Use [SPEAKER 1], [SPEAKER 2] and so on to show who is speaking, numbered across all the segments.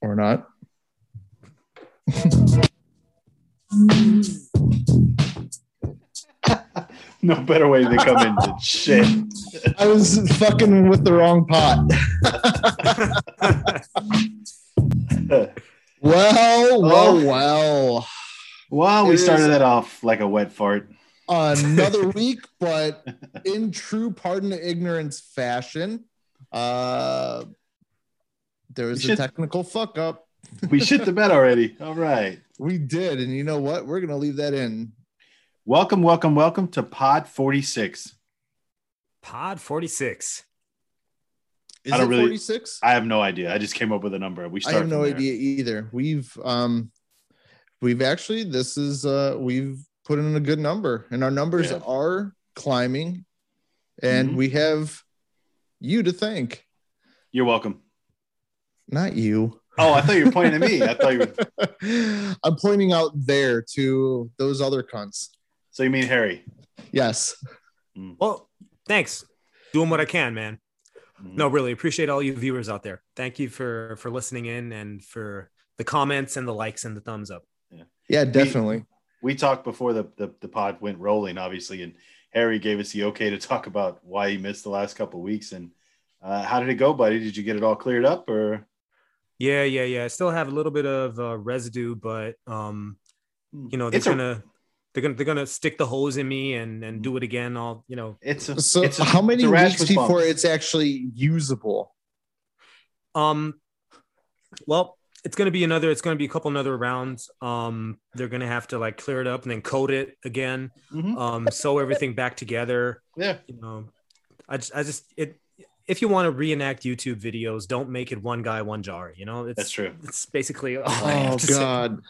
[SPEAKER 1] or not.
[SPEAKER 2] no better way to come into shit.
[SPEAKER 1] I was fucking with the wrong pot. well, well, well.
[SPEAKER 2] Wow, we
[SPEAKER 1] It is-
[SPEAKER 2] started that off like a wet fart.
[SPEAKER 1] Another week, but in true pardon of ignorance fashion, uh, there was
[SPEAKER 2] You
[SPEAKER 1] a
[SPEAKER 2] should-
[SPEAKER 1] technical fuck up.
[SPEAKER 2] We shit the bed already. All right.
[SPEAKER 1] We did, and you know what? We're gonna leave that in.
[SPEAKER 2] Welcome, welcome, welcome to Pod 46.
[SPEAKER 3] Pod 46.
[SPEAKER 1] Is
[SPEAKER 2] I don't
[SPEAKER 1] it
[SPEAKER 2] really-
[SPEAKER 1] 46?
[SPEAKER 2] I have no idea. I just came up with a number.
[SPEAKER 1] I
[SPEAKER 2] We started.
[SPEAKER 1] have no idea either. We've um we've actually this is uh we've put in a good number and our numbers
[SPEAKER 2] Yeah.
[SPEAKER 1] are climbing and
[SPEAKER 2] Mhm.
[SPEAKER 1] we have you to thank.
[SPEAKER 2] You're welcome.
[SPEAKER 1] Not you.
[SPEAKER 2] Oh, I thought you were pointing at me. I thought you were.
[SPEAKER 1] I'm pointing out there to those other cunts.
[SPEAKER 2] So you mean Harry?
[SPEAKER 1] Yes.
[SPEAKER 3] Well, thanks. Doing what I can, man. No, really appreciate all you viewers out there. Thank you for for listening in and for the comments and the likes and the thumbs up.
[SPEAKER 1] Yeah, definitely.
[SPEAKER 2] we talked before the, the the pod went rolling, obviously, and Harry gave us the okay to talk about why he missed the last couple of weeks and uh, how did it go, buddy? Did you get it all cleared up or?
[SPEAKER 3] Yeah, yeah, yeah. I still have a little bit of uh, residue, but um, you know,
[SPEAKER 2] Hmm.
[SPEAKER 3] they're
[SPEAKER 2] it's a
[SPEAKER 3] gonna they're gonna they're gonna stick the hose in me and and do it again. All you know,
[SPEAKER 2] it's a
[SPEAKER 1] So
[SPEAKER 2] it's a-
[SPEAKER 1] how
[SPEAKER 2] it's
[SPEAKER 1] many
[SPEAKER 2] a rash
[SPEAKER 1] weeks before
[SPEAKER 2] response.
[SPEAKER 1] it's actually usable?
[SPEAKER 3] Um, well, it's gonna be another. It's gonna be a couple another rounds. Um, they're gonna have to like clear it up and then coat it again.
[SPEAKER 1] Mm-hmm.
[SPEAKER 2] Mhm.
[SPEAKER 3] Um, sew everything back together.
[SPEAKER 2] Yeah.
[SPEAKER 3] You know, I just, I just it. If you want to reenact YouTube videos, don't make it one guy one jar. You know, it's
[SPEAKER 2] That's true.
[SPEAKER 3] It's basically all I
[SPEAKER 1] Oh
[SPEAKER 3] have to say.
[SPEAKER 1] god.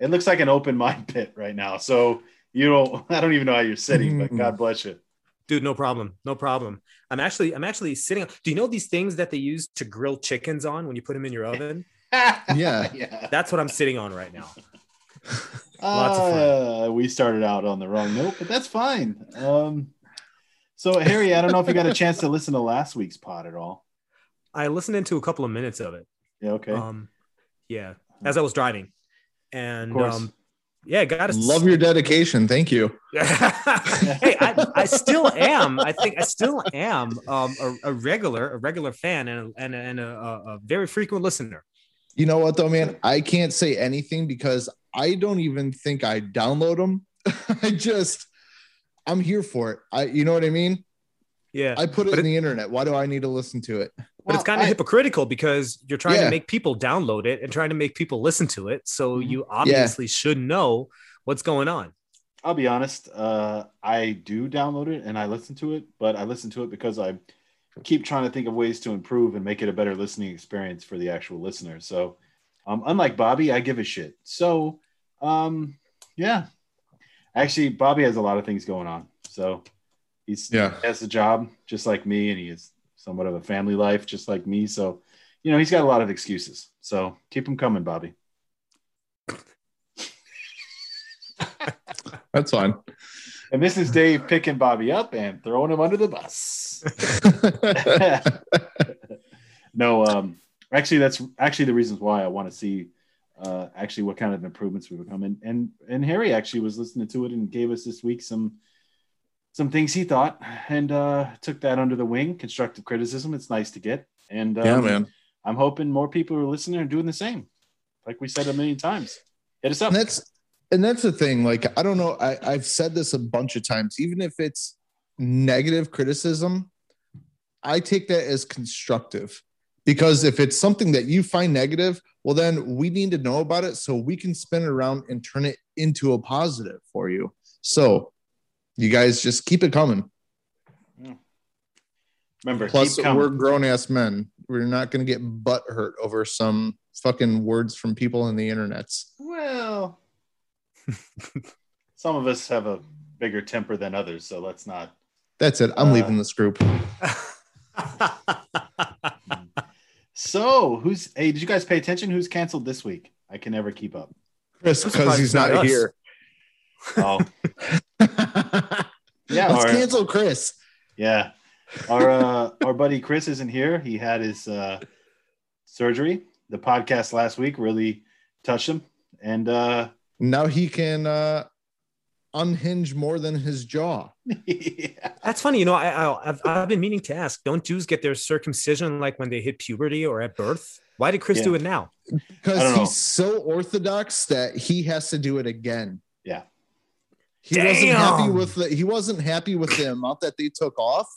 [SPEAKER 2] It looks like an open mine pit right now. So you don't I don't even know how you're sitting, but
[SPEAKER 1] Mm.
[SPEAKER 2] God bless you.
[SPEAKER 3] dude. No problem, no problem. I'm actually, I'm actually sitting. Do you know these things that they use to grill chickens on when you put them in your oven?
[SPEAKER 1] Yeah.
[SPEAKER 2] yeah.
[SPEAKER 3] That's what I'm sitting on right now.
[SPEAKER 2] Lots
[SPEAKER 3] Lots of
[SPEAKER 2] of fun. Ah, We started out on the wrong note, but that's fine. Um, so Harry, I don't know if you got a chance to listen to last week's pod at all.
[SPEAKER 3] I listened into a couple of minutes of it.
[SPEAKER 2] Yeah, okay.
[SPEAKER 3] Um, yeah, as I was driving, and
[SPEAKER 2] Of course.
[SPEAKER 3] um, yeah, got to
[SPEAKER 1] Love your dedication. Thank you.
[SPEAKER 3] hey, I, I still am. I think I still am um, a, a regular, a regular fan, and a, and a, and a, a very frequent listener.
[SPEAKER 1] You know what though, man? I can't say anything because I don't even think I download them. I just I'm here for it. I you know what I mean?
[SPEAKER 3] Yeah,
[SPEAKER 1] I put it
[SPEAKER 3] But
[SPEAKER 1] in the internet. Why do I need to listen to it?
[SPEAKER 3] but it's kind of
[SPEAKER 2] I-
[SPEAKER 3] hypocritical because you're trying
[SPEAKER 1] Yeah.
[SPEAKER 3] to make people download it and trying to make people listen to it. So
[SPEAKER 2] Mhm.
[SPEAKER 3] you obviously should know what's going on.
[SPEAKER 2] I'll be honest. Uh, I do download it and I listen to it, but I listen to it because I keep trying to think of ways to improve and make it a better listening experience for the actual listener. So, um, unlike Bobby, I give a shit. So, um, yeah. Actually, Bobby has a lot of things going on. So, he's
[SPEAKER 1] Yeah.
[SPEAKER 2] has a job just like me, and he has somewhat of a family life just like me. So, you know, he's got a lot of excuses. So, keep them coming, Bobby.
[SPEAKER 1] That's fine.
[SPEAKER 2] And this is Dave picking Bobby up and throwing him under the bus. no, um, actually, that's actually the reasons why I want to see uh, actually what kind of improvements we become. And and and Harry actually was listening to it and gave us this week some some things he thought and uh, took that under the wing. Constructive criticism, it's nice to get. And um,
[SPEAKER 1] yeah, man.
[SPEAKER 2] I'm hoping more people are listening and doing the same. Like we said a million times, hit us up.
[SPEAKER 1] And that's and that's the thing. Like, I don't know. I, I've said this a bunch of times, even if it's negative criticism, I take that as constructive. Because if it's something that you find negative, well, then we need to know about it so we can spin it around and turn it into a positive for you. So you guys just keep it coming.
[SPEAKER 2] Remember,
[SPEAKER 1] Plus,
[SPEAKER 2] keep coming.
[SPEAKER 1] we're grown ass men. We're not going to get butt hurt over some fucking words from people in the internets.
[SPEAKER 2] Well, some of us have a bigger temper than others, so let's not.
[SPEAKER 1] That's it. I'm
[SPEAKER 2] Uh,
[SPEAKER 1] leaving this group.
[SPEAKER 2] So, who's hey? Did you guys pay attention? Who's canceled this week? I can never keep up.
[SPEAKER 1] Chris,
[SPEAKER 3] I'm
[SPEAKER 1] because
[SPEAKER 3] surprised
[SPEAKER 1] he's
[SPEAKER 3] it's not
[SPEAKER 1] not here.
[SPEAKER 3] us.
[SPEAKER 2] Oh, yeah,
[SPEAKER 1] Let's
[SPEAKER 2] our,
[SPEAKER 1] cancel Chris.
[SPEAKER 2] yeah. Our uh, our buddy Chris isn't here. He had his uh, surgery, the podcast last week really touched him, and uh,
[SPEAKER 1] Now he can uh, unhinge more than his jaw.
[SPEAKER 2] yeah.
[SPEAKER 3] That's funny. You know, I, I, I've, I've been meaning to ask don't Jews get their circumcision like when they hit puberty or at birth? Why did Chris
[SPEAKER 2] Yeah.
[SPEAKER 3] do it now?
[SPEAKER 2] I don't
[SPEAKER 1] Because
[SPEAKER 2] know.
[SPEAKER 1] he's so orthodox that he has to do it again.
[SPEAKER 2] Yeah.
[SPEAKER 1] He wasn't happy
[SPEAKER 3] Damn.
[SPEAKER 1] with the he wasn't happy with the amount that they took off.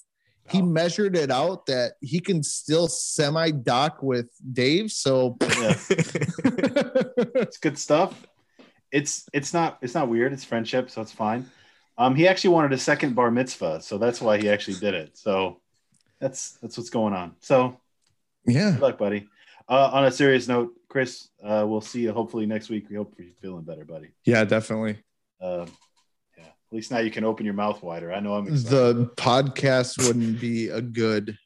[SPEAKER 1] He
[SPEAKER 2] Oh.
[SPEAKER 1] measured it out that he can still semi dock with Dave. So
[SPEAKER 2] yeah. it's good stuff. It's it's not it's not weird. It's friendship, so it's fine. Um, he actually wanted a second bar mitzvah, so that's why he actually did it. So that's that's what's going on. So
[SPEAKER 1] yeah.
[SPEAKER 2] good luck, buddy. Uh, on a serious note, Chris, uh, we'll see you hopefully next week. We hope you're feeling better, buddy.
[SPEAKER 1] Yeah, definitely.
[SPEAKER 2] Um, yeah, at least now you can open your mouth wider. I know I'm excited.
[SPEAKER 1] The podcast wouldn't be a good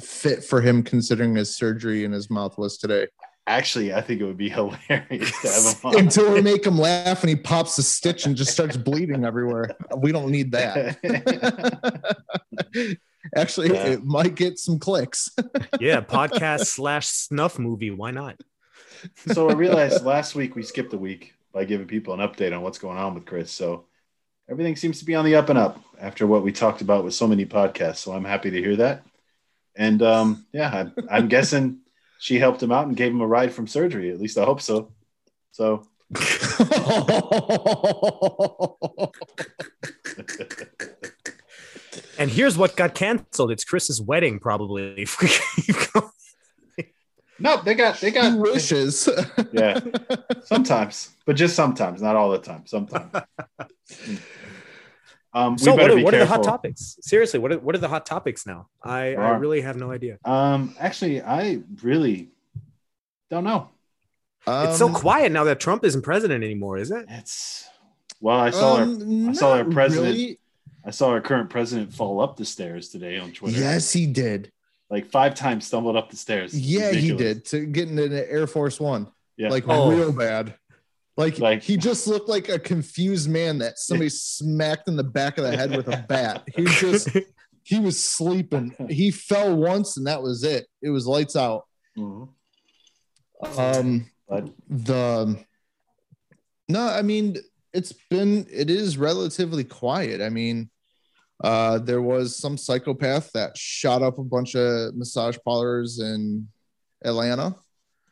[SPEAKER 1] fit for him considering his surgery in his mouth was today.
[SPEAKER 2] actually, I think it would be hilarious to have him on.
[SPEAKER 1] Until we make him laugh and he pops a stitch and just starts bleeding everywhere. We don't need that. Actually,
[SPEAKER 2] Yeah.
[SPEAKER 1] it might get some clicks.
[SPEAKER 3] yeah, podcast slash snuff movie. Why not?
[SPEAKER 2] so I realized last week we skipped a week by giving people an update on what's going on with Chris. So everything seems to be on the up and up after what we talked about with so many podcasts. So I'm happy to hear that. And um, yeah, I, I'm guessing she helped him out and gave him a ride from surgery. At least I hope so. So
[SPEAKER 3] And here's what got canceled. It's Chris's wedding, probably. If we keep going.
[SPEAKER 2] no, they got they
[SPEAKER 1] he
[SPEAKER 2] got
[SPEAKER 1] wishes.
[SPEAKER 2] yeah. Sometimes, but just sometimes, not all the time. Sometimes. um, we
[SPEAKER 3] so what
[SPEAKER 2] better
[SPEAKER 3] are,
[SPEAKER 2] be
[SPEAKER 3] what are the
[SPEAKER 2] careful.
[SPEAKER 3] hot topics? Seriously, what are, what are the hot topics now? I, I
[SPEAKER 2] Alright.
[SPEAKER 3] really have no idea.
[SPEAKER 2] Um, actually, I really don't know.
[SPEAKER 3] it's
[SPEAKER 2] Um,
[SPEAKER 1] Um,
[SPEAKER 3] so quiet now that Trump isn't president anymore, is it?
[SPEAKER 2] It's well, I saw
[SPEAKER 3] Um,
[SPEAKER 2] her.
[SPEAKER 1] um,
[SPEAKER 2] I saw our president I saw our current president fall up the stairs today on Twitter.
[SPEAKER 1] Yes, he did.
[SPEAKER 2] like five times stumbled up the stairs.
[SPEAKER 1] Yeah, he
[SPEAKER 2] Ridiculous.
[SPEAKER 1] did. To getting into Air Force One,
[SPEAKER 2] Yeah.
[SPEAKER 1] like
[SPEAKER 3] Oh.
[SPEAKER 1] real bad. Like,
[SPEAKER 2] Like-
[SPEAKER 1] he just looked like a confused man that somebody smacked in the back of the head with a bat. He just he was sleeping. He fell once and that was it. It was lights out.
[SPEAKER 2] Mhm.
[SPEAKER 1] Um,
[SPEAKER 2] But
[SPEAKER 1] the no i mean it's been it is relatively quiet i mean uh there was some psychopath that shot up a bunch of massage parlors in atlanta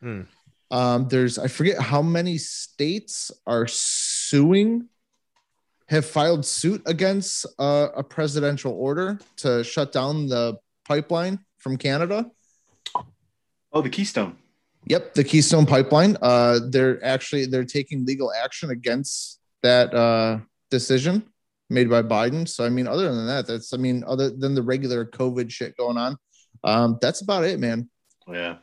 [SPEAKER 3] Hmm.
[SPEAKER 1] um there's i forget how many states are suing have filed suit against uh, a presidential order to shut down the pipeline from canada
[SPEAKER 2] oh, the Keystone.
[SPEAKER 1] Yep, the Keystone Pipeline. Uh, they're actually they're taking legal action against that uh, decision made by Biden. So I mean, other than that, that's I mean, other than the regular COVID shit going on, um, that's about it, man.
[SPEAKER 2] Oh, Yeah,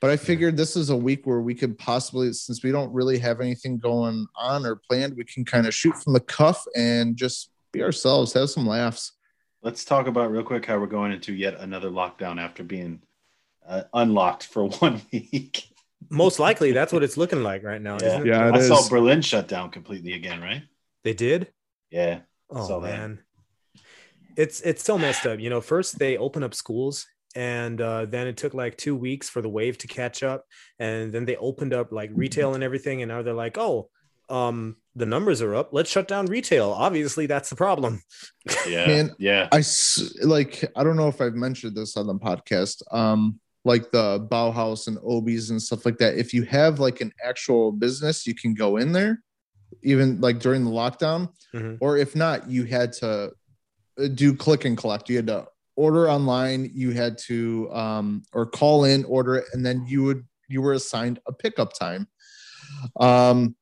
[SPEAKER 1] But I figured this is a week where we could possibly, since we don't really have anything going on or planned, we can kind of shoot from the cuff and just be ourselves, have some laughs.
[SPEAKER 2] let's talk about real quick how we're going into yet another lockdown after being uh, unlocked for one week.
[SPEAKER 3] Most likely, that's what it's looking like right now. Isn't it?
[SPEAKER 1] Yeah, it
[SPEAKER 2] I saw
[SPEAKER 1] is.
[SPEAKER 2] Berlin shut down completely again, right?
[SPEAKER 3] They did.
[SPEAKER 2] Yeah,
[SPEAKER 3] Oh
[SPEAKER 2] So, man.
[SPEAKER 3] man, it's it's so messed up. You know, first they open up schools, and uh, then it took like two weeks for the wave to catch up, and then they opened up like retail and everything, and now they're like, oh, um, the numbers are up. Let's shut down retail. Obviously, that's the problem.
[SPEAKER 2] yeah,
[SPEAKER 1] Man,
[SPEAKER 2] yeah.
[SPEAKER 1] I s- like I don't know if I've mentioned this on the podcast. Um, like the Bauhaus and Obies and stuff like that. If you have like an actual business, you can go in there, even like during the lockdown.
[SPEAKER 3] Mhm.
[SPEAKER 1] Or if not, you had to uh, do click and collect. You had to order online. You had to um, or call in, order, it, and then you would you were assigned a pickup time. Um,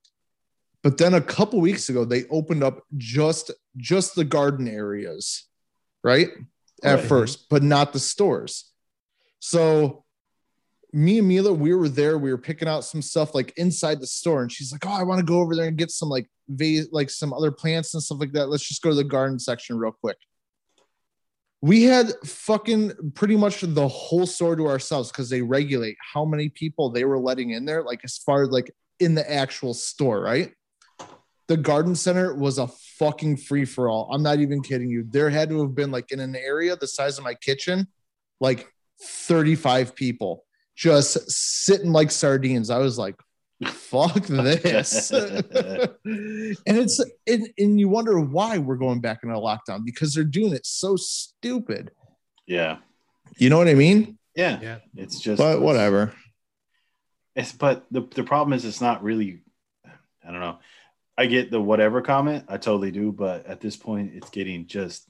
[SPEAKER 1] but then a couple weeks ago, they opened up just just the garden areas right? At
[SPEAKER 2] Right.
[SPEAKER 1] first, but not the stores. So me and Mila, we were there, we were picking out some stuff like inside the store, and she's like, Oh, I want to go over there and get some like vase, like some other plants and stuff like that. Let's just go to the garden section real quick. We had fucking pretty much the whole store to ourselves because they regulate how many people they were letting in there, like as far as like in the actual store, right? the garden center was a fucking free for all. I'm not even kidding you. There had to have been like in an area the size of my kitchen, like 35 people just sitting like sardines. I was like, fuck this. and it's and, and you wonder why we're going back into lockdown because they're doing it so stupid.
[SPEAKER 2] Yeah.
[SPEAKER 1] You know what I mean?
[SPEAKER 2] Yeah.
[SPEAKER 3] Yeah.
[SPEAKER 2] It's just
[SPEAKER 1] But whatever.
[SPEAKER 2] It's but the the problem is it's not really I don't know. I get the whatever comment. I totally do, but at this point it's getting just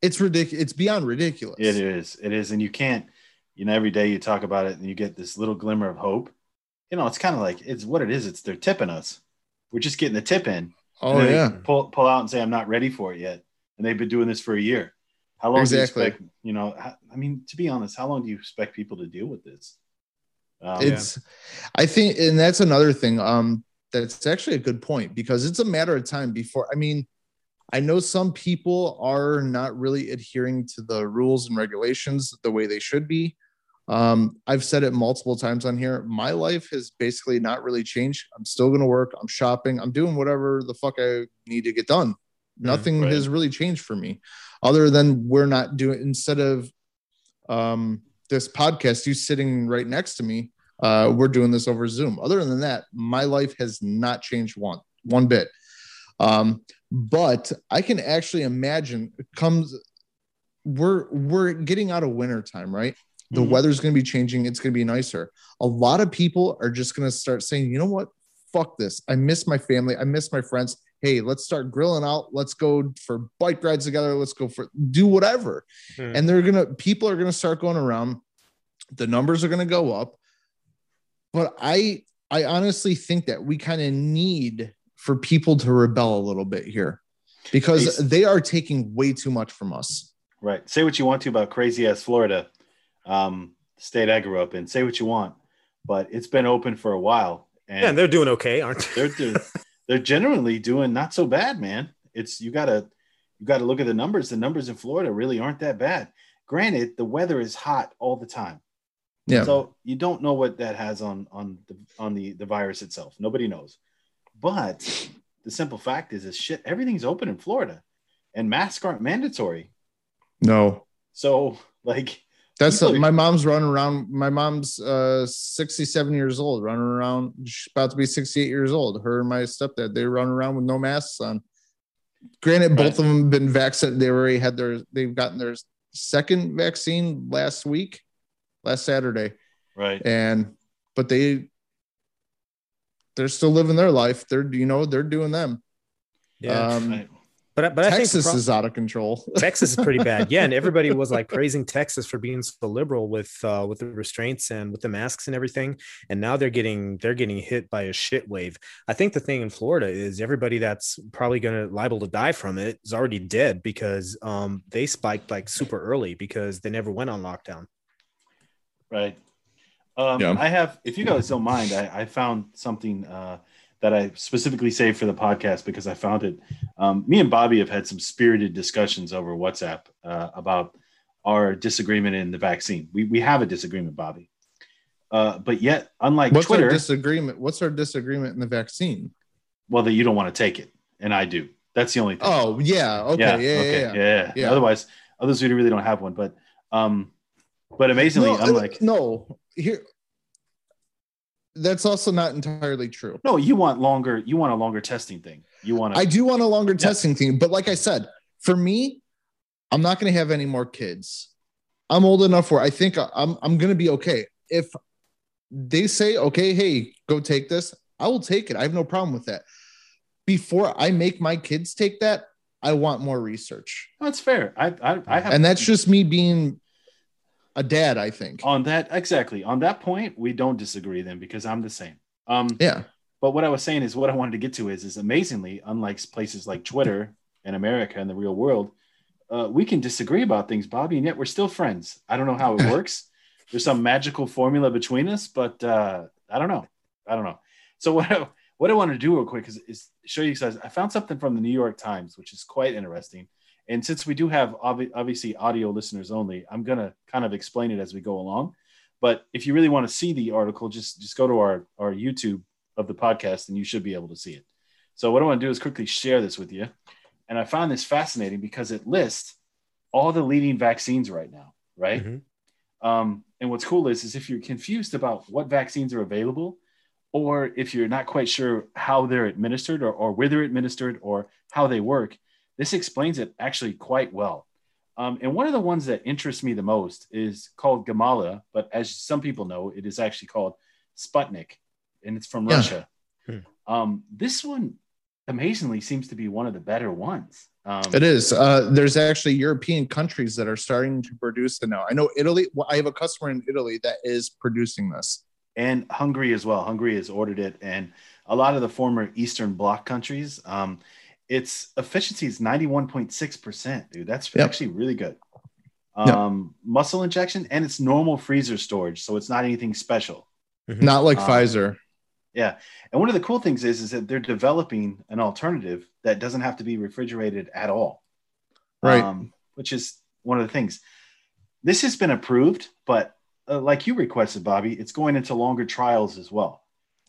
[SPEAKER 1] It's ridiculous. It's beyond ridiculous.
[SPEAKER 2] It is. It is. And you can't, you know, every day you talk about it and you get this little glimmer of hope. You know, it's kind of like it's what it is. It's they're tipping us. We're just getting the tip in.
[SPEAKER 1] Oh
[SPEAKER 2] And they
[SPEAKER 1] yeah.
[SPEAKER 2] Pull pull out and say, I'm not ready for it yet. And they've been doing this for a year. How long
[SPEAKER 1] Exactly.
[SPEAKER 2] do you expect, you know, how- I mean, to be honest, how long do you expect people to deal with this? Um,
[SPEAKER 1] it's i think and that's another thing um that's actually a good point because it's a matter of time before i mean i know some people are not really adhering to the rules and regulations the way they should be um i've said it multiple times on here my life has basically not really changed i'm still going to work i'm shopping i'm doing whatever the fuck i need to get done nothing
[SPEAKER 2] right.
[SPEAKER 1] has really changed for me other than we're not doing instead of um this podcast you sitting right next to me uh, we're doing this over Zoom. Other than that, my life has not changed one one bit. Um, but I can actually imagine it comes we're we're getting out of winter time, right? The
[SPEAKER 2] Mhm.
[SPEAKER 1] weather's going to be changing. It's going to be nicer. A lot of people are just going to start saying, you know what? Fuck this. I miss my family. I miss my friends. Hey, let's start grilling out. Let's go for bike rides together. Let's go for do whatever.
[SPEAKER 3] Hmm.
[SPEAKER 1] And they're gonna people are gonna start going around. The numbers are gonna go up. But I I honestly think that we kind of need for people to rebel a little bit here because
[SPEAKER 2] Please.
[SPEAKER 1] they are taking way too much from us.
[SPEAKER 2] Right. Say what you want to about crazy ass Florida, um, state I grew up in. Say what you want, but it's been open for a while.
[SPEAKER 3] yeah, and they're doing okay, aren't they?
[SPEAKER 2] they're doing, they're generally doing not so bad, man. It's you gotta you gotta look at the numbers. The numbers in Florida really aren't that bad. Granted, the weather is hot all the time,
[SPEAKER 1] Yeah.
[SPEAKER 2] so you don't know what that has on on the on the the virus itself. Nobody knows. But the simple fact is, is shit. Everything's open in Florida, and masks aren't mandatory.
[SPEAKER 1] no.
[SPEAKER 2] So like,
[SPEAKER 1] That's
[SPEAKER 2] People are-
[SPEAKER 1] my mom's running around. My mom's uh 67 years old, running around. She's about to be 68 years old. Her and my stepdad, they run around with no masks on. Granted,
[SPEAKER 2] Right.
[SPEAKER 1] both of them have been vaccinated. They already had their they've gotten their second vaccine last week, last Saturday.
[SPEAKER 2] right?
[SPEAKER 1] and but they they're still living their life they're you know they're doing them
[SPEAKER 3] Yeah,
[SPEAKER 1] um
[SPEAKER 2] Right.
[SPEAKER 3] but I- but I think the
[SPEAKER 1] texas
[SPEAKER 3] pro-
[SPEAKER 1] is out of control
[SPEAKER 3] Texas is pretty bad. Yeah, and everybody was like praising Texas for being so liberal with uh, with the restraints and with the masks and everything. And now they're getting they're getting hit by a shit wave. I think the thing in Florida is everybody that's probably going to liable to die from it is already dead because um, they spiked like super early because they never went on lockdown.
[SPEAKER 2] Right. Um,
[SPEAKER 1] Yeah.
[SPEAKER 2] I have, if you guys don't mind, I, I found something uh, that I specifically saved for the podcast because I found it. Um, me and Bobby have had some spirited discussions over WhatsApp uh, about our disagreement in the vaccine. We, we have a disagreement, Bobby. Uh, but yet, unlike
[SPEAKER 1] what's
[SPEAKER 2] Twitter,
[SPEAKER 1] our disagreement what's our disagreement in the vaccine
[SPEAKER 2] well, that you don't want to take it, and I do. That's the only thing.
[SPEAKER 1] oh yeah okay yeah yeah yeah,
[SPEAKER 2] yeah, yeah.
[SPEAKER 1] Yeah.
[SPEAKER 2] Otherwise, others who really don't have one, but um, but amazingly,
[SPEAKER 1] no, uh,
[SPEAKER 2] unlike
[SPEAKER 1] no here that's also not entirely true
[SPEAKER 2] No, you want longer. You want a longer testing thing. You want to.
[SPEAKER 1] i do want a longer
[SPEAKER 2] Yeah.
[SPEAKER 1] testing thing but like i said for me i'm not going to have any more kids i'm old enough where i think i'm, I'm going to be okay if they say okay hey go take this i will take it i have no problem with that before i make my kids take that i want more research
[SPEAKER 2] That's fair. I I, I have.
[SPEAKER 1] and that's just me being a dad i think
[SPEAKER 2] on that exactly on that point we don't disagree then because I'm the same. Um,
[SPEAKER 1] yeah
[SPEAKER 2] but what I was saying is what I wanted to get to is is amazingly unlike places like Twitter and America and the real world, uh, we can disagree about things, Bobby, and yet we're still friends. I don't know how it works. There's some magical formula between us, but uh, I don't know. I don't know. So what I, what I want to do real quick is, is show you guys. I found something from the New York Times, which is quite interesting. And since we do have obvi- obviously audio listeners only, I'm gonna kind of explain it as we go along. But if you really want to see the article, just just go to our our YouTube of the podcast, and you should be able to see it. So what I want to do is quickly share this with you. And I found this fascinating because it lists all the leading vaccines right now, right?
[SPEAKER 3] Mhm.
[SPEAKER 1] Mm-hmm.
[SPEAKER 2] Um, and what's cool is, is if you're confused about what vaccines are available, or if you're not quite sure how they're administered or, or where they're administered or how they work, this explains it actually quite well. Um, and one of the ones that interests me the most is called Gamala, but as some people know, it is actually called Sputnik, and it's from
[SPEAKER 1] Yeah.
[SPEAKER 2] Russia.
[SPEAKER 3] Hmm.
[SPEAKER 2] Um, this one amazingly seems to be one of the better ones. Um,
[SPEAKER 1] It is. Uh, there's actually European countries that are starting to produce it now. I know Italy. Well, I have a customer in Italy that is producing this.
[SPEAKER 2] and Hungary as well. Hungary has ordered it, and a lot of the former Eastern Bloc countries. Um, its efficiency is 91.6%, dude. That's
[SPEAKER 1] Yep.
[SPEAKER 2] actually really good.
[SPEAKER 1] Yep.
[SPEAKER 2] Um, Muscle injection, and it's normal freezer storage, so it's not anything special.
[SPEAKER 1] Not like
[SPEAKER 2] Ah.
[SPEAKER 1] Pfizer.
[SPEAKER 2] And one of the cool things is, is that they're developing an alternative that doesn't have to be refrigerated at all.
[SPEAKER 1] Right.
[SPEAKER 2] Um, which is one of the things. This has been approved, but uh, like you requested, Bobby, it's going into longer trials as well.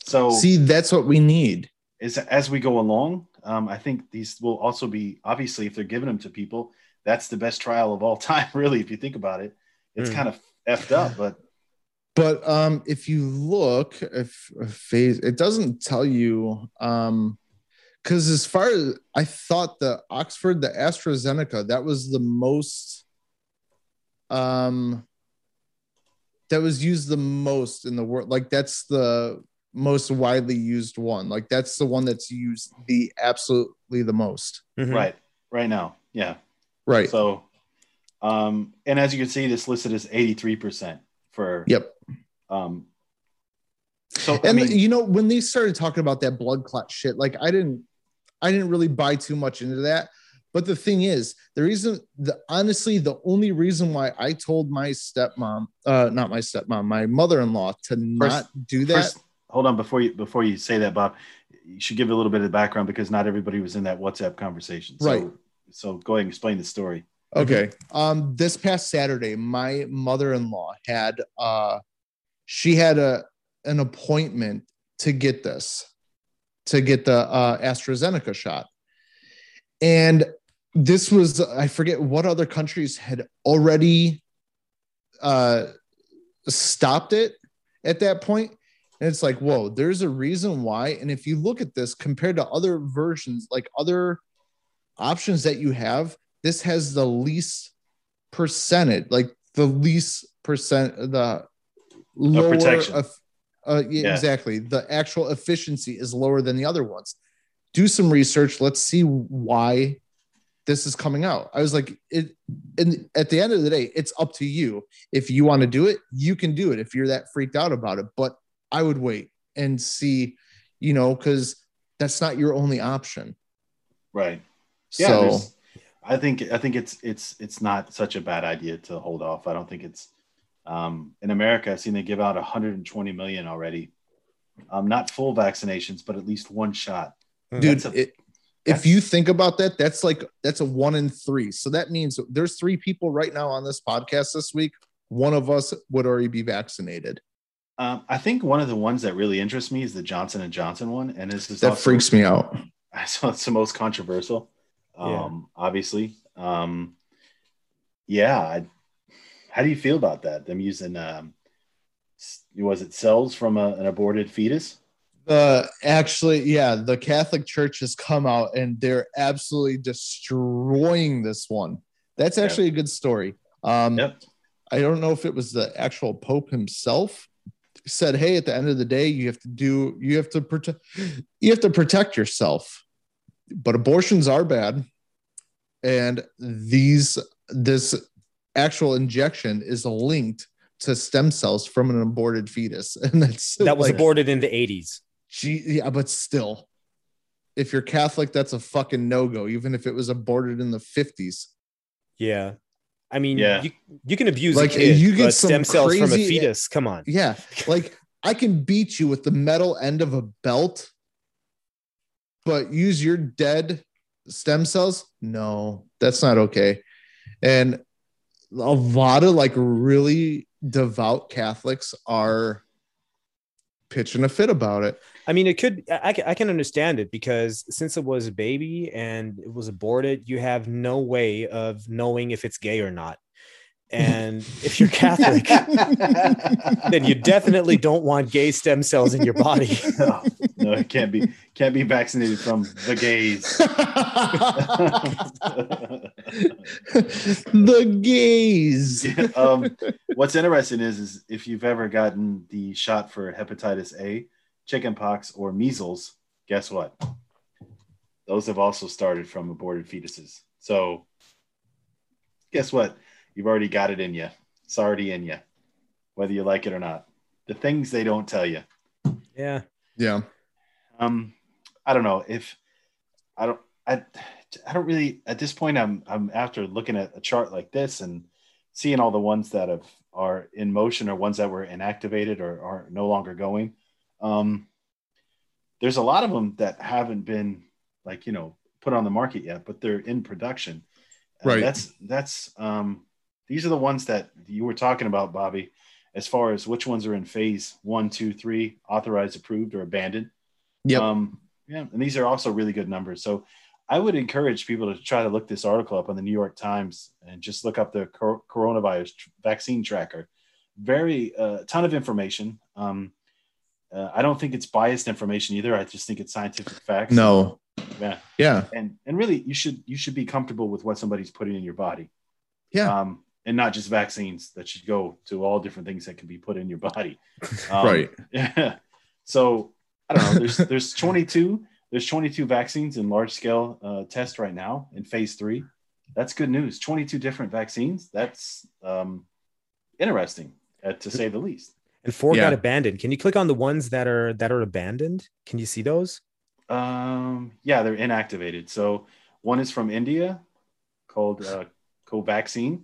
[SPEAKER 2] So
[SPEAKER 1] See, that's what we need.
[SPEAKER 2] is as we go along, um, I think these will also be obviously if they're giving them to people, that's the best trial of all time, really. If you think about it, it's
[SPEAKER 3] Mm.
[SPEAKER 1] Hmm.
[SPEAKER 2] kind of effed up, but
[SPEAKER 1] But um, if you look, if, if phase, it doesn't tell you. Um, because as far as I thought, the Oxford, the AstraZeneca, that was the most. Um, that was used the most in the world. Like that's the most widely used one. Like that's the one that's used the absolutely the most.
[SPEAKER 3] Mhm.
[SPEAKER 2] right, right now, yeah.
[SPEAKER 1] Hmm. Right.
[SPEAKER 2] So, um, and as you can see, this listed as eighty three percent for
[SPEAKER 1] yep.
[SPEAKER 2] um. So I
[SPEAKER 1] and
[SPEAKER 2] mean,
[SPEAKER 1] you know when they started talking about that blood clot shit like i didn't i didn't really buy too much into that but the thing is the reason the honestly the only reason why i told my stepmom uh not my stepmom my mother-in-law to not do that
[SPEAKER 2] first, hold on before you before you say that, Bob. You should give a little bit of background because not everybody was in that WhatsApp conversation. So,
[SPEAKER 1] Right.
[SPEAKER 2] So go ahead and explain the story.
[SPEAKER 1] Okay. Um, this past Saturday, my mother-in-law had uh she had a an appointment to get this, to get the uh AstraZeneca shot. And this was I forget what other countries had already uh stopped it at that point. And it's like, whoa, there's a reason why. And if you look at this compared to other versions, like other options that you have, this has the least percentage, like the least percent, the lower
[SPEAKER 2] protection.
[SPEAKER 1] eff- uh, yeah,
[SPEAKER 2] Yeah.
[SPEAKER 1] Exactly. The actual efficiency is lower than the other ones. Do some research. Let's see why this is coming out. I was like, it, and at the end of the day, it's up to you. If you want to do it, you can do it if you're that freaked out about it. But I would wait and see, you know, because that's not your only option.
[SPEAKER 2] Right.
[SPEAKER 1] so,
[SPEAKER 2] there's- I think I think it's it's it's not such a bad idea to hold off. I don't think it's um, in America. I've seen they give out 120 million already, um, not full vaccinations, but at least one shot.
[SPEAKER 1] dude
[SPEAKER 2] That's a-
[SPEAKER 1] it- if
[SPEAKER 2] that's-
[SPEAKER 1] you think about that that's like that's a one in three so that means there's three people right now on this podcast this week one of us would already be vaccinated
[SPEAKER 2] Um, I think one of the ones that really interests me is the Johnson and Johnson one, and this is
[SPEAKER 1] that
[SPEAKER 2] also-
[SPEAKER 1] freaks me out
[SPEAKER 2] so it's the most controversial. Um,
[SPEAKER 3] Yeah.
[SPEAKER 2] Obviously, um, yeah. I, how do you feel about that? Them using um, s- was it cells from a, an aborted fetus?
[SPEAKER 1] uh, actually yeah the catholic church has come out and they're absolutely destroying this one that's
[SPEAKER 2] Yeah.
[SPEAKER 1] actually a good story um,
[SPEAKER 2] Yep.
[SPEAKER 1] i don't know if it was the actual pope himself said hey at the end of the day you have to do you have to protect you have to protect yourself but abortions are bad and these this actual injection is linked to stem cells from an aborted fetus and that's
[SPEAKER 3] That was
[SPEAKER 1] like,
[SPEAKER 3] aborted in the 80s.
[SPEAKER 1] Gee, yeah, but still, if you're Catholic, that's a fucking no go, even if it was aborted in the 50s.
[SPEAKER 3] Yeah. I mean,
[SPEAKER 2] Yeah.
[SPEAKER 3] you, you can abuse
[SPEAKER 1] Like,
[SPEAKER 3] a kid,
[SPEAKER 1] you get
[SPEAKER 3] but
[SPEAKER 1] some
[SPEAKER 3] stem cells from a
[SPEAKER 1] crazy-
[SPEAKER 3] fetus. Come on.
[SPEAKER 1] Yeah, like I can beat you with the metal end of a belt, but use your dead stem cells? No, that's not okay. And a lot of like really devout Catholics are pitching a fit about it.
[SPEAKER 3] I mean, it could. I, I can- I can understand it because since it was a baby and it was aborted, you have no way of knowing if it's gay or not. And if you're Catholic, then you definitely don't want gay stem cells in your body.
[SPEAKER 2] no, no, it can't be can't be vaccinated from the gays.
[SPEAKER 1] the gays.
[SPEAKER 2] Yeah, um, what's interesting is, is if you've ever gotten the shot for hepatitis A, chickenpox, or measles, guess what? Those have also started from aborted fetuses. So, guess what? You've already got it in you. It's already in you, whether you like it or not. The things they don't tell you.
[SPEAKER 3] Yeah.
[SPEAKER 1] Yeah.
[SPEAKER 2] Um, I don't know if I don't. I I don't really at this point. I'm I'm after looking at a chart like this and seeing all the ones that have are in motion or ones that were inactivated or are no longer going. Um, there's a lot of them that haven't been like you know put on the market yet, but they're in production. And
[SPEAKER 1] Right.
[SPEAKER 2] That's that's um, these are the ones that you were talking about, Bobby, as far as which ones are in phase one, two, three, authorized, approved, or abandoned.
[SPEAKER 1] Yep.
[SPEAKER 2] Um, yeah, and these are also really good numbers. So I would encourage people to try to look this article up on the New York Times and just look up the cor- coronavirus tr- vaccine tracker. Very uh, ton of information. Um, uh, I don't think it's biased information either. I just think it's scientific facts.
[SPEAKER 1] No.
[SPEAKER 2] Yeah.
[SPEAKER 1] Yeah.
[SPEAKER 2] And and really, you should you should be comfortable with what somebody's putting in your body.
[SPEAKER 1] Yeah.
[SPEAKER 2] Um, and not just vaccines. That should go to all different things that can be put in your body. Um,
[SPEAKER 1] right.
[SPEAKER 2] yeah. So I don't know. There's there's 22 there's 22 vaccines in large scale uh, test right now in phase three. That's good news. 22 different vaccines. That's um, interesting uh, to say the least.
[SPEAKER 3] And four
[SPEAKER 1] Yeah.
[SPEAKER 3] got abandoned. Can you click on the ones that are that are abandoned? Can you see those?
[SPEAKER 2] Um, yeah, they're inactivated. So one is from India called uh, Covaxin.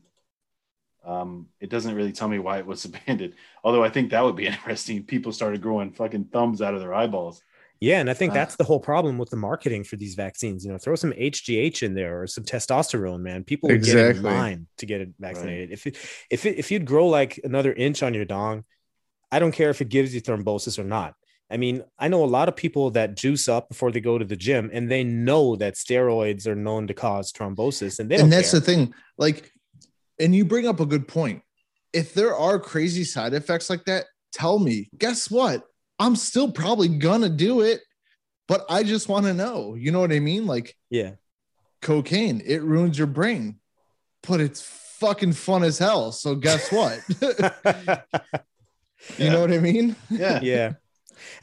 [SPEAKER 2] Um, it doesn't really tell me why it was abandoned. Although I think that would be interesting. People started growing fucking thumbs out of their eyeballs.
[SPEAKER 3] Yeah, and I think
[SPEAKER 2] Uh.
[SPEAKER 3] that's the whole problem with the marketing for these vaccines. You know, throw some HGH in there or some testosterone, man. People would get in
[SPEAKER 1] Exactly.
[SPEAKER 3] line to get it vaccinated. If it, if it, if you'd grow like another inch on your dong, I don't care if it gives you thrombosis or not. I mean, I know a lot of people that juice up before they go to the gym, and they know that steroids are known to cause thrombosis, and they don't
[SPEAKER 1] and that's
[SPEAKER 3] care.
[SPEAKER 1] the thing like and you bring up a good point if there are crazy side effects like that tell me guess what i'm still probably gonna do it but i just want to know you know what i mean like
[SPEAKER 3] yeah,
[SPEAKER 1] cocaine it ruins your brain but it's fucking fun as hell so guess what you know what i mean
[SPEAKER 2] Yeah.
[SPEAKER 3] yeah.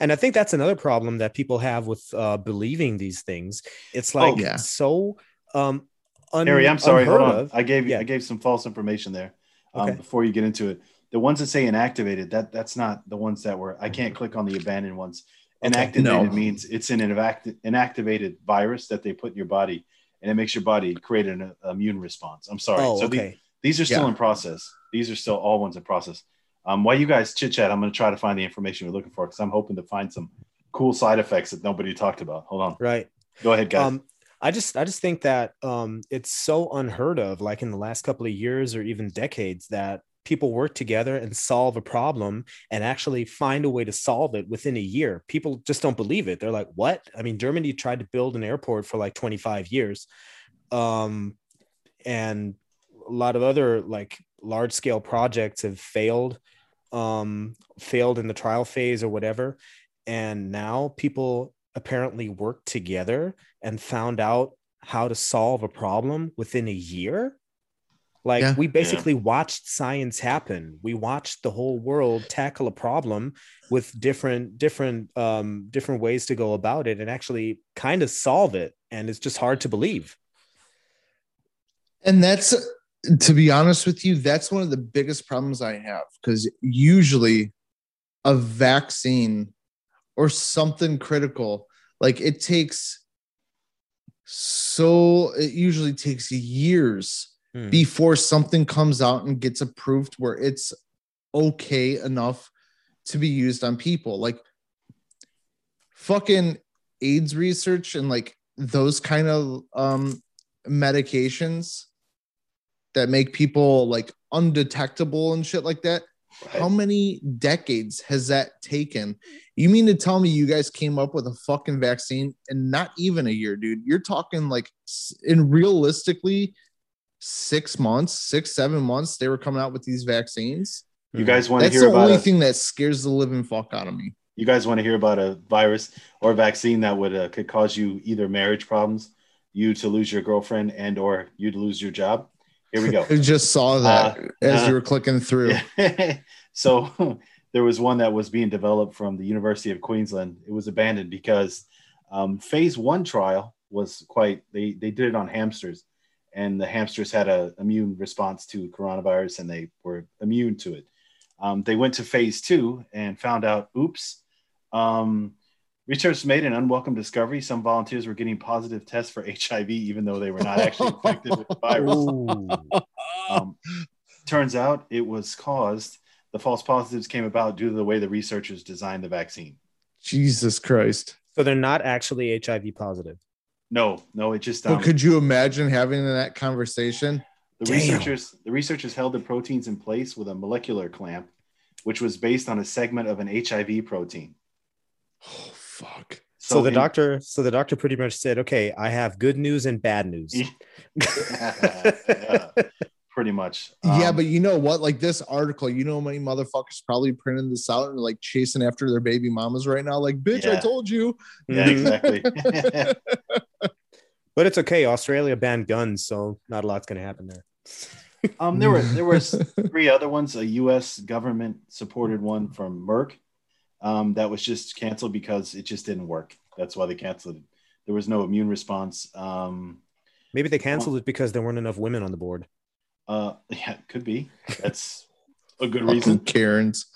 [SPEAKER 3] And I think that's another problem that people have with uh, believing these things. It's like
[SPEAKER 1] yeah.
[SPEAKER 3] so um un-
[SPEAKER 2] Oh, Harry, I'm sorry. Hold
[SPEAKER 3] unheard
[SPEAKER 2] on.
[SPEAKER 3] of.
[SPEAKER 2] I gave you
[SPEAKER 3] Yeah.
[SPEAKER 2] I gave some false information there. Um,
[SPEAKER 3] Okay.
[SPEAKER 2] Before you get into it, the ones that say inactivated, that that's not the ones that were. I can't click on the abandoned ones.
[SPEAKER 3] Mm-hmm. Okay.
[SPEAKER 2] Inactivated
[SPEAKER 1] No.
[SPEAKER 2] means it's an inact- inactivated virus that they put in your body, and it makes your body create an uh, immune response. I'm sorry.
[SPEAKER 3] Oh,
[SPEAKER 2] so the-
[SPEAKER 3] okay.
[SPEAKER 2] these are still
[SPEAKER 1] Yeah.
[SPEAKER 2] in process. These are still all ones in process. Um, while you guys chit chat, I'm going to try to find the information we're looking for because I'm hoping to find some cool side effects that nobody talked about. Hold on.
[SPEAKER 3] right.
[SPEAKER 2] Go ahead, guys.
[SPEAKER 3] Um, I just I just think that um, it's so unheard of, like in the last couple of years or even decades, that people work together and solve a problem and actually find a way to solve it within a year. People just don't believe it. They're like, "What?" I mean, Germany tried to build an airport for like 25 years, um, and a lot of other like large scale projects have failed, um, failed in the trial phase or whatever, and now people apparently work together and found out how to solve a problem within a year. Like
[SPEAKER 1] Yeah.
[SPEAKER 3] we basically watched science happen. We watched the whole world tackle a problem with different different um different ways to go about it and actually kind of solve it and it's just hard to believe.
[SPEAKER 1] And that's, to be honest with you, that's one of the biggest problems I have because usually a vaccine or something critical, like it takes so, it usually takes years
[SPEAKER 3] Hmm.
[SPEAKER 1] before something comes out and gets approved where it's okay enough to be used on people. Like fucking AIDS research and like those kind of um, medications that make people like undetectable and shit like that.
[SPEAKER 3] Um,
[SPEAKER 1] How many decades has that taken? You mean to tell me you guys came up with a fucking vaccine and not even a year, dude? You're talking like s- in realistically six months, six, seven months, they were coming out with these vaccines.
[SPEAKER 2] You guys want to
[SPEAKER 1] That's
[SPEAKER 2] hear
[SPEAKER 1] the
[SPEAKER 2] about
[SPEAKER 1] only
[SPEAKER 2] a,
[SPEAKER 1] thing that scares the living fuck out of me.
[SPEAKER 2] you guys want to hear about a virus or vaccine that would uh, could cause you either marriage problems, you to lose your girlfriend, and or you to lose your job. Here we go.
[SPEAKER 1] I just saw that as
[SPEAKER 2] uh,
[SPEAKER 1] you were clicking through.
[SPEAKER 2] Yeah. so there was one that was being developed from the University of Queensland. It was abandoned because um, phase one trial was quite. They they did it on hamsters, and the hamsters had a immune response to coronavirus, and they were immune to it. Um, they went to phase two and found out, oops. Um, research made an unwelcome discovery. Some volunteers were getting positive tests for HIV, even though they were not actually infected with the virus. Um, turns out it was caused, the false positives came about due to the way the researchers designed the vaccine.
[SPEAKER 1] Jesus Christ.
[SPEAKER 3] so they're not actually HIV positive.
[SPEAKER 2] No, no, it
[SPEAKER 3] Oh,
[SPEAKER 2] just um,
[SPEAKER 1] But could you imagine having that conversation?
[SPEAKER 2] the
[SPEAKER 3] Damn.
[SPEAKER 2] researchers the researchers held the proteins in place with a molecular clamp, which was based on a segment of an HIV protein.
[SPEAKER 1] Oh, fuck.
[SPEAKER 3] So, the
[SPEAKER 2] in-
[SPEAKER 3] doctor, so the doctor pretty much said, "Okay, I have good news and bad news."
[SPEAKER 2] Yeah. Yeah, pretty much.
[SPEAKER 1] yeah,
[SPEAKER 2] Um,
[SPEAKER 1] but you know what? Like this article, you know, how many motherfuckers probably printed this out and are, like chasing after their baby mamas right now. Like, bitch, I
[SPEAKER 2] Yeah.
[SPEAKER 1] told you.
[SPEAKER 2] yeah,
[SPEAKER 3] Mhm.
[SPEAKER 2] exactly.
[SPEAKER 3] But it's okay. Australia banned guns, so not a lot's gonna happen there.
[SPEAKER 2] um, there were there was three other ones a U.S. government supported one from Merck um, that was just canceled because it just didn't work. That's why they canceled it. There was no immune response. Um,
[SPEAKER 3] Maybe they canceled it because there weren't enough women on the board.
[SPEAKER 2] uh, yeah, it could be. That's a good
[SPEAKER 1] Fucking
[SPEAKER 2] reason.
[SPEAKER 1] Karens.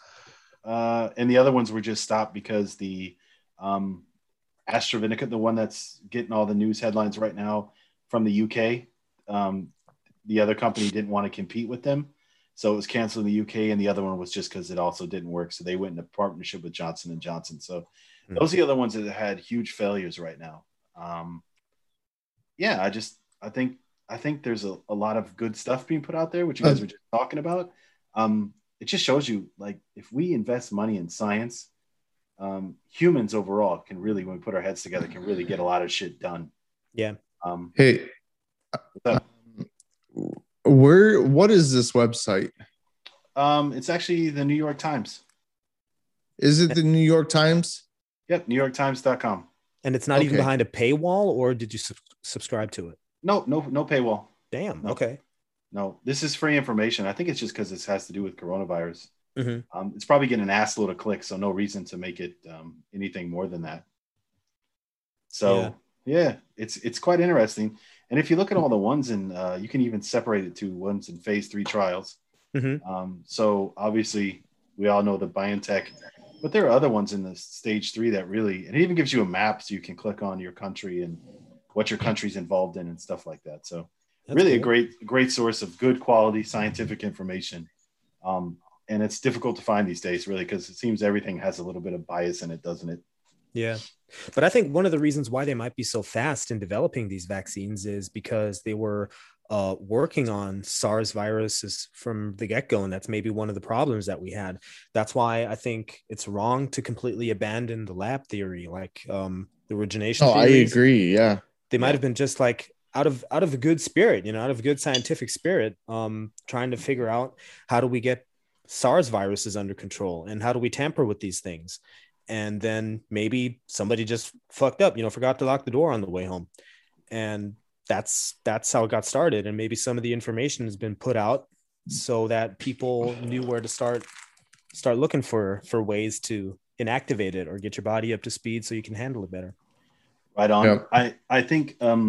[SPEAKER 2] Uh, and the other ones were just stopped because the um, AstraZeneca, the one that's getting all the news headlines right now from the UK, um, the other company didn't want to compete with them. So it was canceled in the UK, and the other one was just because it also didn't work. So they went into partnership with Johnson and Johnson. So
[SPEAKER 3] Hmm.
[SPEAKER 2] those are the other ones that had huge failures right now. Um, yeah, I just I think I think there's a, a lot of good stuff being put out there, which you guys
[SPEAKER 1] Uh,
[SPEAKER 2] were just talking about. Um, it just shows you like if we invest money in science, um, humans overall can really, when we put our heads together, can really get a lot of shit done.
[SPEAKER 3] Yeah.
[SPEAKER 2] Um,
[SPEAKER 1] Hey,
[SPEAKER 2] up?
[SPEAKER 1] um, where, what is this website?
[SPEAKER 2] um, it's actually the New York Times.
[SPEAKER 1] Is it the New York Times?
[SPEAKER 2] Yep, NewYorkTimes.com.
[SPEAKER 3] And it's not even
[SPEAKER 1] Okay.
[SPEAKER 3] behind a paywall, or did you sub- subscribe to it?
[SPEAKER 2] No, no, no paywall.
[SPEAKER 3] Damn.
[SPEAKER 2] No.
[SPEAKER 3] Okay.
[SPEAKER 2] No, this is free information. I think it's just because this has to do with coronavirus.
[SPEAKER 3] Mhm.
[SPEAKER 2] Um, it's probably getting an ass load of clicks, so no reason to make it um, anything more than that. So yeah. it's it's quite interesting. And if you look at all the ones in, uh, you can even separate it to ones in phase three trials.
[SPEAKER 3] Mhm.
[SPEAKER 2] Um, so obviously, we all know the BioNTech, but there are other ones in the stage three that really, and it even gives you a map so you can click on your country and what your country's involved in and stuff like that. So
[SPEAKER 3] That's
[SPEAKER 2] really a
[SPEAKER 3] cool.
[SPEAKER 2] great great source of good quality scientific information um, and it's difficult to find these days really because it seems everything has a little bit of bias in it doesn't it
[SPEAKER 3] Yeah. But I think one of the reasons why they might be so fast in developing these vaccines is because they were uh, working on SARS viruses from the get go. And that's maybe one of the problems that we had. That's why I think it's wrong to completely abandon the lab theory, like um, the origination.
[SPEAKER 1] Oh, I
[SPEAKER 3] theories.
[SPEAKER 1] agree. Yeah.
[SPEAKER 3] They might have been just like, out of out of a good spirit, you know, out of a good scientific spirit, um, trying to figure out how do we get SARS viruses under control and how do we tamper with these things? And then maybe somebody just fucked up, you know, forgot to lock the door on the way home. And that's that's how it got started. And maybe some of the information has been put out so that people knew where to start start looking for for ways to inactivate it or get your body up to speed so you can handle it better.
[SPEAKER 2] right on
[SPEAKER 1] Yep.
[SPEAKER 2] i i think um,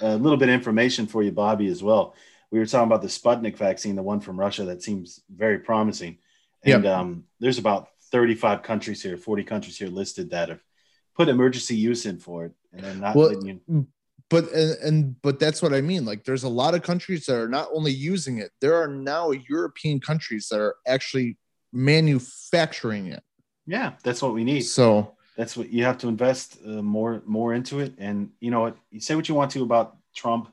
[SPEAKER 2] a little bit of information for you bobby as well we were talking about the sputnik vaccine the one from russia that seems very promising and um, there's about 35 countries here 40 countries here listed that have put emergency use in for it and they're not
[SPEAKER 1] Well,
[SPEAKER 2] letting you-
[SPEAKER 1] but and, and but that's what I mean. Like, there's a lot of countries that are not only using it; there are now European countries that are actually manufacturing it.
[SPEAKER 2] yeah that's what we need
[SPEAKER 1] So,
[SPEAKER 2] that's what you have to invest uh, more more into it and you know what you say what you want to about trump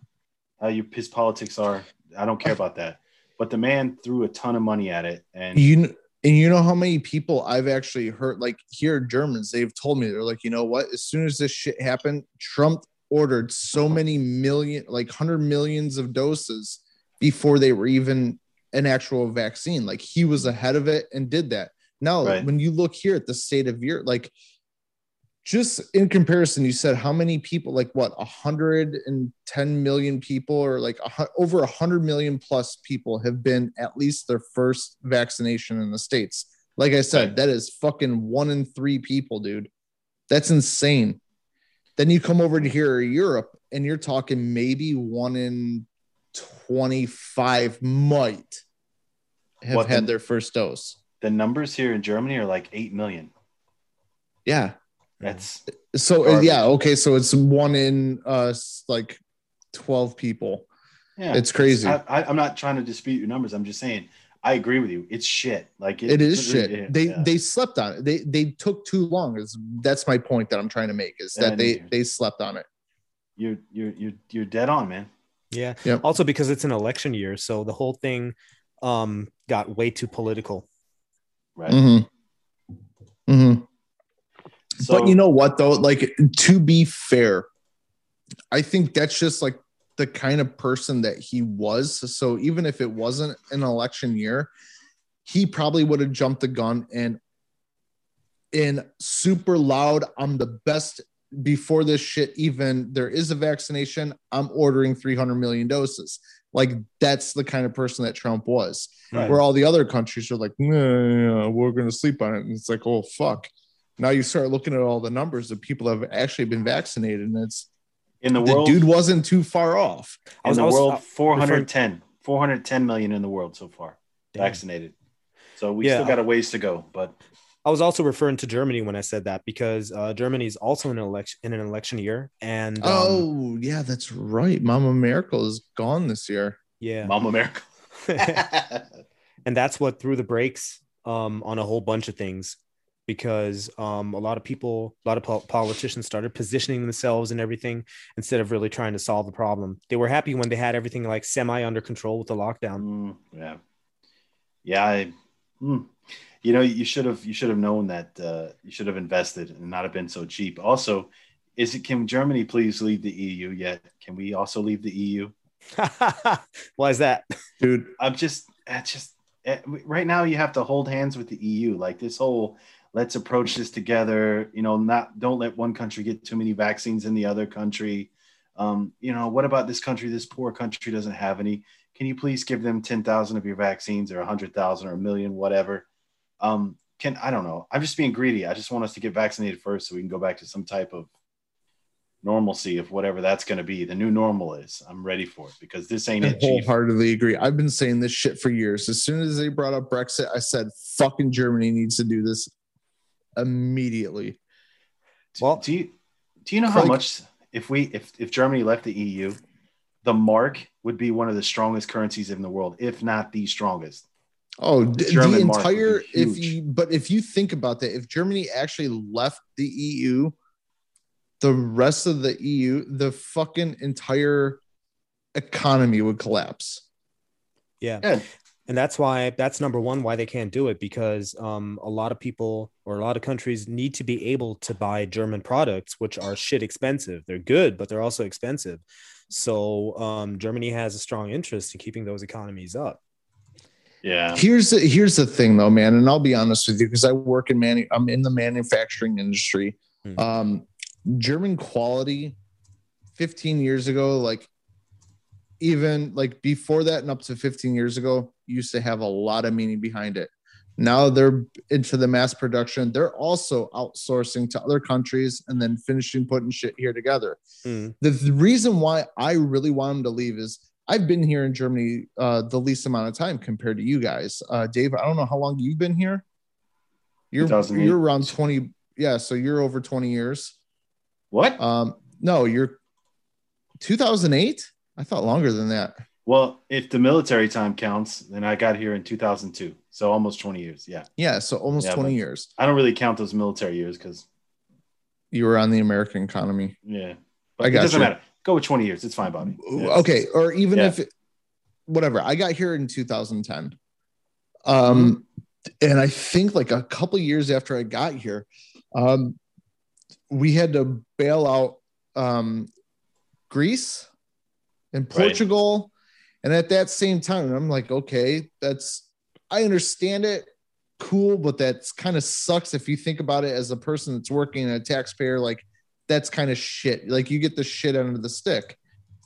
[SPEAKER 2] how your his politics are i don't care about that but the man threw a ton of money at it and
[SPEAKER 1] you kn- and you know how many people I've actually heard, like here Germans, they've told me they're like, you know what? As soon as this shit happened, Trump ordered so many million, like hundred millions of doses before they were even an actual vaccine. Like he was ahead of it and did that. Now,
[SPEAKER 2] Right.
[SPEAKER 1] when you look here at the state of Europe, like just in comparison, you said how many people, like what, 110 million people, or like a, hu- over 100 million plus people have been at least their first vaccination in the States. Like I said,
[SPEAKER 2] Right.
[SPEAKER 1] that is fucking one in three people, dude. That's insane. Then you come over to here, Europe, and you're talking maybe one in 25 might have
[SPEAKER 2] What the-
[SPEAKER 1] had their first dose.
[SPEAKER 2] The numbers here in Germany are like eight million.
[SPEAKER 1] Mm-hmm. Yeah.
[SPEAKER 2] That's
[SPEAKER 1] So uh,
[SPEAKER 2] Garbage.
[SPEAKER 1] yeah, okay. So it's one in uh s- like 12 people.
[SPEAKER 2] yeah.
[SPEAKER 1] It's crazy.
[SPEAKER 2] I, I, I'm not trying to dispute your numbers. I'm just saying I agree with you. It's shit. Like
[SPEAKER 1] it is
[SPEAKER 2] literally-
[SPEAKER 1] shit.
[SPEAKER 2] yeah,
[SPEAKER 1] they
[SPEAKER 2] yeah.
[SPEAKER 1] they slept on it. They they took too long. Is that's my point that I'm trying to make is
[SPEAKER 2] Yeah,
[SPEAKER 1] that
[SPEAKER 2] I
[SPEAKER 1] they
[SPEAKER 2] know.
[SPEAKER 1] they slept on it.
[SPEAKER 2] you're you're you're you're dead on, man.
[SPEAKER 3] Yeah.
[SPEAKER 1] Yep.
[SPEAKER 3] Also because it's an election year, so the whole thing um got way too political.
[SPEAKER 2] Right.
[SPEAKER 1] Mhm. Mhm.
[SPEAKER 2] So
[SPEAKER 1] Mm-hmm. but you know what though? Like to be fair, I think that's just like the kind of person that he was. So even if it wasn't an election year, he probably would have jumped the gun and in super loud, I'm the best before this shit even there is a vaccination, I'm ordering 300 million doses. Like that's the kind of person that Trump was.
[SPEAKER 2] Right.
[SPEAKER 1] Where all the other countries are like, "Nah, nah, nah, we're going to sleep on it. And it's like, oh, fuck now you start looking at all the numbers of people that have actually been vaccinated, and it's
[SPEAKER 2] in the
[SPEAKER 1] the,
[SPEAKER 2] world,
[SPEAKER 1] dude wasn't too far off.
[SPEAKER 2] in
[SPEAKER 3] was-
[SPEAKER 2] the
[SPEAKER 3] I was-
[SPEAKER 2] world,
[SPEAKER 3] uh,
[SPEAKER 2] 410, 410 million in the world so far
[SPEAKER 3] Damn.
[SPEAKER 2] vaccinated. So we
[SPEAKER 3] Yeah.
[SPEAKER 2] still got a ways to go, but
[SPEAKER 3] I was also referring to Germany when I said that because uh, Germany is also in an election in an election year, and um,
[SPEAKER 1] oh yeah, that's right. Mama Miracle is gone this year.
[SPEAKER 3] yeah,
[SPEAKER 2] Mama America.
[SPEAKER 3] and that's what threw the brakes um, on a whole bunch of things because um, a lot of people, a lot of pol- politicians started positioning themselves and everything instead of really trying to solve the problem. They were happy when they had everything like semi under control with the lockdown.
[SPEAKER 2] Mm, yeah, yeah. I, mm. You know, you should have you should have known that uh, you should have invested and not have been so cheap. Also, is it can Germany please leave the EU yet? Can we also leave the E EU?
[SPEAKER 3] Why is that?
[SPEAKER 1] Dude,
[SPEAKER 2] I'm just it's just eh, right now you have to hold hands with the EU. Like this whole let's approach this together. You know, not don't let one country get too many vaccines in the other country. Um, you know, what about this country? This poor country doesn't have any. Can you please give them ten thousand of your vaccines, or a hundred thousand, or a million, whatever? Um, can I don't know. I'm just being greedy. I just want us to get vaccinated first, so we can go back to some type of normalcy of whatever that's going to be. The new normal is. I'm ready for it because this ain't
[SPEAKER 1] I
[SPEAKER 2] it. Chief.
[SPEAKER 1] wholeheartedly agree. I've been saying this shit for years. As soon as they brought up Brexit, I said, "Fucking Germany needs to do this immediately."
[SPEAKER 2] Do-
[SPEAKER 3] Well-
[SPEAKER 2] do you do you know how
[SPEAKER 1] Like-
[SPEAKER 2] much if we if if Germany left the EU, the mark would be one of the strongest currencies in the world, if not the strongest.
[SPEAKER 1] Oh,
[SPEAKER 2] The
[SPEAKER 1] the, the
[SPEAKER 2] German market would be
[SPEAKER 1] entire if
[SPEAKER 2] huge.
[SPEAKER 1] you but if you think about that, if Germany actually left the EU, the rest of the EU, the fucking entire economy would collapse.
[SPEAKER 3] Yeah.
[SPEAKER 2] Yeah.
[SPEAKER 3] And that's why that's number one why they can't do it because um, a lot of people or a lot of countries need to be able to buy German products, which are shit expensive. They're good, but they're also expensive. So um, Germany has a strong interest in keeping those economies up.
[SPEAKER 2] Yeah.
[SPEAKER 1] Here's the, here's the thing though, man, and I'll be honest with you because I work in manu- I'm in the manufacturing industry.
[SPEAKER 3] Hmm.
[SPEAKER 1] Um, German quality, 15 years ago, like even like before that and up to 15 years ago, used to have a lot of meaning behind it. Now they're into the mass production. They're also outsourcing to other countries and then finishing putting shit here together
[SPEAKER 3] Mm.
[SPEAKER 1] the th- reason why I really want him to leave is I've been here in Germany uh, the least amount of time compared to you guys. Uh, Dave, I don't know how long you've been here. You're
[SPEAKER 2] 2008.
[SPEAKER 1] you're around 20. Yeah, so you're over 20 years.
[SPEAKER 2] What?
[SPEAKER 1] Um, no, you're 2008. I thought longer than that.
[SPEAKER 2] well, if the military time counts, then I got here in 2002, so almost 20 years. Yeah.
[SPEAKER 1] Yeah, so almost
[SPEAKER 2] Yeah,
[SPEAKER 1] 20
[SPEAKER 2] but-
[SPEAKER 1] years.
[SPEAKER 2] I don't really count those military years because
[SPEAKER 1] You were on the American economy.
[SPEAKER 2] yeah,
[SPEAKER 1] I
[SPEAKER 2] but it
[SPEAKER 1] got
[SPEAKER 2] doesn't
[SPEAKER 1] you.
[SPEAKER 2] matter. Go with 20 years. It's fine, Bobby. Yeah.
[SPEAKER 1] okay or even
[SPEAKER 2] Yeah.
[SPEAKER 1] if whatever i got here in 2010 um
[SPEAKER 2] Mm-hmm.
[SPEAKER 1] and i think like a couple years after i got here um we had to bail out um greece and
[SPEAKER 2] Right.
[SPEAKER 1] portugal And at that same time, I'm like, okay, that's I understand it, cool, but that's kind of sucks if you think about it as a person that's working and a taxpayer. Like, that's kind of shit. Like, you get the shit under the stick.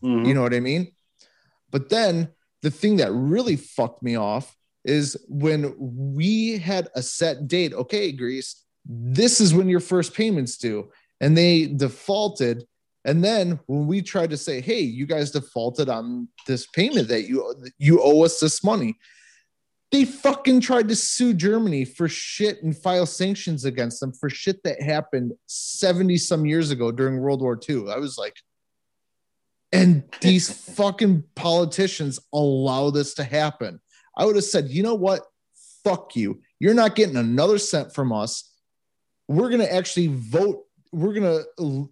[SPEAKER 2] Mhm.
[SPEAKER 1] You know what I mean? But then the thing that really fucked me off is when we had a set date. Okay, Greece, this is when your first payments due, and they defaulted. And then when we tried to say, "Hey, you guys defaulted on this payment that you you owe us this money," they fucking tried to sue Germany for shit and file sanctions against them for shit that happened seventy some years ago during World War II. I was like, and these fucking politicians allow this to happen. I would have said, you know what? Fuck you. You're not getting another cent from us. We're going to actually vote. We're going to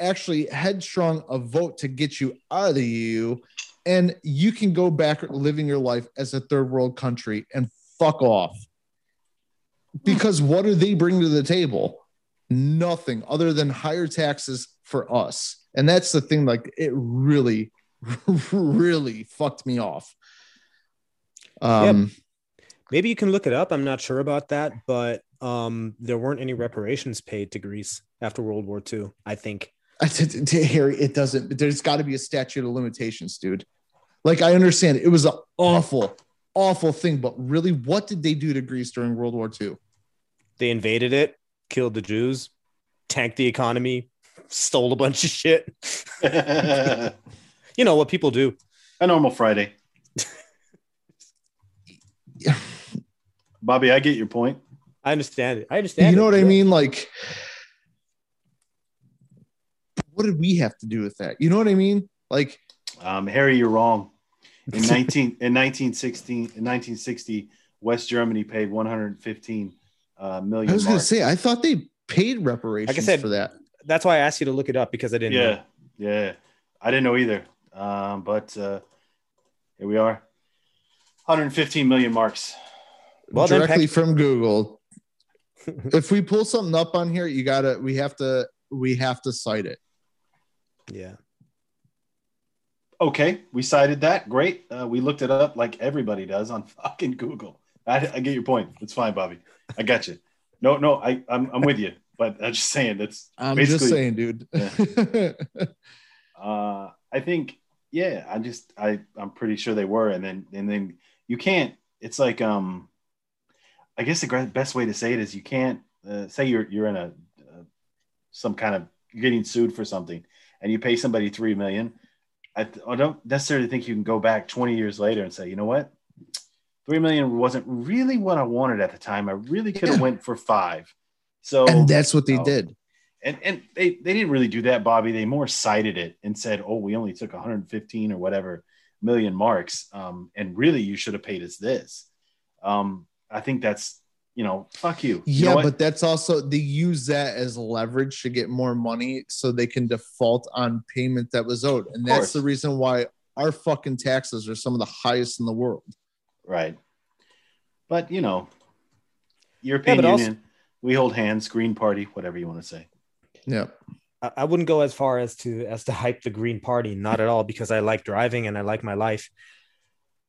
[SPEAKER 1] actually headstrong a vote to get you out of the EU. And you can go back living your life as a third world country and fuck off. Because what do they bring to the table? Nothing other than higher taxes for us. And that's the thing, like, it really, really fucked me off. Um,
[SPEAKER 3] Maybe you can look it up. I'm not sure about that, but um, there weren't any reparations paid to Greece after World War II. I think.
[SPEAKER 1] I said to, to Harry, it doesn't. There's got to be a statute of limitations, dude. Like I understand it was an awful, awful thing, but really, what did they do to Greece during World War II?
[SPEAKER 3] they invaded it, killed the Jews, tanked the economy, stole a bunch of shit. You know what people do.
[SPEAKER 2] a normal Friday. Bobby, I get your point.
[SPEAKER 3] I understand it. I understand.
[SPEAKER 1] you know
[SPEAKER 3] it.
[SPEAKER 1] what I
[SPEAKER 3] Yeah.
[SPEAKER 1] mean? Like, what did we have to do with that? You know what I mean? Like,
[SPEAKER 2] Um, Harry, you're wrong. In 19 in 1916 in 1960, West Germany paid 115 uh, million.
[SPEAKER 1] I was going to
[SPEAKER 2] marks.
[SPEAKER 1] say, I thought they paid reparations
[SPEAKER 3] said-
[SPEAKER 1] for that.
[SPEAKER 3] That's why I asked you to look it up because I didn't. know.
[SPEAKER 2] yeah, yeah. I didn't know either. Um, but uh, here we are. 115 million marks.
[SPEAKER 3] Well, then
[SPEAKER 1] directly
[SPEAKER 3] Pac-
[SPEAKER 1] from Google. if we pull something up on here, you gotta. We have to. We have to cite it.
[SPEAKER 3] yeah.
[SPEAKER 2] Okay, we cited that. Great. Uh, we looked it up like everybody does on fucking Google. I, I get your point. It's fine, Bobby. I got you. No, no, I, I'm, I'm with you. But I'm just saying that's
[SPEAKER 1] I'm just
[SPEAKER 2] Basically-
[SPEAKER 1] saying, dude.
[SPEAKER 2] uh, I think yeah, I just I I'm pretty sure they were, and then and then you can't. It's like um, I guess the gra- best way to say it is you can't uh, say you're you're in a uh, some kind of you're getting sued for something, and you pay somebody three million. I, th- I don't necessarily think you can go back 20 years later and say, you know what, three million wasn't really what I wanted at the time. I really could have
[SPEAKER 1] Yeah.
[SPEAKER 2] went for five. So
[SPEAKER 1] and that's what they
[SPEAKER 2] Oh.
[SPEAKER 1] did.
[SPEAKER 2] and and they they didn't really do that, Bobby. They more cited it and said, "Oh, we only took 115 or whatever million marks, um, and really you should have paid us this." Um, I think that's you know, fuck you. You know
[SPEAKER 1] Yeah,
[SPEAKER 2] what?
[SPEAKER 1] but that's also they use that as leverage to get more money so they can default on payment that was owed. And that's
[SPEAKER 2] course.
[SPEAKER 1] the reason why our fucking taxes are some of the highest in the world.
[SPEAKER 2] right. But you know, European
[SPEAKER 3] but also-
[SPEAKER 2] Union, we hold hands, Green Party, whatever you want to say.
[SPEAKER 1] Yeah.
[SPEAKER 3] I, I wouldn't go as far as to as to hype the Green Party, not at all, because I like driving and I like my life.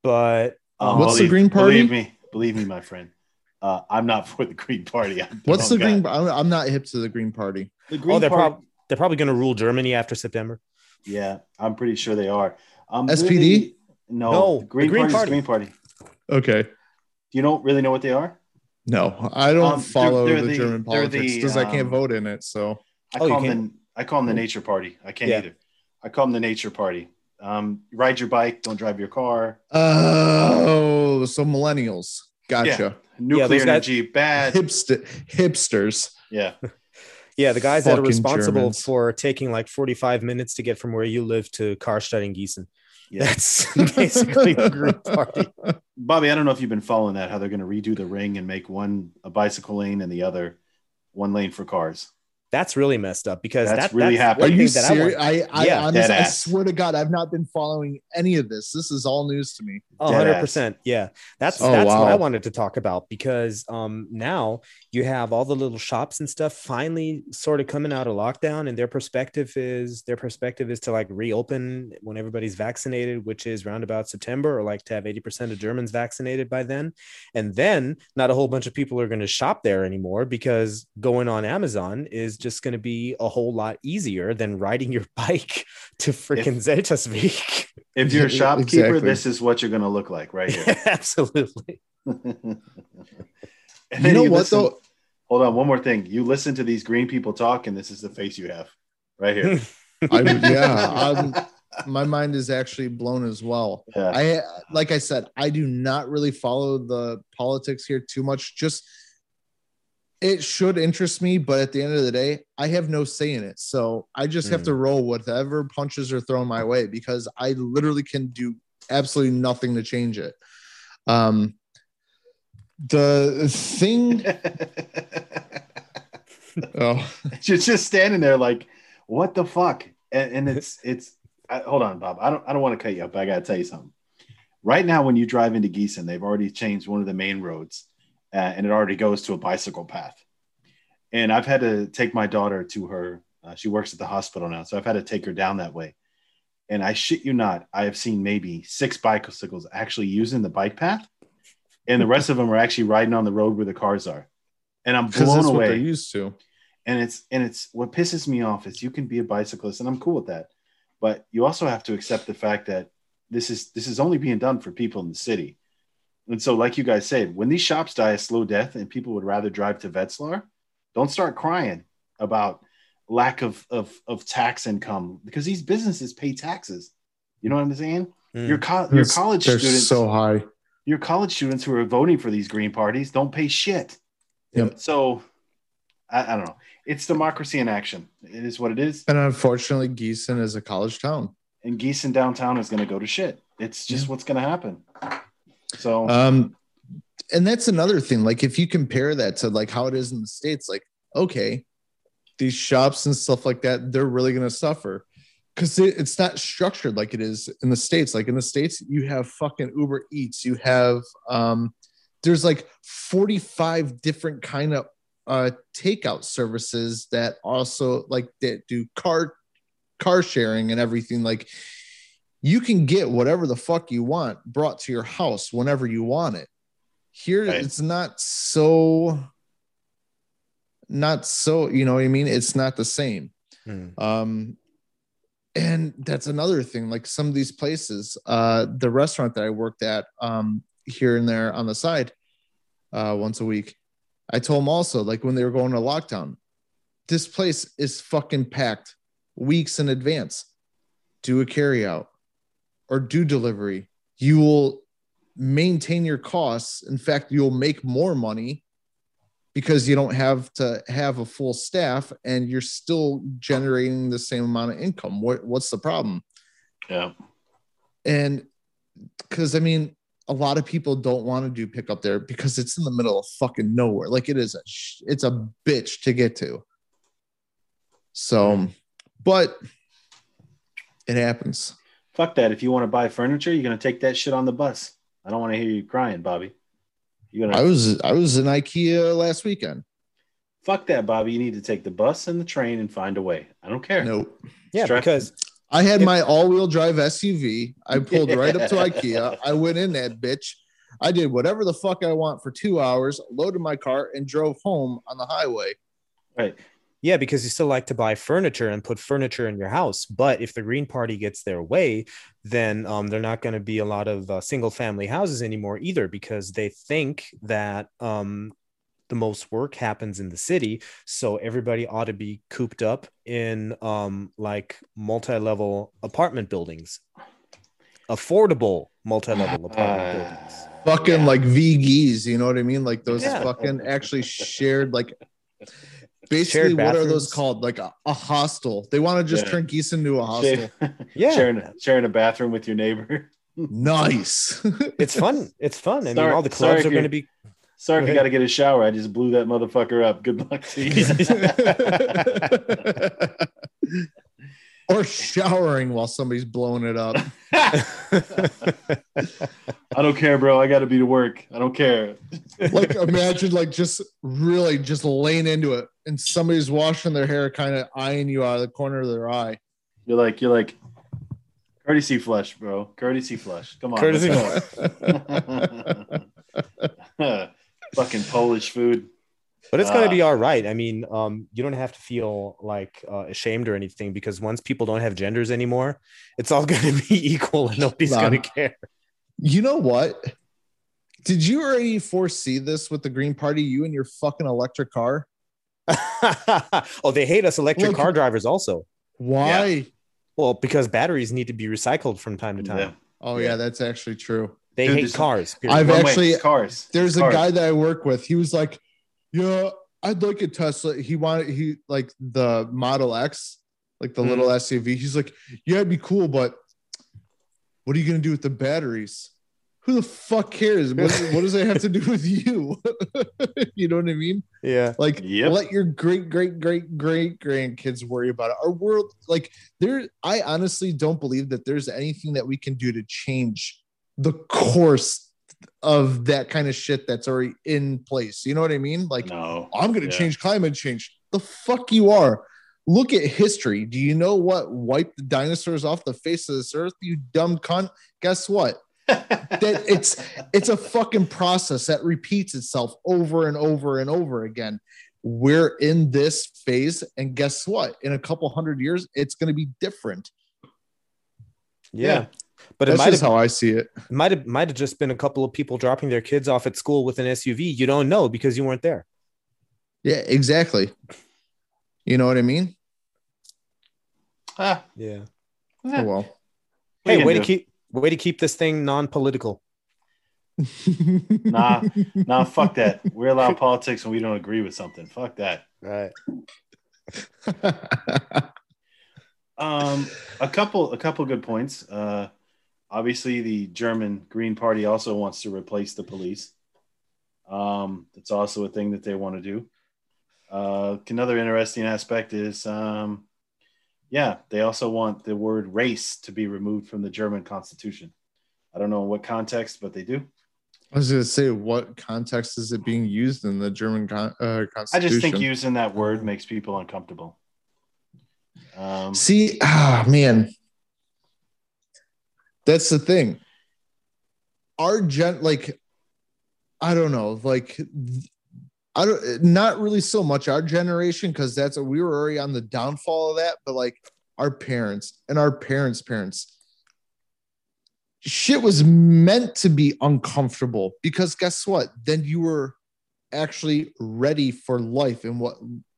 [SPEAKER 3] But
[SPEAKER 2] Um,
[SPEAKER 1] What's the
[SPEAKER 2] believe-
[SPEAKER 1] Green Party?
[SPEAKER 2] Believe me, believe me, my friend. Uh, I'm not for the Green Party. I'm
[SPEAKER 1] What's the
[SPEAKER 2] wrong guy.
[SPEAKER 1] green? I'm I'm not hip to the Green Party.
[SPEAKER 2] The
[SPEAKER 3] oh,
[SPEAKER 2] Green
[SPEAKER 3] they're
[SPEAKER 2] Party.
[SPEAKER 3] probably they're probably going to rule Germany after September.
[SPEAKER 2] yeah, I'm pretty sure they are. Um,
[SPEAKER 1] SPD?
[SPEAKER 2] really- no,
[SPEAKER 3] No,
[SPEAKER 2] the Green,
[SPEAKER 3] the Green
[SPEAKER 2] Party.
[SPEAKER 3] Party.
[SPEAKER 2] Green Party.
[SPEAKER 1] Okay.
[SPEAKER 2] you don't really know what they are?
[SPEAKER 1] No, I don't
[SPEAKER 2] Um, they're-
[SPEAKER 1] follow
[SPEAKER 2] they're
[SPEAKER 1] the,
[SPEAKER 2] the-
[SPEAKER 1] German
[SPEAKER 2] they're
[SPEAKER 1] politics
[SPEAKER 2] the,
[SPEAKER 1] because I can't
[SPEAKER 2] um,
[SPEAKER 1] vote in it. So
[SPEAKER 2] I
[SPEAKER 3] Oh, you Mm-hmm.
[SPEAKER 2] call them the I call them the Nature Party. I can't
[SPEAKER 3] Yeah.
[SPEAKER 2] either. I call them the Nature Party. Um, ride your bike, don't drive your car.
[SPEAKER 1] oh, so millennials. Gotcha.
[SPEAKER 2] Nuclear
[SPEAKER 3] those guys-
[SPEAKER 2] energy,
[SPEAKER 3] uh,
[SPEAKER 2] bad.
[SPEAKER 1] Hipster hipsters.
[SPEAKER 2] Yeah,
[SPEAKER 3] Yeah, the guys that are
[SPEAKER 1] Fucking
[SPEAKER 3] responsible
[SPEAKER 1] Germans.
[SPEAKER 3] for taking like 45 minutes to get from where you live to Karstadt and Gießen.
[SPEAKER 2] Yeah.
[SPEAKER 3] That's basically the Green Party.
[SPEAKER 2] Bobby. I don't know if you've been following that. How they're going to redo the ring and make one a bicycle lane and the other one lane for cars.
[SPEAKER 3] That's really messed up because
[SPEAKER 2] That's
[SPEAKER 3] that-
[SPEAKER 2] really
[SPEAKER 3] that's
[SPEAKER 2] happened.
[SPEAKER 3] one
[SPEAKER 1] Are you
[SPEAKER 3] thing that I
[SPEAKER 1] serious?
[SPEAKER 3] want-
[SPEAKER 1] I, I,
[SPEAKER 3] Yeah.
[SPEAKER 1] honestly,
[SPEAKER 2] Dead
[SPEAKER 1] I
[SPEAKER 2] ass.
[SPEAKER 1] swear to God, I've not been following any of this. This is all news to me.
[SPEAKER 3] A
[SPEAKER 2] Dead
[SPEAKER 3] hundred
[SPEAKER 2] ass.
[SPEAKER 3] percent. Yeah. That's
[SPEAKER 1] Oh,
[SPEAKER 3] that's what I
[SPEAKER 1] wow.
[SPEAKER 3] wanted to talk about because um now you have all the little shops and stuff finally sort of coming out of lockdown and their perspective is their perspective is to like reopen when everybody's vaccinated, which is round about September, or like to have 80% of Germans vaccinated by then. And then not a whole bunch of people are going to shop there anymore because going on Amazon is just going to be a whole lot easier than riding your bike to freaking Zeltersweg.
[SPEAKER 2] If you're a shopkeeper,
[SPEAKER 1] Exactly.
[SPEAKER 2] this is what you're going to look like right here.
[SPEAKER 3] Absolutely.
[SPEAKER 2] and
[SPEAKER 1] you
[SPEAKER 2] then
[SPEAKER 1] know what
[SPEAKER 2] listen-
[SPEAKER 1] though?
[SPEAKER 2] Hold on, one more thing. You listen to these green people talk, and this is the face you have right here.
[SPEAKER 1] I, yeah, i my mind is actually blown as well.
[SPEAKER 2] yeah.
[SPEAKER 1] I like I said, I do not really follow the politics here too much. Just it should interest me, but at the end of the day, I have no say in it. So I just have
[SPEAKER 3] Mm.
[SPEAKER 1] to roll whatever punches are thrown my way because I literally can do absolutely nothing to change it. Um, the thing, oh,
[SPEAKER 2] You're just standing there like, what the fuck? And, and it's it's. I, hold on, Bob. I don't I don't want to cut you up. But I gotta tell you something. Right now, when you drive into Gießen, they've already changed one of the main roads, uh, and it already goes to a bicycle path. And I've had to take my daughter to her. Uh, she works at the hospital now, so I've had to take her down that way. And I shit you not, I have seen maybe six bicycles actually using the bike path, and the rest of them are actually riding on the road where the cars are. And I'm
[SPEAKER 1] because
[SPEAKER 2] blown
[SPEAKER 1] that's
[SPEAKER 2] away
[SPEAKER 1] what they're used to.
[SPEAKER 2] and it's and it's what pisses me off is you can be a bicyclist and i'm cool with that but you also have to accept the fact that this is this is only being done for people in the city and so like you guys said when these shops die a slow death and people would rather drive to vetslar don't start crying about lack of of, of tax income because these businesses pay taxes you know what i'm saying
[SPEAKER 3] Mm.
[SPEAKER 2] your, co- your
[SPEAKER 1] It's-
[SPEAKER 2] college
[SPEAKER 1] they're
[SPEAKER 2] students
[SPEAKER 1] so high.
[SPEAKER 2] your college students who are voting for these green parties don't pay shit.
[SPEAKER 1] Yep.
[SPEAKER 2] So I, I don't know. It's democracy in action. It is what it is.
[SPEAKER 1] And unfortunately, Gießen is a college town.
[SPEAKER 2] And Gießen downtown is going to go to shit. It's just what's going to happen. So
[SPEAKER 1] um and that's another thing like if you compare that to like how it is in the states like okay these shops and stuff like that they're really going to suffer because it, it's not structured like it is in the states like in the states you have fucking uber eats you have um there's like 45 different kind of uh takeout services that also like that do car car sharing and everything like you can get whatever the fuck you want brought to your house whenever you want it. Here,
[SPEAKER 2] Right.
[SPEAKER 1] it's not so, not so, you know what I mean? It's not the same.
[SPEAKER 3] Hmm.
[SPEAKER 1] Um, and that's another thing. Like some of these places, uh, the restaurant that I worked at um, here and there on the side uh, once a week, I told them also, like when they were going to lockdown, this place is fucking packed weeks in advance. Do a carryout or do delivery. You will maintain your costs. In fact, you'll make more money because you don't have to have a full staff and you're still generating the same amount of income. What, what's the problem?
[SPEAKER 2] yeah,
[SPEAKER 1] And because I mean, a lot of people don't want to do pickup there because it's in the middle of fucking nowhere. Like it is a sh- it's a bitch to get to. So, but it happens.
[SPEAKER 2] fuck that. If you want to buy furniture, you're going to take that shit on the bus. I don't want to hear you crying, Bobby. You're
[SPEAKER 1] I
[SPEAKER 2] going to
[SPEAKER 1] was I was in IKEA last weekend.
[SPEAKER 2] fuck that, Bobby. You need to take the bus and the train and find a way. I don't care.
[SPEAKER 1] Nope.
[SPEAKER 3] yeah,
[SPEAKER 2] Strap-
[SPEAKER 3] because
[SPEAKER 1] I had my all-wheel drive SUV. I pulled right up to
[SPEAKER 2] Yeah.
[SPEAKER 1] IKEA. I went in that bitch. I did whatever the fuck I want for two hours, loaded my car, and drove home on the highway.
[SPEAKER 2] Right.
[SPEAKER 3] yeah, because you still like to buy furniture and put furniture in your house. But if the Green Party gets their way, then um, they're not going to be a lot of uh, single family houses anymore either, because they think that um, the most work happens in the city, so everybody ought to be cooped up in um, like multi level apartment buildings, affordable multi level apartment buildings.
[SPEAKER 2] Uh,
[SPEAKER 1] Fucking
[SPEAKER 2] yeah.
[SPEAKER 1] like VGs, you know what I mean? Like those
[SPEAKER 3] Yeah.
[SPEAKER 1] fucking actually shared, like basically, what are
[SPEAKER 3] bathrooms.
[SPEAKER 1] those called? Like a, a hostel. They want to just
[SPEAKER 2] Yeah.
[SPEAKER 1] turn geese into a hostel.
[SPEAKER 2] Share-
[SPEAKER 3] Yeah.
[SPEAKER 2] sharing sharing a bathroom with your neighbor.
[SPEAKER 1] Nice.
[SPEAKER 3] It's fun. It's fun. I mean,
[SPEAKER 2] Sorry-
[SPEAKER 3] all the
[SPEAKER 2] sorry
[SPEAKER 3] clubs
[SPEAKER 2] if
[SPEAKER 3] are going
[SPEAKER 2] you're-
[SPEAKER 3] to be
[SPEAKER 2] Sorry if you
[SPEAKER 3] Right.
[SPEAKER 2] got to get a shower. I just blew that motherfucker up. Good luck to you.
[SPEAKER 1] or showering while somebody's blowing it up.
[SPEAKER 2] I don't care, bro. I got to be to work. I don't care.
[SPEAKER 1] Like imagine like just really just laying into it and somebody's washing their hair, kind of eyeing you out of the corner of their eye.
[SPEAKER 2] You're like, you're like, courtesy flush, bro. Courtesy flush. Come on.
[SPEAKER 3] Courtesy
[SPEAKER 2] let's go. Fucking Polish food.
[SPEAKER 3] But it's gonna
[SPEAKER 2] Uh,
[SPEAKER 3] be all right. I mean, um, you don't have to feel like uh, ashamed or anything because once people don't have genders anymore, it's all gonna be equal and nobody's
[SPEAKER 1] Nah.
[SPEAKER 3] gonna care.
[SPEAKER 1] You know what? Did you already foresee this with the Green Party? You and your fucking electric car?
[SPEAKER 3] oh, they hate us electric
[SPEAKER 1] Look-
[SPEAKER 3] car drivers also.
[SPEAKER 1] Why?
[SPEAKER 3] Well, because batteries need to be recycled from time to time.
[SPEAKER 2] Yeah.
[SPEAKER 1] Oh yeah, that's actually true.
[SPEAKER 3] They
[SPEAKER 2] Dude,
[SPEAKER 3] hate
[SPEAKER 2] this-
[SPEAKER 3] cars. period.
[SPEAKER 1] I've
[SPEAKER 2] One-way
[SPEAKER 1] actually-
[SPEAKER 2] cars.
[SPEAKER 1] There's a
[SPEAKER 2] Cars.
[SPEAKER 1] guy that I work with. He was like, "Yeah, I'd like a Tesla." He wanted he like the Model X, like the
[SPEAKER 3] Mhm.
[SPEAKER 1] little SUV. He's like, "Yeah, it'd be cool, but what are you gonna do with the batteries? Who the fuck cares? What, what does that have to do with you? you know what I mean?
[SPEAKER 3] yeah.
[SPEAKER 1] Like,
[SPEAKER 2] Yep.
[SPEAKER 1] let your great great great great grandkids worry about it. Our world, like, there. I honestly don't believe that there's anything that we can do to change the course of that kind of shit that's already in place. You know what I mean? Like,
[SPEAKER 2] no.
[SPEAKER 1] I'm going to
[SPEAKER 2] Yeah.
[SPEAKER 1] change climate change. The fuck you are. Look at history. Do you know what wiped the dinosaurs off the face of this earth? You dumb cunt. Guess what? that it's it's a fucking process that repeats itself over and over and over again. We're in this phase, and guess what? In a couple hundred years, it's going to be different.
[SPEAKER 3] Yeah.
[SPEAKER 2] Yeah.
[SPEAKER 3] But it
[SPEAKER 1] That's
[SPEAKER 3] might
[SPEAKER 1] just
[SPEAKER 3] have
[SPEAKER 1] how I see it.
[SPEAKER 3] might have might have just been a couple of people dropping their kids off at school with an SUV. You don't know because you weren't there.
[SPEAKER 1] Yeah, exactly. You know what I mean?
[SPEAKER 2] Ah,
[SPEAKER 3] Yeah.
[SPEAKER 1] Oh,
[SPEAKER 2] what are
[SPEAKER 1] well,
[SPEAKER 2] you
[SPEAKER 3] Hey,
[SPEAKER 2] gonna
[SPEAKER 3] way to
[SPEAKER 2] do?
[SPEAKER 3] keep way to keep this thing non-political.
[SPEAKER 2] Nah, nah, fuck that. We allow politics when we don't agree with something. Fuck that.
[SPEAKER 3] Right.
[SPEAKER 2] Um, a couple, a couple good points. Uh, obviously, the German Green Party also wants to replace the police. Um, it's also a thing that they want to do. Uh, another interesting aspect is, um, yeah, they also want the word race to be removed from the German Constitution. I don't know in what context, but they do.
[SPEAKER 1] I was going to say, what context is it being used in the German con- uh,
[SPEAKER 2] I
[SPEAKER 1] constitution?
[SPEAKER 2] just think using that word makes people uncomfortable. Um,
[SPEAKER 1] See, ah, man, that's the thing. Our gen, like, I don't know, like, th- I don't, not really so much our generation because that's we were already on the downfall of that, but like our parents and our parents' parents, shit was meant to be uncomfortable because guess what? Then you were actually ready for life and what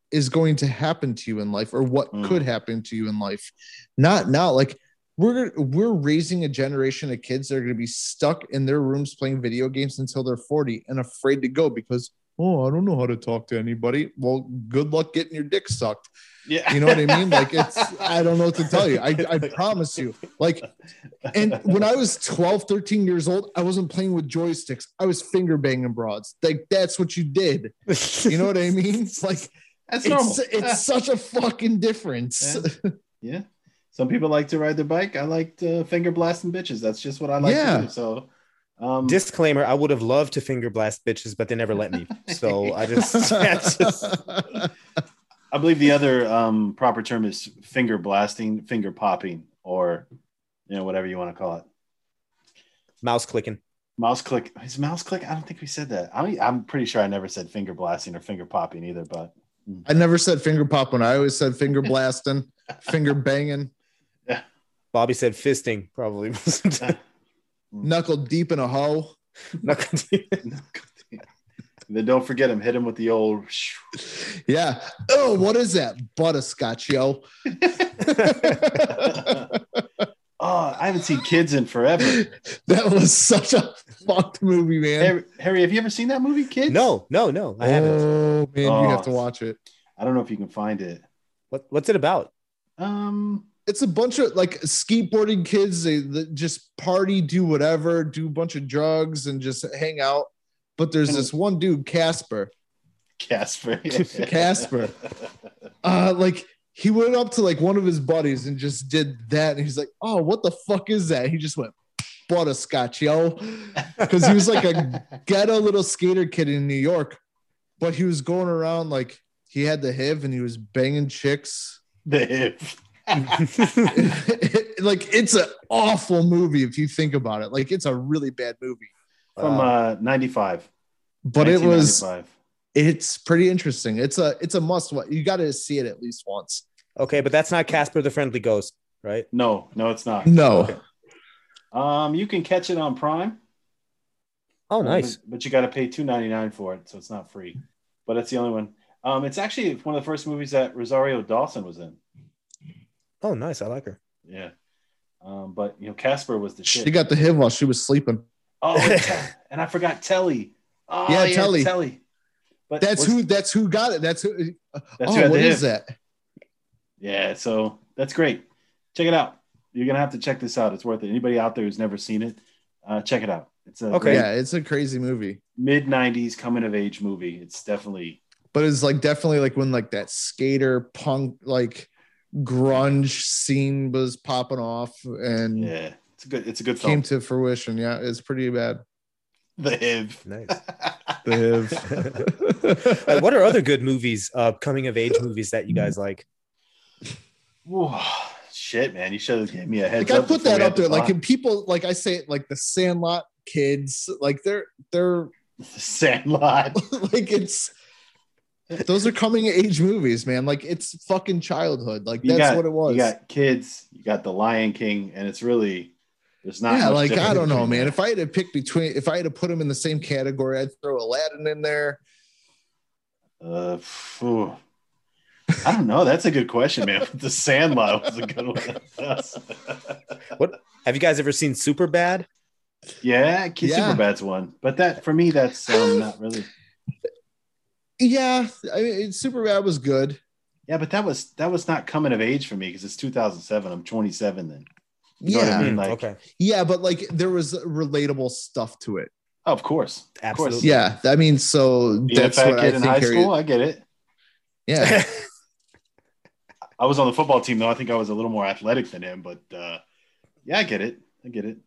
[SPEAKER 1] is going to happen to you in life or what
[SPEAKER 2] Mm.
[SPEAKER 1] could happen to you in life not now like we're we're raising a generation of kids that are going to be stuck in their rooms playing video games until they're 40 and afraid to go because oh i don't know how to talk to anybody well good luck getting your dick sucked
[SPEAKER 2] yeah,
[SPEAKER 1] you know what i mean like it's i don't know what to tell you i, I promise you like and when I was 12, 13 years old, I wasn't playing with joysticks. I was finger banging broads. Like that's what you did. You know what I mean? It's Like
[SPEAKER 2] that's normal.
[SPEAKER 1] it's, it's such a fucking difference.
[SPEAKER 2] Yeah. Yeah. Some people like to ride their bike. I like to finger blasting bitches. That's just what I like
[SPEAKER 1] Yeah.
[SPEAKER 2] to do. So, um,
[SPEAKER 3] Disclaimer: I would have loved to finger blast bitches, but they never let me. So I just, that's just-
[SPEAKER 2] I believe the other um, proper term is finger blasting, finger popping, or you know whatever you want to call it.
[SPEAKER 3] mouse clicking.
[SPEAKER 2] Mouse click. Is mouse click? I don't think we said that. I mean, I'm pretty sure I never said finger blasting or finger popping either. But
[SPEAKER 1] I never said finger popping. I always said finger blasting, finger banging,
[SPEAKER 3] Bobby said fisting probably.
[SPEAKER 2] Uh,
[SPEAKER 1] knuckle deep in a hoe.
[SPEAKER 2] then don't forget him. Hit him with the old.
[SPEAKER 1] Yeah. Oh, what is that? Butterscotch, yo. that
[SPEAKER 2] Oh, I haven't seen kids in forever.
[SPEAKER 1] was such a fucked movie, man.
[SPEAKER 2] Harry, Harry, have you ever seen that movie, Kids?
[SPEAKER 3] no, no, no, I
[SPEAKER 2] Uh.
[SPEAKER 3] haven't.
[SPEAKER 1] Oh man, you have
[SPEAKER 2] Oh.
[SPEAKER 1] to watch it.
[SPEAKER 2] I don't know if you can find it.
[SPEAKER 3] What, what's it about?
[SPEAKER 2] Um,
[SPEAKER 1] it's a bunch of like skateboarding kids they, they just party do whatever do a bunch of drugs and just hang out But there's this one dude, Casper.
[SPEAKER 2] Casper.
[SPEAKER 1] Casper. Uh, like he went up to like one of his buddies and just did that. And he's like, "Oh, what the fuck is that?" He just went butterscotch, yo, because he was like a ghetto little skater kid in New York, but he was going around like he had the HIV and he was banging chicks.
[SPEAKER 2] the hip.
[SPEAKER 1] like it's an awful movie if you think about it. Like it's a really bad movie.
[SPEAKER 2] From
[SPEAKER 1] Uh,
[SPEAKER 2] uh, 95.
[SPEAKER 1] but it was
[SPEAKER 2] 1995.
[SPEAKER 1] it's pretty interesting. It's a it's a must. Watch. You got to see it at least once.
[SPEAKER 3] Okay, but that's not Casper the Friendly Ghost, right?
[SPEAKER 2] No, no, it's not.
[SPEAKER 1] No,
[SPEAKER 2] Um, you can catch it on Prime.
[SPEAKER 3] Oh,
[SPEAKER 2] Um,
[SPEAKER 3] nice.
[SPEAKER 2] But, but you got to pay two ninety nine for it, so it's not free. But that's the only one. Um, it's actually one of the first movies that Rosario Dawson was in.
[SPEAKER 3] Oh, nice. I like her.
[SPEAKER 2] Yeah. Um, but you know, Casper was the shit.
[SPEAKER 1] she got the HIV while she was sleeping.
[SPEAKER 2] oh, and, Te- and I forgot Telly. Oh,
[SPEAKER 1] Yeah, Telly.
[SPEAKER 2] Telly. But
[SPEAKER 1] That's
[SPEAKER 2] what's-
[SPEAKER 1] who. That's who got it. That's who.
[SPEAKER 2] That's who
[SPEAKER 1] oh,
[SPEAKER 2] had the
[SPEAKER 1] what
[SPEAKER 2] hip.
[SPEAKER 1] is that?
[SPEAKER 2] Yeah, so that's great. Check it out. You're gonna have to check this out. It's worth it. Anybody out there who's never seen it, uh, check it out. It's a
[SPEAKER 3] Okay.
[SPEAKER 1] Yeah, it's a crazy movie,
[SPEAKER 2] mid '90s coming of age movie. It's definitely
[SPEAKER 1] but it's like definitely like when like that skater punk like grunge scene was popping off and
[SPEAKER 2] yeah. It's a good. It's a good
[SPEAKER 1] came
[SPEAKER 2] film.
[SPEAKER 1] to fruition. Yeah, it's pretty bad.
[SPEAKER 2] the HIV.
[SPEAKER 3] Nice.
[SPEAKER 1] The
[SPEAKER 3] Uh,
[SPEAKER 1] HIV.
[SPEAKER 3] what are other good movies, uh, coming of age movies that you
[SPEAKER 2] Mm.
[SPEAKER 3] guys like?
[SPEAKER 2] Whoa, shit, man! You should have given me a heads
[SPEAKER 1] like I
[SPEAKER 2] up.
[SPEAKER 1] put
[SPEAKER 2] before
[SPEAKER 1] that
[SPEAKER 2] we
[SPEAKER 1] up
[SPEAKER 2] had
[SPEAKER 1] there.
[SPEAKER 2] the
[SPEAKER 1] Like
[SPEAKER 2] talk.
[SPEAKER 1] in people, like I say, like the Sandlot kids, like they're they're
[SPEAKER 2] Sandlot.
[SPEAKER 1] like it's those are coming of age movies, man. Like it's fucking childhood. Like
[SPEAKER 2] You
[SPEAKER 1] that's
[SPEAKER 2] got-
[SPEAKER 1] what it was.
[SPEAKER 2] You got kids. You got the Lion King, and it's really there's not.
[SPEAKER 1] yeah,
[SPEAKER 2] much
[SPEAKER 1] like I
[SPEAKER 2] difference
[SPEAKER 1] don't know,
[SPEAKER 2] between
[SPEAKER 1] man.
[SPEAKER 2] that.
[SPEAKER 1] If I had to pick between, if I had to put them in the same category, I'd throw Aladdin in there.
[SPEAKER 2] Uh, phew. I don't know. That's a good question, man. The Sandlot was a good one.
[SPEAKER 3] Have you guys ever seen Super Bad?
[SPEAKER 2] yeah, Kid
[SPEAKER 1] Yeah.
[SPEAKER 2] Superbad's one, but that for me, that's um, not really.
[SPEAKER 1] Yeah, I mean, Superbad was good.
[SPEAKER 2] Yeah, but that was that was not coming of age for me because it's 2007. I'm 27 then. You know what I
[SPEAKER 1] yeah,
[SPEAKER 2] mean? Like-
[SPEAKER 3] Mm, okay.
[SPEAKER 1] yeah, but like there was relatable stuff to it.
[SPEAKER 2] Oh, of course, of course.
[SPEAKER 3] Absolutely.
[SPEAKER 1] Yeah, I mean, so
[SPEAKER 2] Being a
[SPEAKER 1] that's
[SPEAKER 2] fat
[SPEAKER 1] what I
[SPEAKER 2] kid in
[SPEAKER 1] think.
[SPEAKER 2] high
[SPEAKER 1] Harry-
[SPEAKER 2] school, I get it.
[SPEAKER 1] yeah,
[SPEAKER 2] I was on the football team though. I think I was a little more athletic than him, but uh, yeah, I get it. I get it.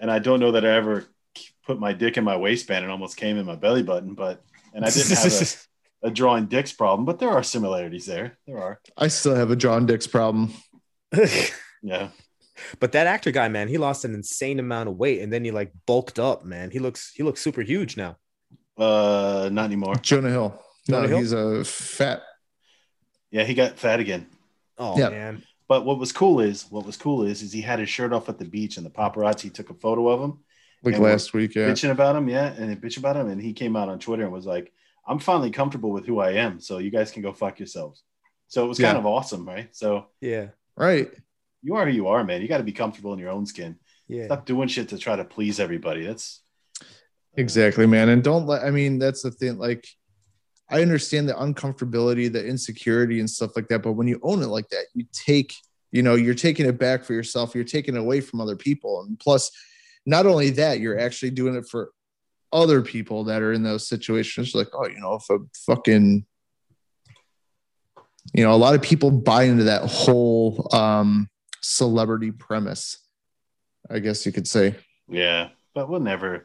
[SPEAKER 2] And I don't know that I ever k- put my dick in my waistband and almost came in my belly button, but and I didn't have a, a drawing dicks problem, but there are similarities there. There are.
[SPEAKER 1] I still have a John Dix problem.
[SPEAKER 2] Yeah.
[SPEAKER 3] but that actor guy, man, he lost an insane amount of weight, and then he like bulked up, man. He looks he looks super huge now.
[SPEAKER 2] Uh, not anymore.
[SPEAKER 1] Jonah Hill. No,
[SPEAKER 3] Jonah Hill?
[SPEAKER 1] he's a fat.
[SPEAKER 2] Yeah, he got fat again.
[SPEAKER 3] Oh
[SPEAKER 1] Yeah.
[SPEAKER 3] man,
[SPEAKER 2] But what was cool is what was cool is is he had his shirt off at the beach and the paparazzi took a photo of him
[SPEAKER 1] Like
[SPEAKER 2] And we're
[SPEAKER 1] last week, yeah.
[SPEAKER 2] bitching about him, yeah, and they bitch about him, and he came out on Twitter and was like, "I'm finally comfortable with who I am, so you guys can go fuck yourselves." So it was kind
[SPEAKER 1] Yeah.
[SPEAKER 2] of awesome, right? So
[SPEAKER 3] yeah,
[SPEAKER 1] Right.
[SPEAKER 2] you are who you are, man. You got to be comfortable in your own skin.
[SPEAKER 3] yeah.
[SPEAKER 2] Stop doing shit to try to please everybody. That's uh,
[SPEAKER 1] Exactly, man. And don't let I mean, that's the thing. Like, I understand the uncomfortability, the insecurity and stuff like that, but when you own it like that, you take, you know, you're taking it back for yourself, you're taking it away from other people. And plus, not only that, you're actually doing it for other people that are in those situations. Like, oh, you know, if a fucking you know, a lot of people buy into that whole um celebrity premise, I guess you could say.
[SPEAKER 2] yeah, but we'll never,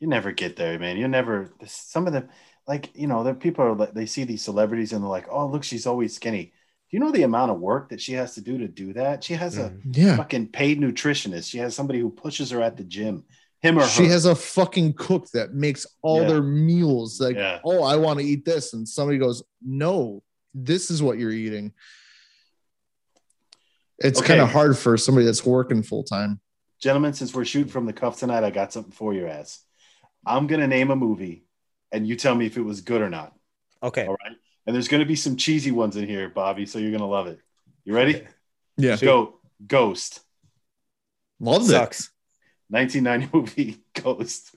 [SPEAKER 2] you never get there, man. You'll never. Some of them, like you know, the people are like they see these celebrities and they're like, "Oh, look, she's always skinny." Do you know the amount of work that she has to do to do that? She has a
[SPEAKER 3] Mhm.
[SPEAKER 1] Yeah.
[SPEAKER 2] fucking paid nutritionist. She has somebody who pushes her at the gym. Him or
[SPEAKER 1] she
[SPEAKER 2] her.
[SPEAKER 1] has a fucking cook that makes all
[SPEAKER 2] Yeah.
[SPEAKER 1] their meals like
[SPEAKER 2] Yeah.
[SPEAKER 1] oh i want to eat this and somebody goes no this is what you're eating it's
[SPEAKER 2] Okay.
[SPEAKER 1] kind of hard for somebody that's working full time
[SPEAKER 2] gentlemen, since we're shooting from the cuff tonight, I got something for your ass. I'm gonna name a movie, and you tell me if it was good or not.
[SPEAKER 3] Okay,
[SPEAKER 2] All right. And there's gonna be some cheesy ones in here, Bobby. So you're gonna love it. You ready?
[SPEAKER 1] yeah
[SPEAKER 2] Go. Ghost.
[SPEAKER 1] loves it
[SPEAKER 3] sucks,
[SPEAKER 2] 1990 movie. Ghost.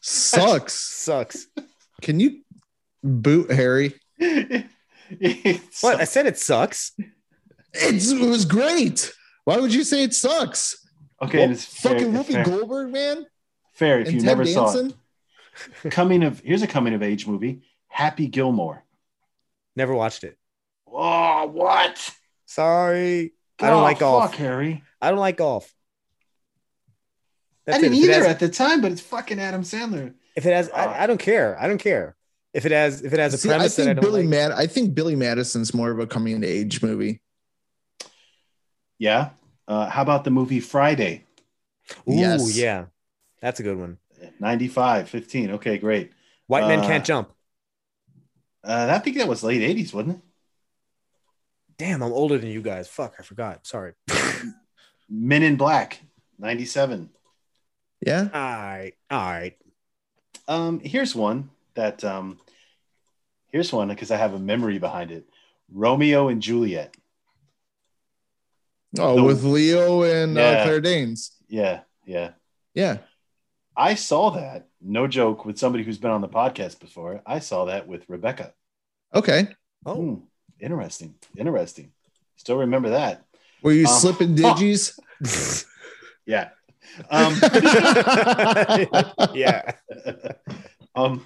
[SPEAKER 1] sucks
[SPEAKER 3] sucks.
[SPEAKER 1] can you boot harry
[SPEAKER 2] It's-
[SPEAKER 3] What I said, it sucks.
[SPEAKER 1] it's, it was great why would you say it sucks
[SPEAKER 2] Okay. and it's fair,
[SPEAKER 1] fucking
[SPEAKER 2] it's
[SPEAKER 1] whoopi
[SPEAKER 2] fair,
[SPEAKER 1] goldberg man
[SPEAKER 2] fair if
[SPEAKER 1] and
[SPEAKER 2] you
[SPEAKER 1] ted
[SPEAKER 2] never saw it.
[SPEAKER 1] danson
[SPEAKER 2] coming of here's a coming of age movie, Happy Gilmore.
[SPEAKER 3] Never watched it.
[SPEAKER 2] Oh, what?
[SPEAKER 3] Sorry. I don't
[SPEAKER 2] Oh,
[SPEAKER 3] like golf.
[SPEAKER 2] Fuck, Harry.
[SPEAKER 3] I don't like golf.
[SPEAKER 2] I
[SPEAKER 3] That's it.
[SPEAKER 2] didn't
[SPEAKER 3] If it
[SPEAKER 2] either
[SPEAKER 3] has-
[SPEAKER 2] at the time, but it's fucking Adam Sandler.
[SPEAKER 3] If it has,
[SPEAKER 2] Ah.
[SPEAKER 3] I, I don't care. I don't care. If it has, if it has a
[SPEAKER 1] See, I
[SPEAKER 3] premise that I
[SPEAKER 1] think
[SPEAKER 3] don't
[SPEAKER 1] Billy
[SPEAKER 3] like,
[SPEAKER 1] Mad. I think Billy Madison's more of a coming to age movie.
[SPEAKER 2] Yeah. Uh, how about the movie Friday?
[SPEAKER 3] ooh
[SPEAKER 1] Yes.
[SPEAKER 3] yeah, that's a good one.
[SPEAKER 2] 95, 15. Okay, great.
[SPEAKER 3] White men
[SPEAKER 2] Uh,
[SPEAKER 3] can't jump.
[SPEAKER 2] Uh, I think that was late 80s, wasn't it?
[SPEAKER 3] Damn, I'm older than you guys. Fuck, I forgot. Sorry.
[SPEAKER 2] Men in Black, 97.
[SPEAKER 1] Yeah,
[SPEAKER 3] all right, all right.
[SPEAKER 2] Um, here's one that um, here's one because I have a memory behind it. Romeo and Juliet.
[SPEAKER 1] oh,
[SPEAKER 2] The-
[SPEAKER 1] with Leo and
[SPEAKER 2] Yeah.
[SPEAKER 1] uh, Claire Danes.
[SPEAKER 2] Yeah, yeah.
[SPEAKER 1] Yeah,
[SPEAKER 2] I saw that, no joke, with somebody who's been on the podcast before. I saw that with Rebecca.
[SPEAKER 1] okay.
[SPEAKER 3] Oh,
[SPEAKER 2] Hmm, interesting. Interesting. Still remember that.
[SPEAKER 1] Were you
[SPEAKER 2] Um,
[SPEAKER 1] slipping digis?
[SPEAKER 2] Yeah. Um,
[SPEAKER 3] yeah.
[SPEAKER 2] um,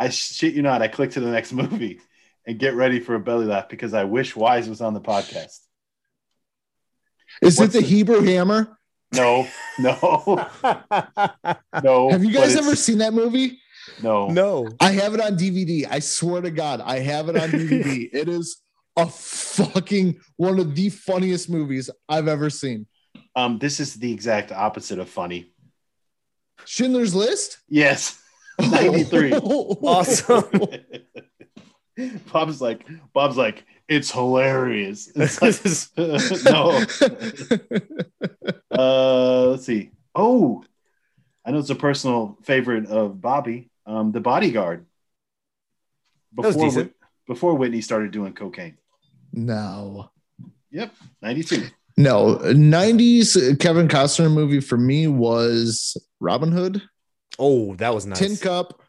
[SPEAKER 2] I shit you not, I click to the next movie and get ready for a belly laugh because I wish Wise was on the podcast.
[SPEAKER 1] Is it
[SPEAKER 2] What's
[SPEAKER 1] the
[SPEAKER 2] the-
[SPEAKER 1] Hebrew Hammer?
[SPEAKER 2] No, no, no.
[SPEAKER 1] Have you
[SPEAKER 2] Oh, but
[SPEAKER 1] guys
[SPEAKER 2] it's-
[SPEAKER 1] ever seen that movie?
[SPEAKER 2] No,
[SPEAKER 3] no.
[SPEAKER 1] I have it on DVD. I swear to God, I have it on DVD. it is a fucking one of the funniest movies I've ever seen.
[SPEAKER 2] Um, this is the exact opposite of funny.
[SPEAKER 1] Schindler's List?
[SPEAKER 2] Yes, 93.
[SPEAKER 3] Awesome.
[SPEAKER 2] Bob's like, Bob's like, it's hilarious. It's like, no. Uh, let's see. Oh, I know it's a personal favorite of Bobby, um, The Bodyguard.
[SPEAKER 3] was decent.
[SPEAKER 2] Whit- before Whitney started doing cocaine,
[SPEAKER 1] no.
[SPEAKER 2] ninety-two.
[SPEAKER 1] No, 90s Kevin Costner movie for me was Robin Hood,
[SPEAKER 3] Oh, that was nice.
[SPEAKER 1] Tin Cup.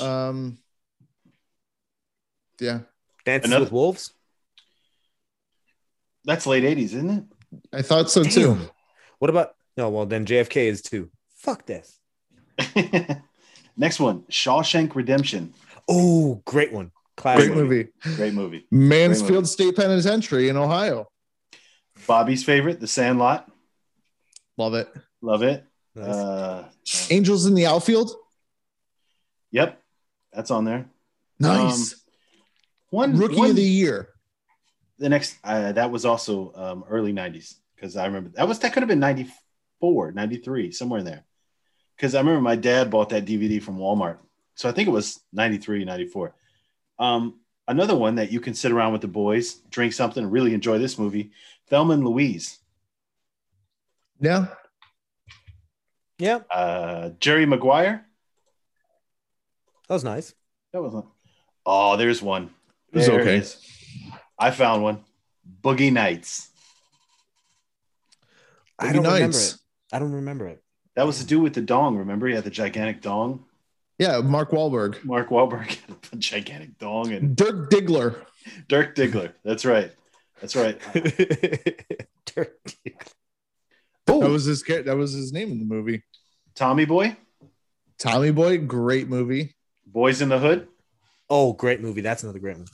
[SPEAKER 1] Um Yeah,
[SPEAKER 3] Dances
[SPEAKER 2] Another-
[SPEAKER 3] with Wolves.
[SPEAKER 2] That's late eighties, isn't it?
[SPEAKER 1] I thought so too.
[SPEAKER 3] Damn. What about? No, well then JFK is too. Fuck this.
[SPEAKER 2] Next one, Shawshank Redemption.
[SPEAKER 3] Oh, great one. Classic.
[SPEAKER 1] Great movie.
[SPEAKER 2] Great movie.
[SPEAKER 1] Mansfield
[SPEAKER 2] movie.
[SPEAKER 1] State Penitentiary in Ohio.
[SPEAKER 2] Bobby's favorite, The Sandlot.
[SPEAKER 1] Love it.
[SPEAKER 2] Love it.
[SPEAKER 3] Nice.
[SPEAKER 2] Uh,
[SPEAKER 1] Angels in the Outfield.
[SPEAKER 2] yep, that's on there. Um,
[SPEAKER 1] Nice.
[SPEAKER 2] One
[SPEAKER 1] Rookie
[SPEAKER 2] one-
[SPEAKER 1] of the Year.
[SPEAKER 2] the next uh, that was also um, early 90s because i remember that was that could have been 94 93 somewhere in there because i remember my dad bought that dvd from walmart so i think it was 93 94 um, another one that you can sit around with the boys drink something and really enjoy this movie thelma and louise
[SPEAKER 1] Yeah.
[SPEAKER 3] yeah, that
[SPEAKER 2] uh, jerry maguire
[SPEAKER 3] was nice.
[SPEAKER 2] that was one. oh there's one
[SPEAKER 1] It was
[SPEAKER 2] There
[SPEAKER 1] okay.
[SPEAKER 2] is. i found one boogie nights
[SPEAKER 3] I
[SPEAKER 1] Boogie
[SPEAKER 3] don't remember
[SPEAKER 1] Nights.
[SPEAKER 3] it. I don't remember it.
[SPEAKER 2] that was the dude with the dong remember he had the gigantic dong
[SPEAKER 1] Yeah, Mark Wahlberg.
[SPEAKER 2] Mark Wahlberg had a gigantic dong and
[SPEAKER 1] Dirk Diggler.
[SPEAKER 2] Dirk Diggler. That's right. That's right.
[SPEAKER 1] That
[SPEAKER 2] Oh,
[SPEAKER 1] was his char- that was his name in the movie.
[SPEAKER 2] Tommy Boy,
[SPEAKER 1] Tommy Boy, great movie.
[SPEAKER 2] Boys in the Hood.
[SPEAKER 3] oh, great movie. That's another great one.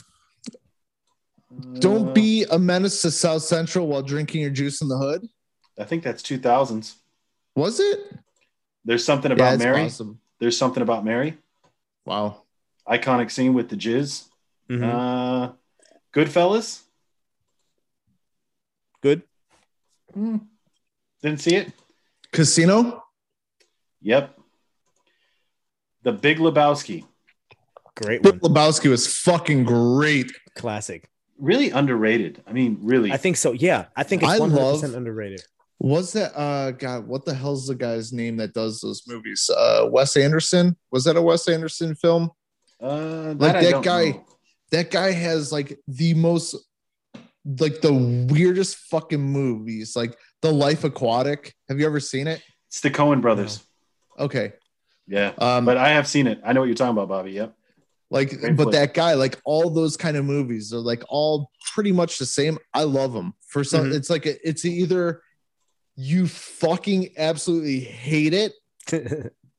[SPEAKER 1] Don't be a menace to South Central while drinking your juice in the hood.
[SPEAKER 2] Uh, I think that's 2000s.
[SPEAKER 1] Was it?
[SPEAKER 2] There's something
[SPEAKER 1] Yeah,
[SPEAKER 2] about
[SPEAKER 1] it's
[SPEAKER 2] Mary.
[SPEAKER 1] awesome.
[SPEAKER 2] There's something about Mary.
[SPEAKER 1] Wow.
[SPEAKER 2] Iconic scene with the jizz.
[SPEAKER 1] Mm-hmm.
[SPEAKER 3] Mhm.
[SPEAKER 2] Uh, Goodfellas.
[SPEAKER 3] Good.
[SPEAKER 2] Hmm. Didn't see it.
[SPEAKER 1] Casino?
[SPEAKER 2] Yep. The Big Lebowski.
[SPEAKER 3] Great
[SPEAKER 1] Big
[SPEAKER 3] one.
[SPEAKER 1] Lebowski was fucking great.
[SPEAKER 3] Classic.
[SPEAKER 2] Really underrated. I mean, really.
[SPEAKER 3] I think so. Yeah, I think
[SPEAKER 1] I
[SPEAKER 3] it's
[SPEAKER 1] love-
[SPEAKER 3] 100% underrated.
[SPEAKER 1] Was that uh God, what the hell's the guy's name that does those movies? Uh Wes Anderson? Was that a Wes Anderson film?
[SPEAKER 2] uh, that
[SPEAKER 1] Like
[SPEAKER 2] I
[SPEAKER 1] that
[SPEAKER 2] don't
[SPEAKER 1] guy-
[SPEAKER 2] know.
[SPEAKER 1] that guy has like the most like the weirdest fucking movies like the life aquatic have you ever seen it
[SPEAKER 2] It's the Cohen brothers.
[SPEAKER 1] okay
[SPEAKER 2] Yeah.
[SPEAKER 1] um
[SPEAKER 2] But I have seen it. I know what you're talking about, Bobby. Yep.
[SPEAKER 1] like
[SPEAKER 2] great
[SPEAKER 1] but
[SPEAKER 2] flick.
[SPEAKER 1] that guy like all those kind of movies they're like all pretty much the same i love them for some
[SPEAKER 3] Mhm.
[SPEAKER 1] it's like a, it's either you fucking absolutely hate it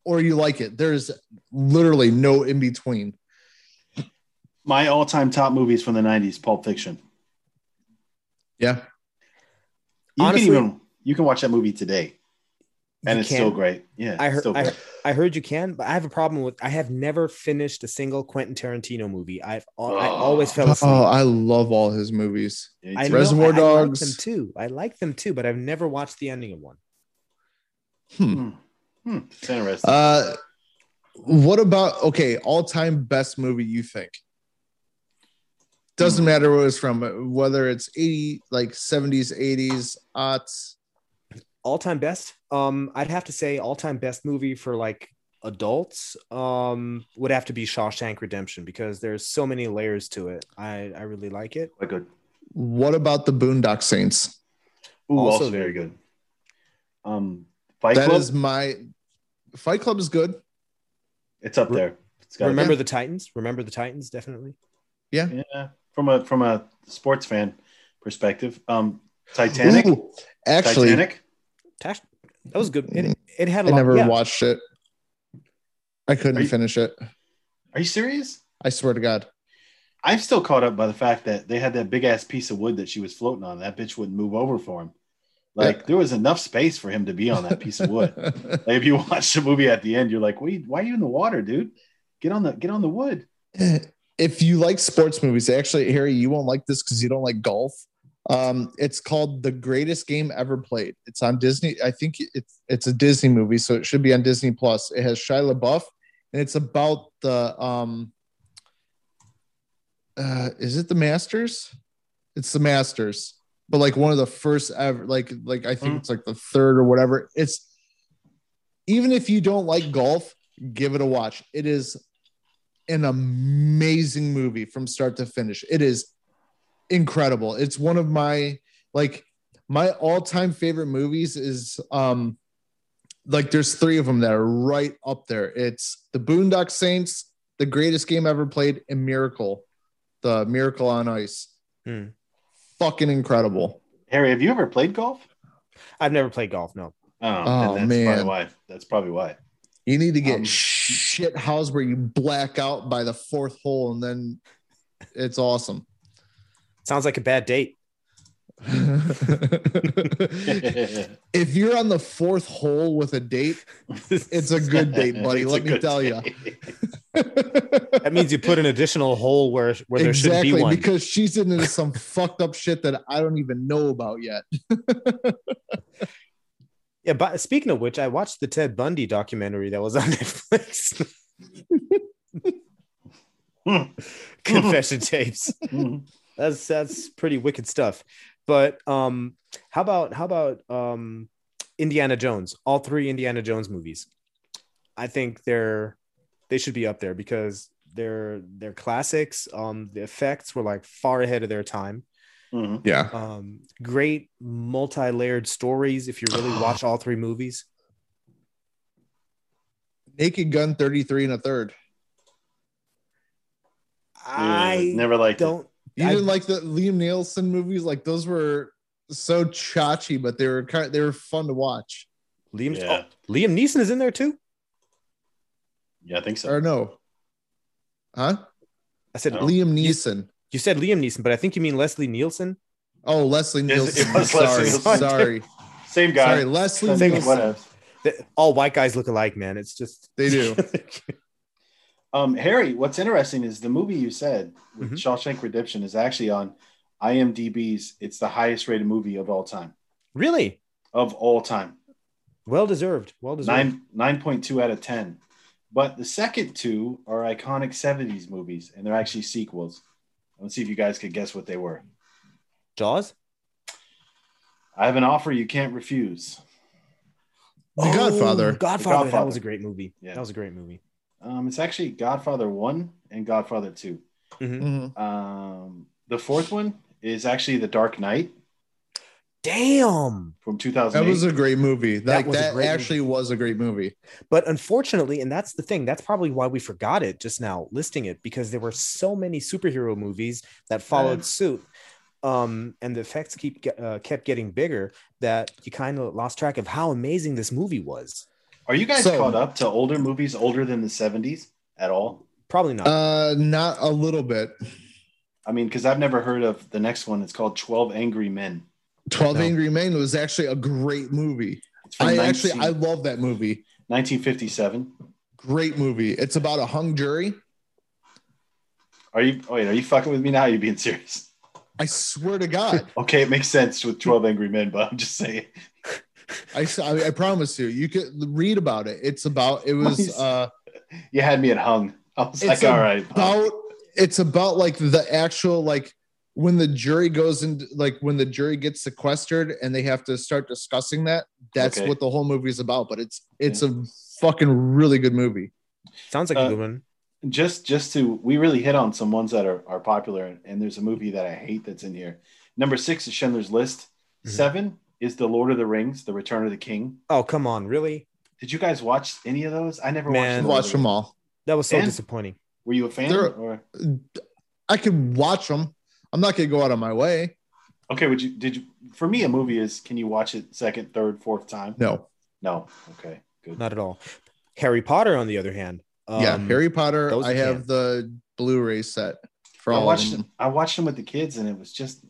[SPEAKER 1] or you like it. There's literally no in between.
[SPEAKER 2] My all-time top movies from the '90s: Pulp Fiction.
[SPEAKER 1] Yeah.
[SPEAKER 2] You
[SPEAKER 3] Honestly-
[SPEAKER 2] can even you can watch that movie today, and
[SPEAKER 3] You
[SPEAKER 2] it's
[SPEAKER 3] can.
[SPEAKER 2] still great. Yeah,
[SPEAKER 3] I
[SPEAKER 2] it's
[SPEAKER 3] heard-
[SPEAKER 2] still
[SPEAKER 3] I
[SPEAKER 2] great.
[SPEAKER 3] I heard you can, but I have a problem with. I have never finished a single Quentin Tarantino movie. I've al- I
[SPEAKER 2] Oh.
[SPEAKER 3] always fell asleep.
[SPEAKER 1] Oh, I love all his movies.
[SPEAKER 2] Yeah,
[SPEAKER 3] I
[SPEAKER 2] it's-
[SPEAKER 3] know-
[SPEAKER 1] Reservoir
[SPEAKER 3] I- I like
[SPEAKER 1] Dogs.
[SPEAKER 3] them too. I like them too, but I've never watched the ending of one.
[SPEAKER 2] Hmm. Hmm. It's interesting.
[SPEAKER 1] Uh, what about okay? All time best movie you think? Doesn't matter where it's from, whether it's eighty like seventies, eighties, aughts.
[SPEAKER 3] All time best. Um, I'd have to say all time best movie for like adults um would have to be Shawshank Redemption because there's so many layers to it. I I really like it.
[SPEAKER 2] Quite good.
[SPEAKER 1] What about the Boondock Saints?
[SPEAKER 2] Ooh,
[SPEAKER 3] Also
[SPEAKER 2] also, very good. Um, Fight
[SPEAKER 1] That
[SPEAKER 2] Club.
[SPEAKER 1] is my Fight Club is good.
[SPEAKER 2] it's up there. It's got
[SPEAKER 3] Remember the Titans? Remember the Titans? Definitely.
[SPEAKER 2] yeah. From a from a sports fan perspective, um, Titanic.
[SPEAKER 1] Ooh, actually,
[SPEAKER 2] Titanic.
[SPEAKER 3] Tash, that was good.
[SPEAKER 1] Mm.
[SPEAKER 3] It, it had a
[SPEAKER 1] I
[SPEAKER 3] lot.
[SPEAKER 1] never
[SPEAKER 3] yeah.
[SPEAKER 1] watched it. I couldn't
[SPEAKER 2] Are you-
[SPEAKER 1] finish it.
[SPEAKER 2] Are you serious?
[SPEAKER 1] I swear to God.
[SPEAKER 2] I'm still caught up by the fact that they had that big ass piece of wood that she was floating on. That bitch wouldn't move over for him. Like there was enough space for him to be on that piece of wood. like if you watch the movie at the end, you're like, wait, why are you in the water, dude? Get on the get on the wood.
[SPEAKER 1] Eh, if you like sports movies, actually, Harry, you won't like this because you don't like golf. Um, it's called The Greatest Game Ever Played. It's on Disney. I think it's it's a Disney movie, so it should be on Disney Plus. It has Shia LaBeouf, and it's about the um uh is it the Masters? It's the Masters, but like one of the first ever, like like I think
[SPEAKER 2] Hmm.
[SPEAKER 1] it's like the third or whatever. It's even if you don't like golf, give it a watch. It is an amazing movie from start to finish. It is incredible. It's one of my like my all-time favorite movies is um like there's three of them that are right up there. It's The Boondock Saints, The Greatest Game Ever Played, and Miracle, The Miracle on Ice.
[SPEAKER 3] Hmm.
[SPEAKER 1] Fucking incredible.
[SPEAKER 2] Harry, have you ever played golf?
[SPEAKER 3] I've never played golf. No.
[SPEAKER 2] Oh,
[SPEAKER 1] Oh,
[SPEAKER 2] that's
[SPEAKER 1] man.
[SPEAKER 2] probably why. That's probably why.
[SPEAKER 1] You need to get
[SPEAKER 2] Um,
[SPEAKER 1] shit house where you black out by the fourth hole and then it's awesome.
[SPEAKER 3] Sounds like a bad date.
[SPEAKER 1] if you're on the fourth hole with a date, it's a good date, buddy.
[SPEAKER 2] It's a
[SPEAKER 1] Let me
[SPEAKER 2] good
[SPEAKER 1] tell you.
[SPEAKER 2] date.
[SPEAKER 3] That means you put an additional hole where where there shouldn't be one.
[SPEAKER 1] because she's into some fucked up shit that I don't even know about yet.
[SPEAKER 3] Yeah, but speaking of which, I watched the Ted Bundy documentary that was on Netflix.
[SPEAKER 2] Mm-hmm.
[SPEAKER 3] Confession tapes.
[SPEAKER 2] Mhm.
[SPEAKER 3] That's that's pretty wicked stuff. But um, how about how about um, Indiana Jones? All three Indiana Jones movies. I think they're they should be up there because they're they're classics. Um, the effects were like far ahead of their time.
[SPEAKER 2] Mhm.
[SPEAKER 1] Yeah.
[SPEAKER 3] um, great multi-layered stories if you really watch all three movies
[SPEAKER 1] Naked Gun 33 and a third.
[SPEAKER 3] i
[SPEAKER 2] Yeah, never liked
[SPEAKER 3] don't
[SPEAKER 1] You
[SPEAKER 3] I-
[SPEAKER 1] didn't like the Liam Nielsen movies? Like those were so chachi, but they were kind they were fun to watch.
[SPEAKER 2] it.
[SPEAKER 3] liam
[SPEAKER 2] Yeah.
[SPEAKER 3] oh, liam neeson is in there too
[SPEAKER 2] yeah, I think so.
[SPEAKER 1] Or no. Huh?
[SPEAKER 3] i said
[SPEAKER 2] No.
[SPEAKER 1] Liam Neeson.
[SPEAKER 3] you said liam neeson but i think you mean leslie nielson
[SPEAKER 1] Oh, Leslie
[SPEAKER 2] Yes,
[SPEAKER 1] Nielsen.
[SPEAKER 2] it was
[SPEAKER 1] sorry,
[SPEAKER 2] Leslie Nielsen.
[SPEAKER 1] sorry,
[SPEAKER 2] Same guy.
[SPEAKER 1] sorry, Leslie
[SPEAKER 2] Same guy.
[SPEAKER 1] Nielsen.
[SPEAKER 2] What else?
[SPEAKER 3] That- all white guys look alike man it's just
[SPEAKER 1] They do.
[SPEAKER 2] Um, Harry, what's interesting is the movie you said with
[SPEAKER 1] Mm-hmm.
[SPEAKER 2] Shawshank Redemption is actually on IMDb's. It's the highest rated movie of all time.
[SPEAKER 3] really
[SPEAKER 2] Of all time,
[SPEAKER 3] well deserved well deserved
[SPEAKER 2] nine nine point two out of ten. But the second two are iconic '70s movies, and they're actually sequels. Let's see if you guys could guess what they were.
[SPEAKER 3] jaws
[SPEAKER 2] I have an offer you can't refuse.
[SPEAKER 1] The Godfather.
[SPEAKER 3] Oh, godfather that
[SPEAKER 2] Godfather.
[SPEAKER 3] was a great movie
[SPEAKER 2] Yeah.
[SPEAKER 3] that was a great movie
[SPEAKER 2] Um, it's actually Godfather One and Godfather Two.
[SPEAKER 1] Mhm.
[SPEAKER 2] Um, the fourth one is actually The Dark Knight
[SPEAKER 3] damn
[SPEAKER 2] from
[SPEAKER 1] That
[SPEAKER 2] 2008.
[SPEAKER 1] was a great movie. Like,
[SPEAKER 3] was a
[SPEAKER 1] that
[SPEAKER 3] great
[SPEAKER 1] actually was a great movie.
[SPEAKER 3] But unfortunately, and that's the thing, that's probably why we forgot it just now listing it because there were so many superhero movies that followed
[SPEAKER 2] Yeah.
[SPEAKER 3] suit. Um, and the effects keep ge- uh, kept getting bigger that you kind of lost track of how amazing this movie was.
[SPEAKER 2] Are you guys
[SPEAKER 1] So-
[SPEAKER 2] caught up to older movies older than the 70s at all?
[SPEAKER 3] Probably not.
[SPEAKER 1] Uh, not a little bit.
[SPEAKER 2] I mean, because I've never heard of the next one. It's called 12 Angry Men.
[SPEAKER 1] 12
[SPEAKER 3] No.
[SPEAKER 1] Angry Men was actually a great movie.
[SPEAKER 2] It's from
[SPEAKER 1] I
[SPEAKER 2] 19
[SPEAKER 1] actually I love that movie.
[SPEAKER 2] 1957.
[SPEAKER 1] Great movie. It's about a hung jury.
[SPEAKER 2] Are you, oh, wait, are you fucking with me now? Are you being serious?
[SPEAKER 1] I swear to God.
[SPEAKER 2] Okay, it makes sense with 12 Angry Men, but I'm just saying.
[SPEAKER 1] I, s- I- I promise you. You could read about it. It's about it was
[SPEAKER 2] Nice.
[SPEAKER 1] uh
[SPEAKER 2] You had me at hung. I was
[SPEAKER 1] It's
[SPEAKER 2] like, all right.
[SPEAKER 1] about it's about like the actual like when the jury goes and like when the jury gets sequestered and they have to start discussing that. That's
[SPEAKER 2] Okay.
[SPEAKER 1] what the whole movie is about. But it's it's a fucking really good movie.
[SPEAKER 3] Sounds like
[SPEAKER 2] uh,
[SPEAKER 3] a good one.
[SPEAKER 2] just just to we really hit on some ones that are, are popular and, there's a movie that i hate that's in here number six is schindler's list
[SPEAKER 1] Mm-hmm.
[SPEAKER 3] Mhm.
[SPEAKER 2] seven is the lord of the rings the return of the king
[SPEAKER 3] Oh come on, really?
[SPEAKER 2] did you guys watch any of those i never
[SPEAKER 3] Man.
[SPEAKER 2] watched
[SPEAKER 1] Watch them
[SPEAKER 2] all
[SPEAKER 1] all.
[SPEAKER 3] That was so
[SPEAKER 2] Dan?
[SPEAKER 3] disappointing.
[SPEAKER 2] were you a fan
[SPEAKER 1] They're-
[SPEAKER 2] or
[SPEAKER 1] I could watch them. I'm not gonna go out of my way.
[SPEAKER 2] okay would you did you for me a movie is can you watch it second third fourth time
[SPEAKER 1] No.
[SPEAKER 2] no okay good
[SPEAKER 3] Not at all. Harry Potter, on the other hand. Um,
[SPEAKER 1] yeah, Harry Potter.
[SPEAKER 3] those
[SPEAKER 1] I
[SPEAKER 3] you
[SPEAKER 1] have
[SPEAKER 3] can.
[SPEAKER 1] the Blu-ray set for
[SPEAKER 2] i
[SPEAKER 1] all
[SPEAKER 2] watched
[SPEAKER 1] of them.
[SPEAKER 2] them i watched them with the kids and it was just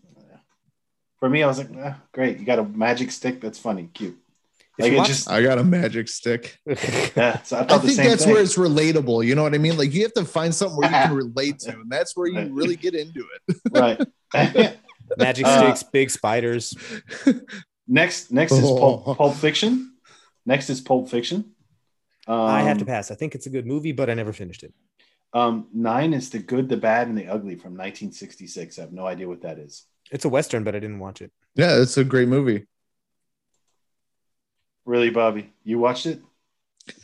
[SPEAKER 2] for me i was like "Ah, great you got a magic stick that's funny cute
[SPEAKER 3] If
[SPEAKER 2] like
[SPEAKER 3] you
[SPEAKER 2] it
[SPEAKER 3] watch-
[SPEAKER 2] just
[SPEAKER 1] I got a magic stick.
[SPEAKER 2] yeah, so i
[SPEAKER 1] I
[SPEAKER 2] thought the
[SPEAKER 1] think
[SPEAKER 2] same
[SPEAKER 1] that's
[SPEAKER 2] thing
[SPEAKER 1] where it's relatable. You know what I mean? Like you have to find something where you can relate to, and that's where
[SPEAKER 2] Right.
[SPEAKER 1] you really get into it.
[SPEAKER 2] right
[SPEAKER 3] magic
[SPEAKER 2] Uh,
[SPEAKER 3] sticks, big spiders.
[SPEAKER 2] Next, next is
[SPEAKER 1] Oh.
[SPEAKER 2] Pulp, Pulp Fiction. Next is Pulp Fiction. Um,
[SPEAKER 3] I have to pass. I think it's a good movie, but I never finished it.
[SPEAKER 2] Um, nine is The Good, the Bad, and the Ugly from 1966. I have no idea what that is.
[SPEAKER 3] It's a western, but I didn't watch it.
[SPEAKER 1] Yeah, it's a great movie.
[SPEAKER 2] Really, Bobby, you watched it?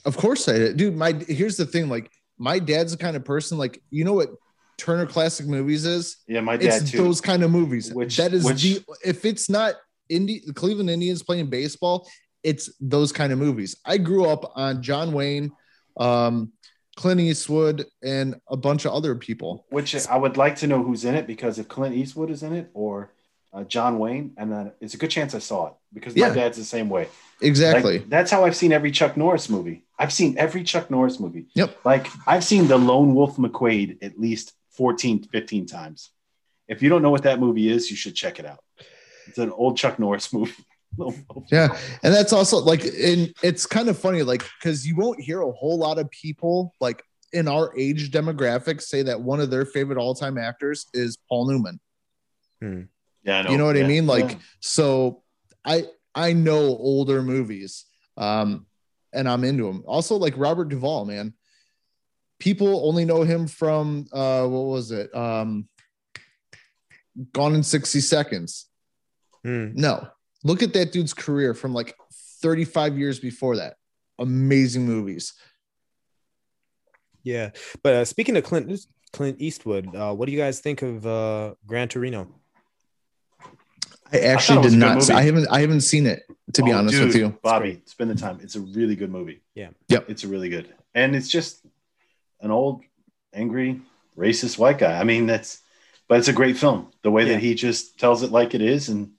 [SPEAKER 1] Of course I did, dude. My here's the thing: like my dad's the kind of person. Like you know what Turner Classic Movies is?
[SPEAKER 2] Yeah, my dad
[SPEAKER 1] It's
[SPEAKER 2] too.
[SPEAKER 1] those kind of movies.
[SPEAKER 2] Which-
[SPEAKER 1] that is
[SPEAKER 2] which-
[SPEAKER 1] the if it's not Indi- the Cleveland Indians playing baseball, it's those kind of movies. I grew up on John Wayne, um, Clint Eastwood, and a bunch of other people.
[SPEAKER 2] Which I would like to know who's in it because if Clint Eastwood is in it or uh, John Wayne, and then it's a good chance I saw it because my
[SPEAKER 1] Yeah.
[SPEAKER 2] dad's the same way. Like,
[SPEAKER 1] Exactly.
[SPEAKER 2] that's how I've seen every Chuck Norris movie. I've seen every Chuck Norris movie.
[SPEAKER 1] Yep.
[SPEAKER 2] Like I've seen the Lone Wolf McQuade at least 14, 15 times. If you don't know what that movie is, you should check it out. It's an old Chuck Norris movie. Lone Wolf.
[SPEAKER 1] Yeah, and that's also like, and it's kind of funny, like, because you won't hear a whole lot of people like in our age demographic say that one of their favorite all-time actors is Paul Newman.
[SPEAKER 2] Yeah, I
[SPEAKER 1] You know what I
[SPEAKER 2] Yeah.
[SPEAKER 1] mean? Like,
[SPEAKER 2] Yeah.
[SPEAKER 1] so I I know older movies, um, and I'm into them. Also, like Robert Duvall, man. People only know him from uh, what was it? Um, Gone in sixty seconds.
[SPEAKER 3] Hmm.
[SPEAKER 1] No. Look at that dude's career from like 35 years before that. Amazing movies.
[SPEAKER 3] Yeah, but uh, speaking of Clint Clint Eastwood, uh, what do you guys think of uh, Gran Torino?
[SPEAKER 1] I
[SPEAKER 2] I
[SPEAKER 1] actually
[SPEAKER 2] thought it was
[SPEAKER 1] did
[SPEAKER 2] a good
[SPEAKER 1] not.
[SPEAKER 2] movie.
[SPEAKER 1] I haven't. I haven't seen it to be
[SPEAKER 2] Oh,
[SPEAKER 1] honest
[SPEAKER 2] dude,
[SPEAKER 1] with you.
[SPEAKER 2] Bobby, spend the time. It's a really good movie.
[SPEAKER 3] Yeah.
[SPEAKER 1] Yep.
[SPEAKER 2] It's really good. And it's just an old, angry, racist white guy. I mean, that's, but it's a great film. The way
[SPEAKER 3] Yeah.
[SPEAKER 2] that he just tells it like it is. And,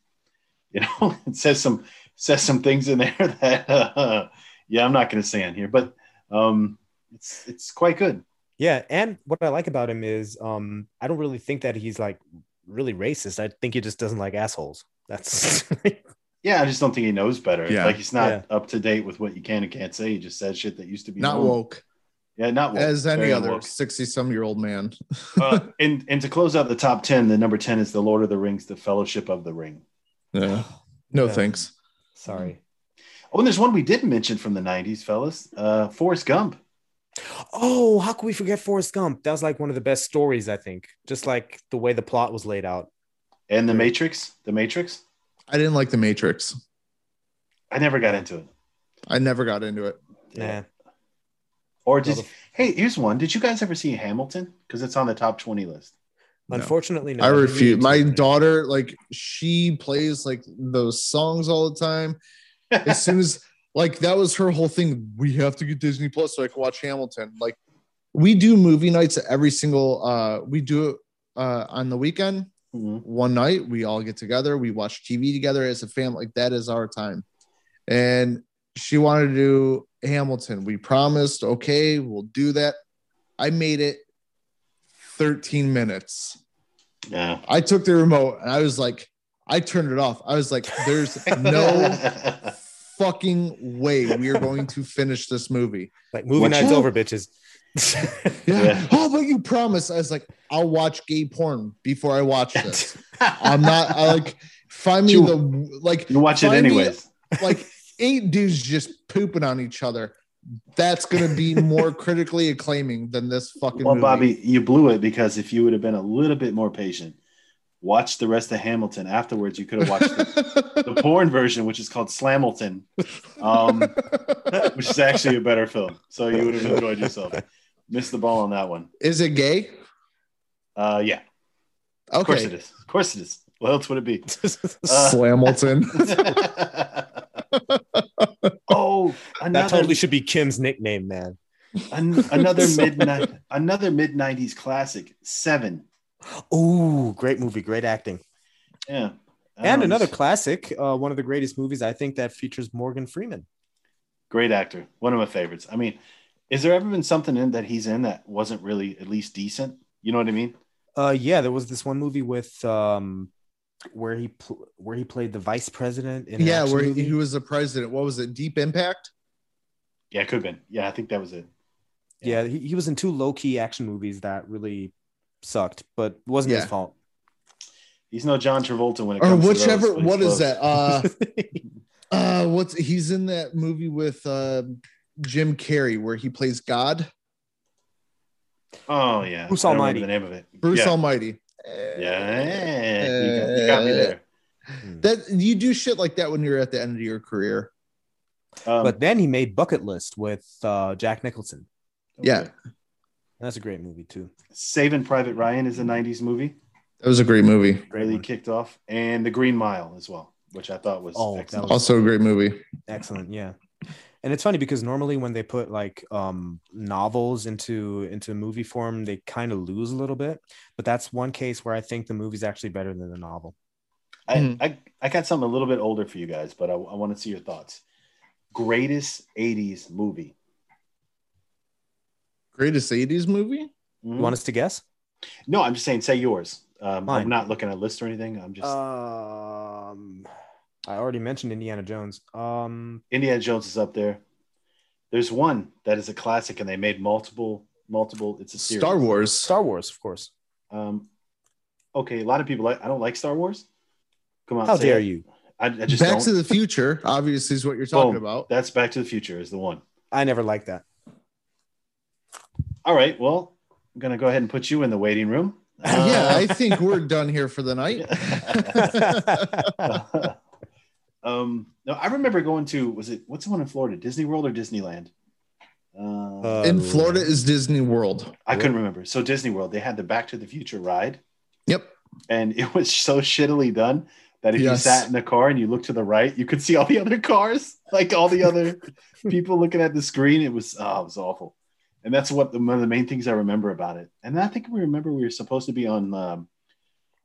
[SPEAKER 2] you know, it says some, says some things in there that, uh, yeah, I'm not going to say on here, but, um, it's, it's quite good.
[SPEAKER 3] Yeah, and what I like about him is um, I don't really think that he's like really racist. I think he just doesn't like assholes. That's
[SPEAKER 2] Yeah. I just don't think he knows better.
[SPEAKER 1] Yeah.
[SPEAKER 2] Like he's not
[SPEAKER 3] Yeah.
[SPEAKER 2] up to date with what you can and can't say. He just says shit that used to be
[SPEAKER 1] Not
[SPEAKER 2] known.
[SPEAKER 1] woke
[SPEAKER 2] Yeah. Not woke.
[SPEAKER 1] as any
[SPEAKER 2] Very
[SPEAKER 1] other
[SPEAKER 2] woke.
[SPEAKER 1] 60 some year old man.
[SPEAKER 2] uh, and and to close out the top ten, the number ten is the Lord of the Rings, the Fellowship of the Ring.
[SPEAKER 1] Yeah. No
[SPEAKER 3] Yeah.
[SPEAKER 1] thanks.
[SPEAKER 3] sorry.
[SPEAKER 2] Oh, and there's one we did mention from the '90s, fellas. Uh, Forrest Gump.
[SPEAKER 3] Oh, how could we forget Forrest Gump? That was like one of the best stories, I think. Just like the way the plot was laid out.
[SPEAKER 2] and The Matrix. The Matrix.
[SPEAKER 1] I didn't like The Matrix.
[SPEAKER 2] I never got into it.
[SPEAKER 1] I never got into it.
[SPEAKER 3] Yeah.
[SPEAKER 2] Or did hey, here's one. Did you guys ever see Hamilton? Because it's on the top twenty list.
[SPEAKER 1] No.
[SPEAKER 3] Unfortunately, no.
[SPEAKER 1] I
[SPEAKER 3] didn't
[SPEAKER 1] refuse.
[SPEAKER 3] need
[SPEAKER 1] My
[SPEAKER 3] to.
[SPEAKER 1] daughter, like, she plays like those songs all the time. As soon as, like, that was her whole thing. We have to get Disney Plus so I can watch Hamilton. Like, we do movie nights every single. uh We do it uh, on the weekend.
[SPEAKER 2] Mhm.
[SPEAKER 1] One night we all get together. We watch TV together as a family. Like that is our time. And she wanted to do Hamilton. We promised, okay, we'll do that. I made it 13 minutes.
[SPEAKER 2] Yeah.
[SPEAKER 1] I took the remote and I was like, I turned it off. I was like, there's no fucking way we are going to finish this movie.
[SPEAKER 3] Like movie
[SPEAKER 2] Watch
[SPEAKER 3] night's
[SPEAKER 1] out.
[SPEAKER 3] over, bitches.
[SPEAKER 1] Yeah.
[SPEAKER 2] Yeah.
[SPEAKER 1] Oh, but you promised. I was like, I'll watch gay porn before I watch this. I'm not, I like, find me
[SPEAKER 2] You-
[SPEAKER 1] the, like,
[SPEAKER 2] You watch it
[SPEAKER 1] Find me-
[SPEAKER 2] anyways.
[SPEAKER 1] like eight dudes just pooping on each other. That's gonna be more critically acclaiming than this fucking
[SPEAKER 2] Well,
[SPEAKER 1] movie.
[SPEAKER 2] Bobby, you blew it because if you would have been a little bit more patient, watch the rest of Hamilton afterwards, you could have watched the, the porn version, which is called Slamilton, um, which is actually a better film. So you would have enjoyed yourself. Missed the ball on that one.
[SPEAKER 1] is it gay? Okay.
[SPEAKER 2] Uh, yeah, of course it is. Of course it is. What else would it be? Uh,
[SPEAKER 1] Slamilton.
[SPEAKER 2] oh,
[SPEAKER 3] that
[SPEAKER 2] another
[SPEAKER 3] totally should be Kim's nickname, man.
[SPEAKER 2] an- another midnight another mid '90s classic, Seven.
[SPEAKER 3] Ooh, great movie, great acting.
[SPEAKER 2] Yeah,
[SPEAKER 3] And
[SPEAKER 1] Oh,
[SPEAKER 2] Um,
[SPEAKER 3] another classic, uh, one of the greatest movies I think that features Morgan Freeman.
[SPEAKER 2] great actor, one of my favorites. I mean, is there ever been something in that he's in that wasn't really at least decent? You know what I mean?
[SPEAKER 3] Uh, yeah, there was this one movie with um, where he pl- where he played the vice president. In an
[SPEAKER 1] yeah,
[SPEAKER 3] action
[SPEAKER 1] where
[SPEAKER 3] movie.
[SPEAKER 1] he, he was the president. What was it? Deep Impact.
[SPEAKER 2] Yeah, it could have been. Yeah, I think that was it.
[SPEAKER 3] yeah, he, he was in two low key action movies that really sucked, but wasn't
[SPEAKER 1] Yeah.
[SPEAKER 3] his fault.
[SPEAKER 2] He's no John Travolta when it
[SPEAKER 1] Or
[SPEAKER 2] comes
[SPEAKER 1] whichever.
[SPEAKER 2] to those,
[SPEAKER 1] What is that? Uh,
[SPEAKER 3] That's
[SPEAKER 1] uh, what's he's in that movie with uh, Jim Carrey where he plays God,
[SPEAKER 2] Oh yeah,
[SPEAKER 3] Bruce
[SPEAKER 2] I don't remember
[SPEAKER 3] Almighty.
[SPEAKER 2] The name of it.
[SPEAKER 1] Bruce
[SPEAKER 2] yeah.
[SPEAKER 1] Almighty. Uh,
[SPEAKER 2] Yeah, you got, you got me there.
[SPEAKER 1] That you do shit like that when you're at the end of your career.
[SPEAKER 2] Um,
[SPEAKER 3] but then he made Bucket List with uh, Jack Nicholson.
[SPEAKER 1] yeah.
[SPEAKER 3] That's a great movie too.
[SPEAKER 2] Saving Private Ryan is a '90s movie.
[SPEAKER 1] That was a great movie.
[SPEAKER 3] Great
[SPEAKER 2] really
[SPEAKER 3] one.
[SPEAKER 2] kicked off, and The Green Mile as well, which I thought was
[SPEAKER 3] Oh, that
[SPEAKER 2] excellent.
[SPEAKER 1] Also a great movie.
[SPEAKER 3] Excellent, yeah. And it's funny because normally when they put like um, novels into into movie form, they kind of lose a little bit. But that's one case where I think the movie's actually better than the novel.
[SPEAKER 2] I,
[SPEAKER 1] Mhm.
[SPEAKER 3] Mm-hmm.
[SPEAKER 2] I, I got something a little bit older for you guys, but I, I want to see your thoughts. Greatest 80s movie.
[SPEAKER 1] Greatest 80s movie?
[SPEAKER 2] Mhm.
[SPEAKER 3] You want us to guess?
[SPEAKER 2] No, I'm just saying, say yours. Um,
[SPEAKER 3] Mine. Uh,
[SPEAKER 2] I'm not looking at lists or anything. I'm just
[SPEAKER 3] Um, I already mentioned Indiana Jones. Um,
[SPEAKER 2] Indiana Jones is up there. There's one that is a classic, and they made multiple, multiple. It's a series.
[SPEAKER 1] Star Wars.
[SPEAKER 3] Star Wars, of course.
[SPEAKER 2] Um, okay, a lot of people like. I don't like Star Wars. Come on,
[SPEAKER 3] How
[SPEAKER 2] say
[SPEAKER 3] dare
[SPEAKER 2] it.
[SPEAKER 3] you?
[SPEAKER 2] I, I just
[SPEAKER 1] Back
[SPEAKER 2] don't. Oh.
[SPEAKER 1] to the Future, obviously, is what you're talking
[SPEAKER 2] Boom.
[SPEAKER 1] about.
[SPEAKER 2] That's Back to the Future is the one.
[SPEAKER 3] I never liked that.
[SPEAKER 2] All right. Well, I'm gonna go ahead and put you in the waiting room.
[SPEAKER 1] yeah,
[SPEAKER 2] Uh,
[SPEAKER 1] I think we're done here for the night.
[SPEAKER 2] um, no, I remember going to was it what's the one in Florida, Disney World or Disneyland? Uh,
[SPEAKER 3] Uh,
[SPEAKER 1] In Florida is Disney World.
[SPEAKER 2] I couldn't remember. So Disney World, they had the Back to the Future ride,
[SPEAKER 1] Yep.
[SPEAKER 2] and it was so shittily done that if
[SPEAKER 1] Yes.
[SPEAKER 2] you sat in the car and you looked to the right, you could see all the other cars, like all the other people looking at the screen. It was oh, it was awful, and that's what the, one of the main things I remember about it. And I think we remember we were supposed to be on um,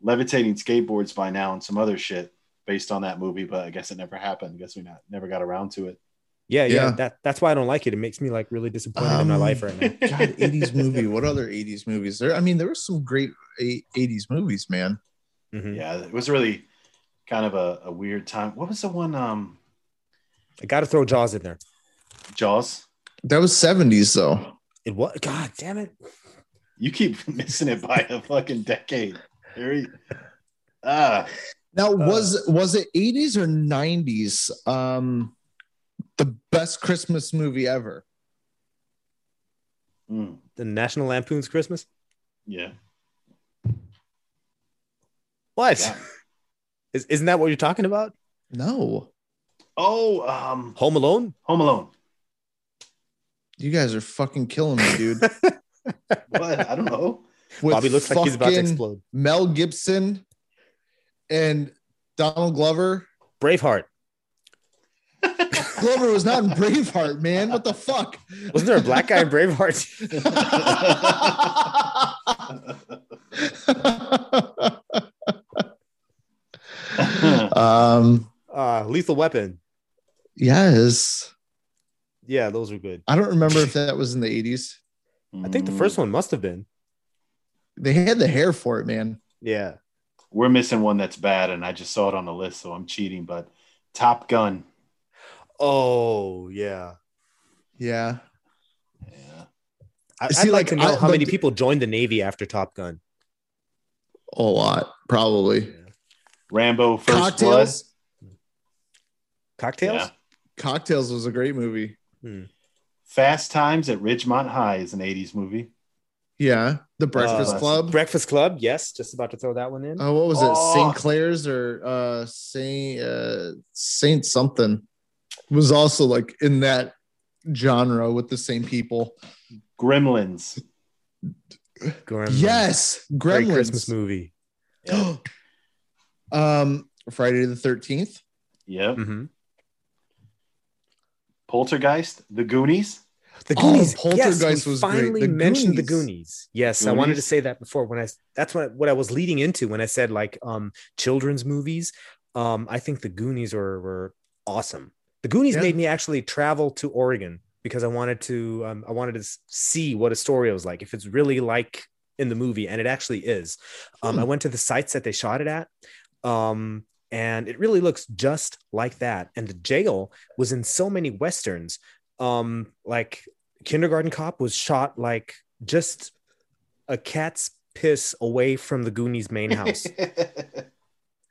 [SPEAKER 2] levitating skateboards by now and some other shit based on that movie, but I guess it never happened. I guess we not, never got around to it.
[SPEAKER 3] yeah, yeah,
[SPEAKER 1] Yeah.
[SPEAKER 3] That that's why I don't like it. It makes me like really disappointed in my
[SPEAKER 1] Um,
[SPEAKER 3] life right now.
[SPEAKER 1] God, 80s movie. What other 80s movies? There, I mean, there were some great eh, 80s movies, man.
[SPEAKER 3] Mhm.
[SPEAKER 2] yeah, it was really kind of a, a weird time. What was the one? Um,
[SPEAKER 3] I got to throw Jaws in there.
[SPEAKER 2] Jaws.
[SPEAKER 1] That was 70s, though.
[SPEAKER 3] It what? God damn it!
[SPEAKER 2] You keep missing it by a fucking decade, Harry. Ah,
[SPEAKER 1] Now,
[SPEAKER 3] Uh,
[SPEAKER 1] was was it 80s or 90s? Um, the best Christmas movie ever.
[SPEAKER 2] mm,
[SPEAKER 3] The National Lampoon's Christmas.
[SPEAKER 2] yeah.
[SPEAKER 3] What?
[SPEAKER 2] Yeah.
[SPEAKER 3] Is, isn't that what you're talking about?
[SPEAKER 1] No,
[SPEAKER 2] Oh, um,
[SPEAKER 3] Home Alone?
[SPEAKER 2] Home Alone.
[SPEAKER 1] you guys are fucking killing me, dude.
[SPEAKER 2] What? I don't know.
[SPEAKER 1] With
[SPEAKER 3] Bobby looks like he's about to
[SPEAKER 1] fucking-
[SPEAKER 3] explode.
[SPEAKER 1] Mel Gibson and Donald Glover.
[SPEAKER 3] Braveheart.
[SPEAKER 1] Glover was not in Braveheart, man. What the fuck?
[SPEAKER 3] Wasn't there a black guy in Braveheart?
[SPEAKER 1] um, Um,
[SPEAKER 3] Uh, Lethal Weapon.
[SPEAKER 1] yes.
[SPEAKER 3] yeah, those were good.
[SPEAKER 1] I don't remember if that was in the 80s.
[SPEAKER 3] I think the
[SPEAKER 2] Mm,
[SPEAKER 1] Mm.
[SPEAKER 3] first one must have been.
[SPEAKER 1] They had the hair for it, man.
[SPEAKER 3] Yeah.
[SPEAKER 2] We're missing one that's bad, and I just saw it on the list, so I'm cheating. But Top Gun.
[SPEAKER 3] Oh yeah.
[SPEAKER 1] Yeah.
[SPEAKER 2] Yeah.
[SPEAKER 3] I,
[SPEAKER 1] See,
[SPEAKER 3] I'd like,
[SPEAKER 1] like,
[SPEAKER 3] to know
[SPEAKER 1] I-
[SPEAKER 3] how many
[SPEAKER 1] but-
[SPEAKER 3] people joined the Navy after Top Gun.
[SPEAKER 1] A lot, probably.
[SPEAKER 2] Rambo First
[SPEAKER 1] Cocktails.
[SPEAKER 2] Blood.
[SPEAKER 3] Cocktails.
[SPEAKER 2] Yeah.
[SPEAKER 1] Cocktails was a great movie.
[SPEAKER 2] Fast Times at Ridgemont High is an 80s movie.
[SPEAKER 1] Yeah. The Breakfast
[SPEAKER 2] Uh,
[SPEAKER 1] Club.
[SPEAKER 3] Breakfast Club. Yes, just about to throw that one in.
[SPEAKER 1] Oh, what was it?
[SPEAKER 2] Oh.
[SPEAKER 1] St. Clair's or uh Saint uh Saint something was also like in that genre with the same people.
[SPEAKER 2] Gremlins.
[SPEAKER 3] Gremlins.
[SPEAKER 1] Yes,
[SPEAKER 3] Great
[SPEAKER 1] Gremlins.
[SPEAKER 3] Christmas movie.
[SPEAKER 2] Yep.
[SPEAKER 1] um Friday the 13th.
[SPEAKER 2] yep.
[SPEAKER 3] Mhm.
[SPEAKER 2] Poltergeist. The Goonies.
[SPEAKER 3] The
[SPEAKER 1] Oh,
[SPEAKER 3] Goonies.
[SPEAKER 1] Poltergeist
[SPEAKER 3] yes, we
[SPEAKER 1] was great.
[SPEAKER 3] finally
[SPEAKER 1] The
[SPEAKER 3] mentioned the
[SPEAKER 1] Goonies.
[SPEAKER 3] Goonies. Yes, I wanted to
[SPEAKER 2] Goonies.
[SPEAKER 3] say that before when I that's what what I was leading into when I said like um children's movies. Um, I think the Goonies were were awesome. The Goonies
[SPEAKER 1] Yeah.
[SPEAKER 3] made me actually travel to Oregon because I wanted to um, I wanted to s- see what Astoria was like if it's really like in the movie, and it actually is. Um,
[SPEAKER 1] Hmm.
[SPEAKER 3] I went to the sites that they shot it at. Um, and it really looks just like that. And the jail was in so many westerns. Um, like Kindergarten Cop was shot like just a cat's piss away from the Goonies' main house.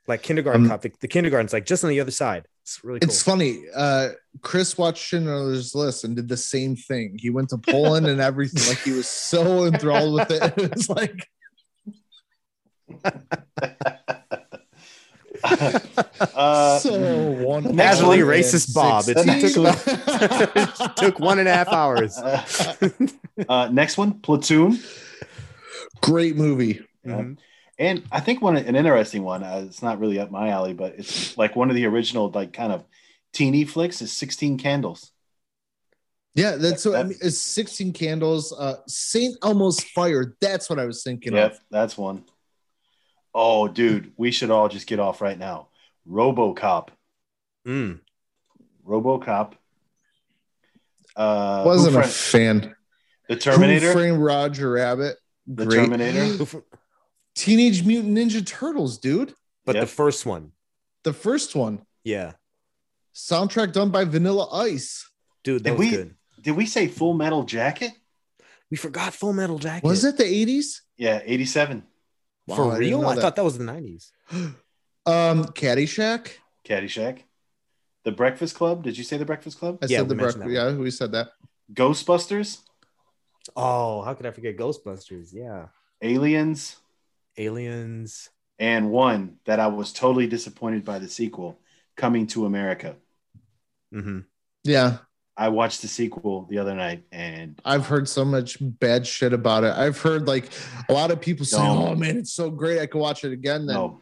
[SPEAKER 3] like Kindergarten
[SPEAKER 1] Um,
[SPEAKER 3] Cop, the, the kindergarten's like just on the other side. It's really cool.
[SPEAKER 1] It's funny. Uh Chris watched Schindler's List and did the same thing. He went to Poland and everything. Like he was so enthralled with it. It's like
[SPEAKER 2] Uh,
[SPEAKER 1] so wonderful.
[SPEAKER 3] Naturally
[SPEAKER 1] And
[SPEAKER 3] racist Bob. It's-
[SPEAKER 1] 16.
[SPEAKER 3] It took one and a half hours.
[SPEAKER 2] uh, next one, Platoon.
[SPEAKER 1] Great movie.
[SPEAKER 3] Mhm.
[SPEAKER 2] And I think one an interesting one. Uh, it's not really up my alley, but it's like one of the original like kind of teeny flicks is Sixteen Candles.
[SPEAKER 1] Yeah, that's what I
[SPEAKER 2] That-
[SPEAKER 1] mean. It's 16 candles. Uh Saint Elmo's Fire. That's what I was thinking
[SPEAKER 2] Yep,
[SPEAKER 1] of.
[SPEAKER 2] that's one. Oh, dude, we should all just get off right now. RoboCop,
[SPEAKER 3] Mm.
[SPEAKER 2] RoboCop. Uh,
[SPEAKER 1] Wasn't
[SPEAKER 2] Who
[SPEAKER 1] a
[SPEAKER 2] Fra-
[SPEAKER 1] fan.
[SPEAKER 2] the
[SPEAKER 1] Who
[SPEAKER 2] Terminator.
[SPEAKER 1] framed Roger Rabbit?
[SPEAKER 2] The
[SPEAKER 1] Great.
[SPEAKER 2] Terminator.
[SPEAKER 3] Who fr-
[SPEAKER 1] Teenage Mutant Ninja Turtles, dude.
[SPEAKER 3] But
[SPEAKER 2] Yep.
[SPEAKER 3] the first one,
[SPEAKER 1] The first one.
[SPEAKER 3] yeah,
[SPEAKER 1] Soundtrack done by Vanilla Ice.
[SPEAKER 3] dude, that
[SPEAKER 2] Did
[SPEAKER 3] was
[SPEAKER 2] we-
[SPEAKER 3] good.
[SPEAKER 2] Did we say Full Metal Jacket?
[SPEAKER 3] We forgot Full Metal Jacket.
[SPEAKER 1] Was it the 80s?
[SPEAKER 2] Yeah, eighty-seven.
[SPEAKER 1] Wow,
[SPEAKER 3] for
[SPEAKER 1] I didn't
[SPEAKER 3] real?
[SPEAKER 1] know
[SPEAKER 3] I,
[SPEAKER 1] that.
[SPEAKER 3] thought that was the nineties.
[SPEAKER 1] Um, Caddyshack.
[SPEAKER 2] Caddyshack. The Breakfast Club. Did you say The Breakfast Club?
[SPEAKER 1] I
[SPEAKER 3] Yeah,
[SPEAKER 1] said
[SPEAKER 3] we
[SPEAKER 1] the
[SPEAKER 3] mentioned
[SPEAKER 1] breakfast.
[SPEAKER 3] that
[SPEAKER 1] Yeah, we said that.
[SPEAKER 2] Ghostbusters.
[SPEAKER 3] Oh, how could I forget Ghostbusters? Yeah,
[SPEAKER 2] Aliens.
[SPEAKER 3] Aliens.
[SPEAKER 2] and one that I was totally disappointed by the sequel, Coming to America.
[SPEAKER 3] Mm-hmm.
[SPEAKER 1] Yeah,
[SPEAKER 2] I watched the sequel the other night, and
[SPEAKER 1] I've heard so much bad shit about it. I've heard like a lot of people say,
[SPEAKER 2] No.
[SPEAKER 1] "Oh man, it's so great, I could watch it again." Then
[SPEAKER 2] no, oh,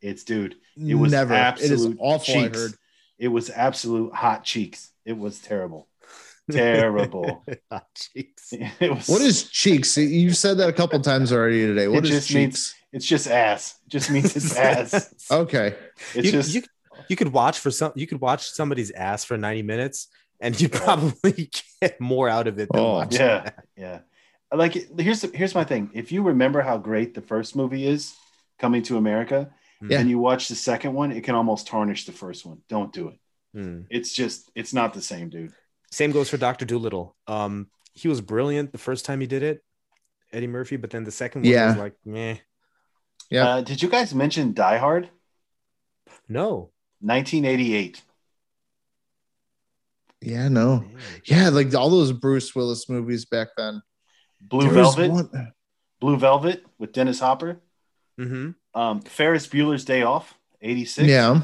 [SPEAKER 2] it's dude, it
[SPEAKER 1] it
[SPEAKER 2] was
[SPEAKER 1] never. It is
[SPEAKER 2] absolute
[SPEAKER 1] awful.
[SPEAKER 2] cheeks.
[SPEAKER 1] I heard.
[SPEAKER 2] It was absolute hot cheeks. It was terrible, terrible.
[SPEAKER 3] Ah, Jeez.
[SPEAKER 2] it was
[SPEAKER 1] What is cheeks? You've said that a couple times already today. What
[SPEAKER 2] It
[SPEAKER 1] is
[SPEAKER 2] just
[SPEAKER 1] cheeks?
[SPEAKER 2] means- It's just ass. It just means it's ass.
[SPEAKER 1] Okay,
[SPEAKER 2] It's
[SPEAKER 3] you,
[SPEAKER 2] just
[SPEAKER 3] you, you could watch for some. You could watch somebody's ass for ninety minutes, and you probably get more out of it. Than
[SPEAKER 1] Oh,
[SPEAKER 3] watching
[SPEAKER 2] yeah,
[SPEAKER 3] that.
[SPEAKER 2] yeah. Like here's here's my thing. If you remember how great the first movie is, Coming to America,
[SPEAKER 1] Hmm. Yeah.
[SPEAKER 2] and you watch the second one, it can almost tarnish the first one. Don't do it.
[SPEAKER 3] Hmm.
[SPEAKER 2] It's just it's not the same, dude.
[SPEAKER 3] Same goes for Doctor Doolittle. Um, he was brilliant the first time he did it, Eddie Murphy. But then the second one
[SPEAKER 1] Yeah.
[SPEAKER 3] was like, meh.
[SPEAKER 1] Yeah.
[SPEAKER 2] Uh, did you guys mention Die Hard?
[SPEAKER 3] No.
[SPEAKER 2] 1988.
[SPEAKER 1] yeah, no, yeah, like all those Bruce Willis movies back then.
[SPEAKER 2] Blue
[SPEAKER 1] There was
[SPEAKER 2] Velvet.
[SPEAKER 1] one-
[SPEAKER 2] Blue Velvet with Dennis Hopper.
[SPEAKER 3] Mm-hmm.
[SPEAKER 2] Um, Ferris Bueller's Day Off. 86.
[SPEAKER 1] Yeah,